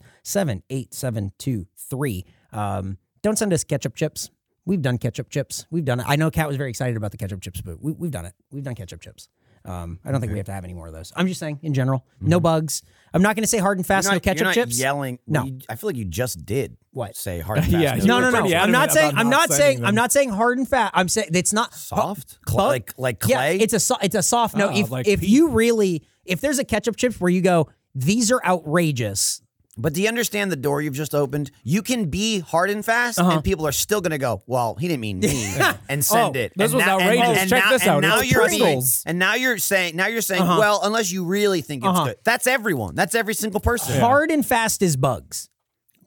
Speaker 4: 78723. Um, don't send us ketchup chips. We've done ketchup chips. We've done it. I know Kat was very excited about the ketchup chips, but we, we've done it. We've done ketchup chips. Um, I don't think we have to have any more of those. I'm just saying, in general, no bugs. I'm not going to say hard and fast,
Speaker 2: You're
Speaker 4: no
Speaker 2: not- you're
Speaker 4: ketchup
Speaker 2: not
Speaker 4: chips.
Speaker 2: Yelling.
Speaker 4: No.
Speaker 2: You- I feel like you just did.
Speaker 4: What? [laughs]
Speaker 2: Say hard. and
Speaker 3: Yeah,
Speaker 2: fast.
Speaker 3: you
Speaker 4: No,
Speaker 3: were
Speaker 4: no, no.
Speaker 3: pretty
Speaker 4: I'm not
Speaker 3: adamant
Speaker 4: saying.
Speaker 3: about
Speaker 4: I'm
Speaker 3: not
Speaker 4: not saying.
Speaker 3: saying
Speaker 4: I'm
Speaker 3: them.
Speaker 4: not saying hard and fat. I'm saying it's not
Speaker 2: Soft, Cl-
Speaker 4: Cl-
Speaker 2: like like clay.
Speaker 4: Yeah, it's a so- it's a soft no.
Speaker 3: Ah,
Speaker 4: if
Speaker 3: like
Speaker 4: if
Speaker 3: pea.
Speaker 4: you really if there's a ketchup chips where you go, these are outrageous.
Speaker 2: but do you understand the door you've just opened? You can be hard and fast,
Speaker 4: Uh-huh.
Speaker 2: and people are still gonna go. Well, he didn't mean
Speaker 4: [laughs]
Speaker 2: me, and send
Speaker 3: Oh,
Speaker 2: it.
Speaker 3: this
Speaker 2: and
Speaker 3: was outrageous. Check
Speaker 2: now,
Speaker 3: this
Speaker 2: and
Speaker 3: out.
Speaker 2: Now
Speaker 3: It's
Speaker 2: you're
Speaker 3: Pringles.
Speaker 2: Being, and now you're saying. Now you're saying.
Speaker 4: Uh-huh.
Speaker 2: Well, unless you really think it's good. That's everyone. That's every single person.
Speaker 4: Hard and fast is bugs.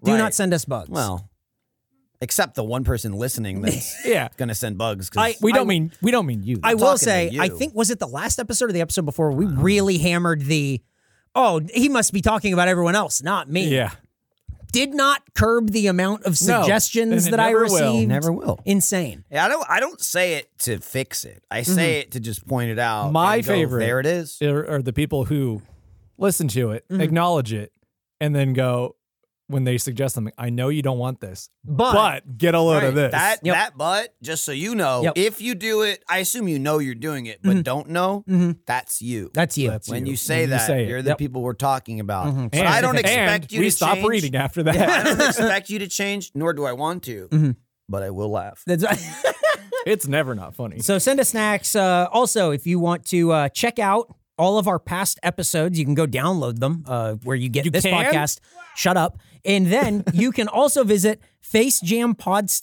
Speaker 4: Do
Speaker 2: Right.
Speaker 4: not send us bugs.
Speaker 2: Well, except the one person listening that's
Speaker 3: yeah.
Speaker 2: gonna send bugs. 'cause-
Speaker 4: I
Speaker 3: We don't
Speaker 4: I-
Speaker 3: mean we don't mean you. though.
Speaker 4: I will
Speaker 2: talking to
Speaker 4: say, I
Speaker 2: you.
Speaker 4: think was it the last episode or the episode before we really hammered the. Oh, he must be talking about everyone else, not me.
Speaker 3: yeah.
Speaker 4: Did not curb the amount of
Speaker 3: No,
Speaker 4: suggestions
Speaker 3: and it
Speaker 4: that I
Speaker 3: never will.
Speaker 4: received.
Speaker 2: Never will.
Speaker 4: Insane.
Speaker 2: Yeah, I don't. I don't say it to fix it. I say it to just point it out.
Speaker 3: My
Speaker 2: and go,
Speaker 3: favorite.
Speaker 2: There it is.
Speaker 3: Are, are the people who listen to it,
Speaker 2: Mm-hmm.
Speaker 3: acknowledge it, and then go when they suggest something. I know you don't want this,
Speaker 4: But-
Speaker 3: get a load
Speaker 2: Right,
Speaker 3: of this.
Speaker 2: That that but just so you know,
Speaker 4: Yep.
Speaker 2: if you do it, I assume you know you're doing it, but don't know. That's you.
Speaker 4: That's you.
Speaker 3: Mm-hmm. That's
Speaker 2: when
Speaker 3: you.
Speaker 2: you say
Speaker 3: When you
Speaker 2: that,
Speaker 3: say it.
Speaker 2: you are the
Speaker 3: Yep. Mm-hmm.
Speaker 2: people we're talking about. But
Speaker 3: And-
Speaker 2: I don't
Speaker 3: and
Speaker 2: expect you
Speaker 3: we
Speaker 2: to
Speaker 3: stop
Speaker 2: change.
Speaker 3: reading after
Speaker 2: [laughs]
Speaker 3: that.
Speaker 2: I
Speaker 3: [laughs]
Speaker 2: don't expect you to change, nor do I want to.
Speaker 3: Mm-hmm.
Speaker 2: But I will
Speaker 3: [laughs]
Speaker 2: laugh.
Speaker 4: That's. [laughs]
Speaker 3: it's never
Speaker 2: [laughs]
Speaker 3: not funny.
Speaker 4: So send us snacks. Uh, also, if you want to uh, check out all of our past episodes, you can go download them uh, where you get
Speaker 3: You
Speaker 4: this
Speaker 3: can?
Speaker 4: podcast. Shut up.
Speaker 3: [laughs]
Speaker 4: And then you can also visit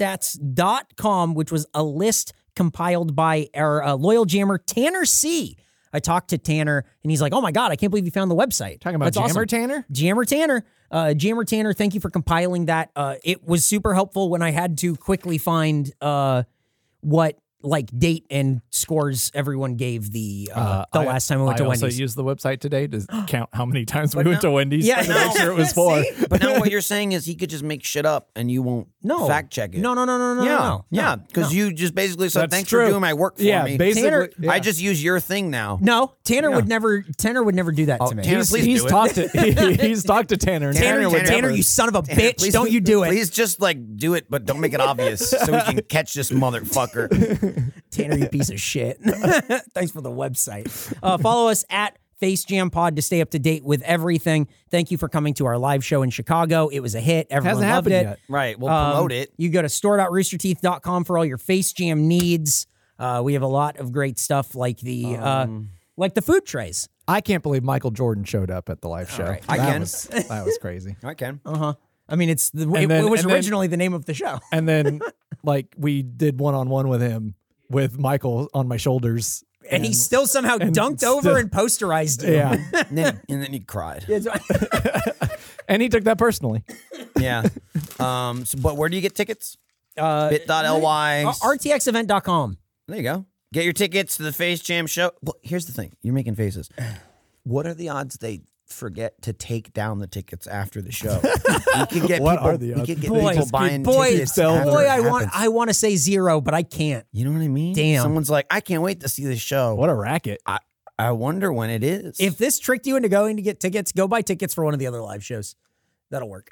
Speaker 4: facejampodstatscom which was a list compiled by our uh, loyal jammer, Tanner C. I talked to Tanner and he's like, oh my God, I can't believe you found the website.
Speaker 3: Talking about
Speaker 4: That's
Speaker 3: Jammer
Speaker 4: awesome.
Speaker 3: Tanner?
Speaker 4: Jammer Tanner. Uh, Jammer Tanner, thank you for compiling that. Uh, it was super helpful when I had to quickly find uh, what like date and scores everyone gave the uh,
Speaker 3: Uh,
Speaker 4: the
Speaker 3: I-
Speaker 4: last time I went to
Speaker 3: I also
Speaker 4: Wendy's.
Speaker 3: used the website
Speaker 2: [gasps]
Speaker 3: today to count how many times we went to Wendy's.
Speaker 4: Yeah,
Speaker 3: to
Speaker 4: no.
Speaker 3: make
Speaker 2: [laughs]
Speaker 3: sure it was four.
Speaker 4: See?
Speaker 2: But
Speaker 3: [laughs]
Speaker 2: now what you're saying is he could just make shit up and you won't
Speaker 4: no
Speaker 2: fact check it.
Speaker 4: No, no, no, no, no,
Speaker 2: yeah,
Speaker 4: no, no,
Speaker 2: yeah,
Speaker 4: no.
Speaker 2: because you just basically said
Speaker 3: That's
Speaker 2: thanks for
Speaker 3: true.
Speaker 2: doing my work for
Speaker 3: Yeah,
Speaker 2: me.
Speaker 3: basically.
Speaker 4: Tanner-
Speaker 3: yeah.
Speaker 2: I just use your thing now.
Speaker 4: No, Tanner would never. Tanner would never do that to me.
Speaker 2: Oh, Tanner,
Speaker 3: he's,
Speaker 2: please
Speaker 3: he's
Speaker 2: do it.
Speaker 3: talked to [laughs] he- he's talked to Tanner. and
Speaker 2: Tanner
Speaker 4: Tanner,
Speaker 2: would
Speaker 4: Tanner,
Speaker 2: never.
Speaker 4: you son of a bitch!
Speaker 2: Please-
Speaker 4: don't you do it,
Speaker 2: Please just like do it, but don't make it
Speaker 4: [laughs]
Speaker 2: obvious so we can catch this motherfucker.
Speaker 4: Tanner, you piece of shit. [laughs] Thanks for the website. Uh, follow us at Face Jam Pod to stay up to date with everything. Thank you for coming to our live show in Chicago. It was a hit. Everyone
Speaker 3: Hasn't
Speaker 4: loved
Speaker 3: happened
Speaker 4: it.
Speaker 3: yet.
Speaker 2: right, we'll
Speaker 4: Um,
Speaker 2: promote it.
Speaker 4: You go to store.roosterteeth.com for all your face jam needs. Uh, we have a lot of great stuff like the uh, like the food trays.
Speaker 3: I can't believe Michael Jordan showed up at the live show.
Speaker 2: I
Speaker 3: that
Speaker 2: can.
Speaker 3: Was,
Speaker 2: [laughs]
Speaker 3: that was crazy.
Speaker 2: I can.
Speaker 4: Uh-huh. I mean, it's the it,
Speaker 3: then-
Speaker 4: it was
Speaker 3: and then-
Speaker 4: originally the name of the show.
Speaker 3: And then like we did one on one with him with Michael on my shoulders.
Speaker 4: [laughs] And, he still somehow dunked
Speaker 3: still-
Speaker 4: over and posterized you.
Speaker 3: Yeah.
Speaker 2: [laughs] And then, and then he cried.
Speaker 3: and he took that personally.
Speaker 2: Yeah. Um. So, but where do you get tickets?
Speaker 4: uh,
Speaker 2: Bit.ly.
Speaker 4: rtxevent.com.
Speaker 2: There you go. Get your tickets to the Face Jam show. Well, here's the thing. You're making
Speaker 3: [sighs]
Speaker 2: faces. What are the odds they forget to take down the tickets after the
Speaker 3: [laughs]
Speaker 2: show? we could get
Speaker 3: What
Speaker 2: people,
Speaker 3: are the
Speaker 2: We
Speaker 3: odds?
Speaker 2: could get
Speaker 3: Boy,
Speaker 2: people
Speaker 3: just
Speaker 2: buying
Speaker 4: Boy,
Speaker 2: tickets.
Speaker 3: sell
Speaker 2: after
Speaker 3: them.
Speaker 4: boy,
Speaker 2: it
Speaker 4: I want
Speaker 2: happens.
Speaker 4: I want to say zero, but I can't.
Speaker 2: You know what I mean?
Speaker 4: Damn.
Speaker 2: Someone's like, I can't wait to see this show.
Speaker 3: What a racket.
Speaker 2: I wonder when it is.
Speaker 4: If this tricked you into going to get tickets, go buy tickets for one of the other live shows. That'll work.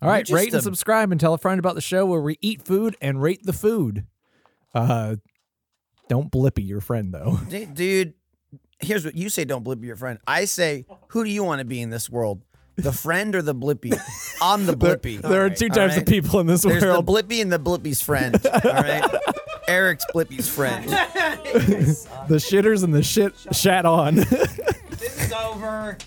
Speaker 3: All right,
Speaker 2: You're just
Speaker 3: rate and
Speaker 2: a-
Speaker 3: subscribe and tell a friend about the show where we eat food and rate the food. Uh don't blippy your
Speaker 2: [laughs]
Speaker 3: friend though.
Speaker 2: D- dude, here's what you say: Don't blippy your friend. I say, who do you want to be in this world? The friend or the
Speaker 3: [laughs]
Speaker 2: blippy? I'm the blippy.
Speaker 3: there are two
Speaker 2: All
Speaker 3: types
Speaker 2: right?
Speaker 3: of people in this
Speaker 2: There's
Speaker 3: world.
Speaker 2: the blippy and the blippy's friend. All right, Eric's blippy's friend.
Speaker 3: the shitters and the shit shat on.
Speaker 4: This is over.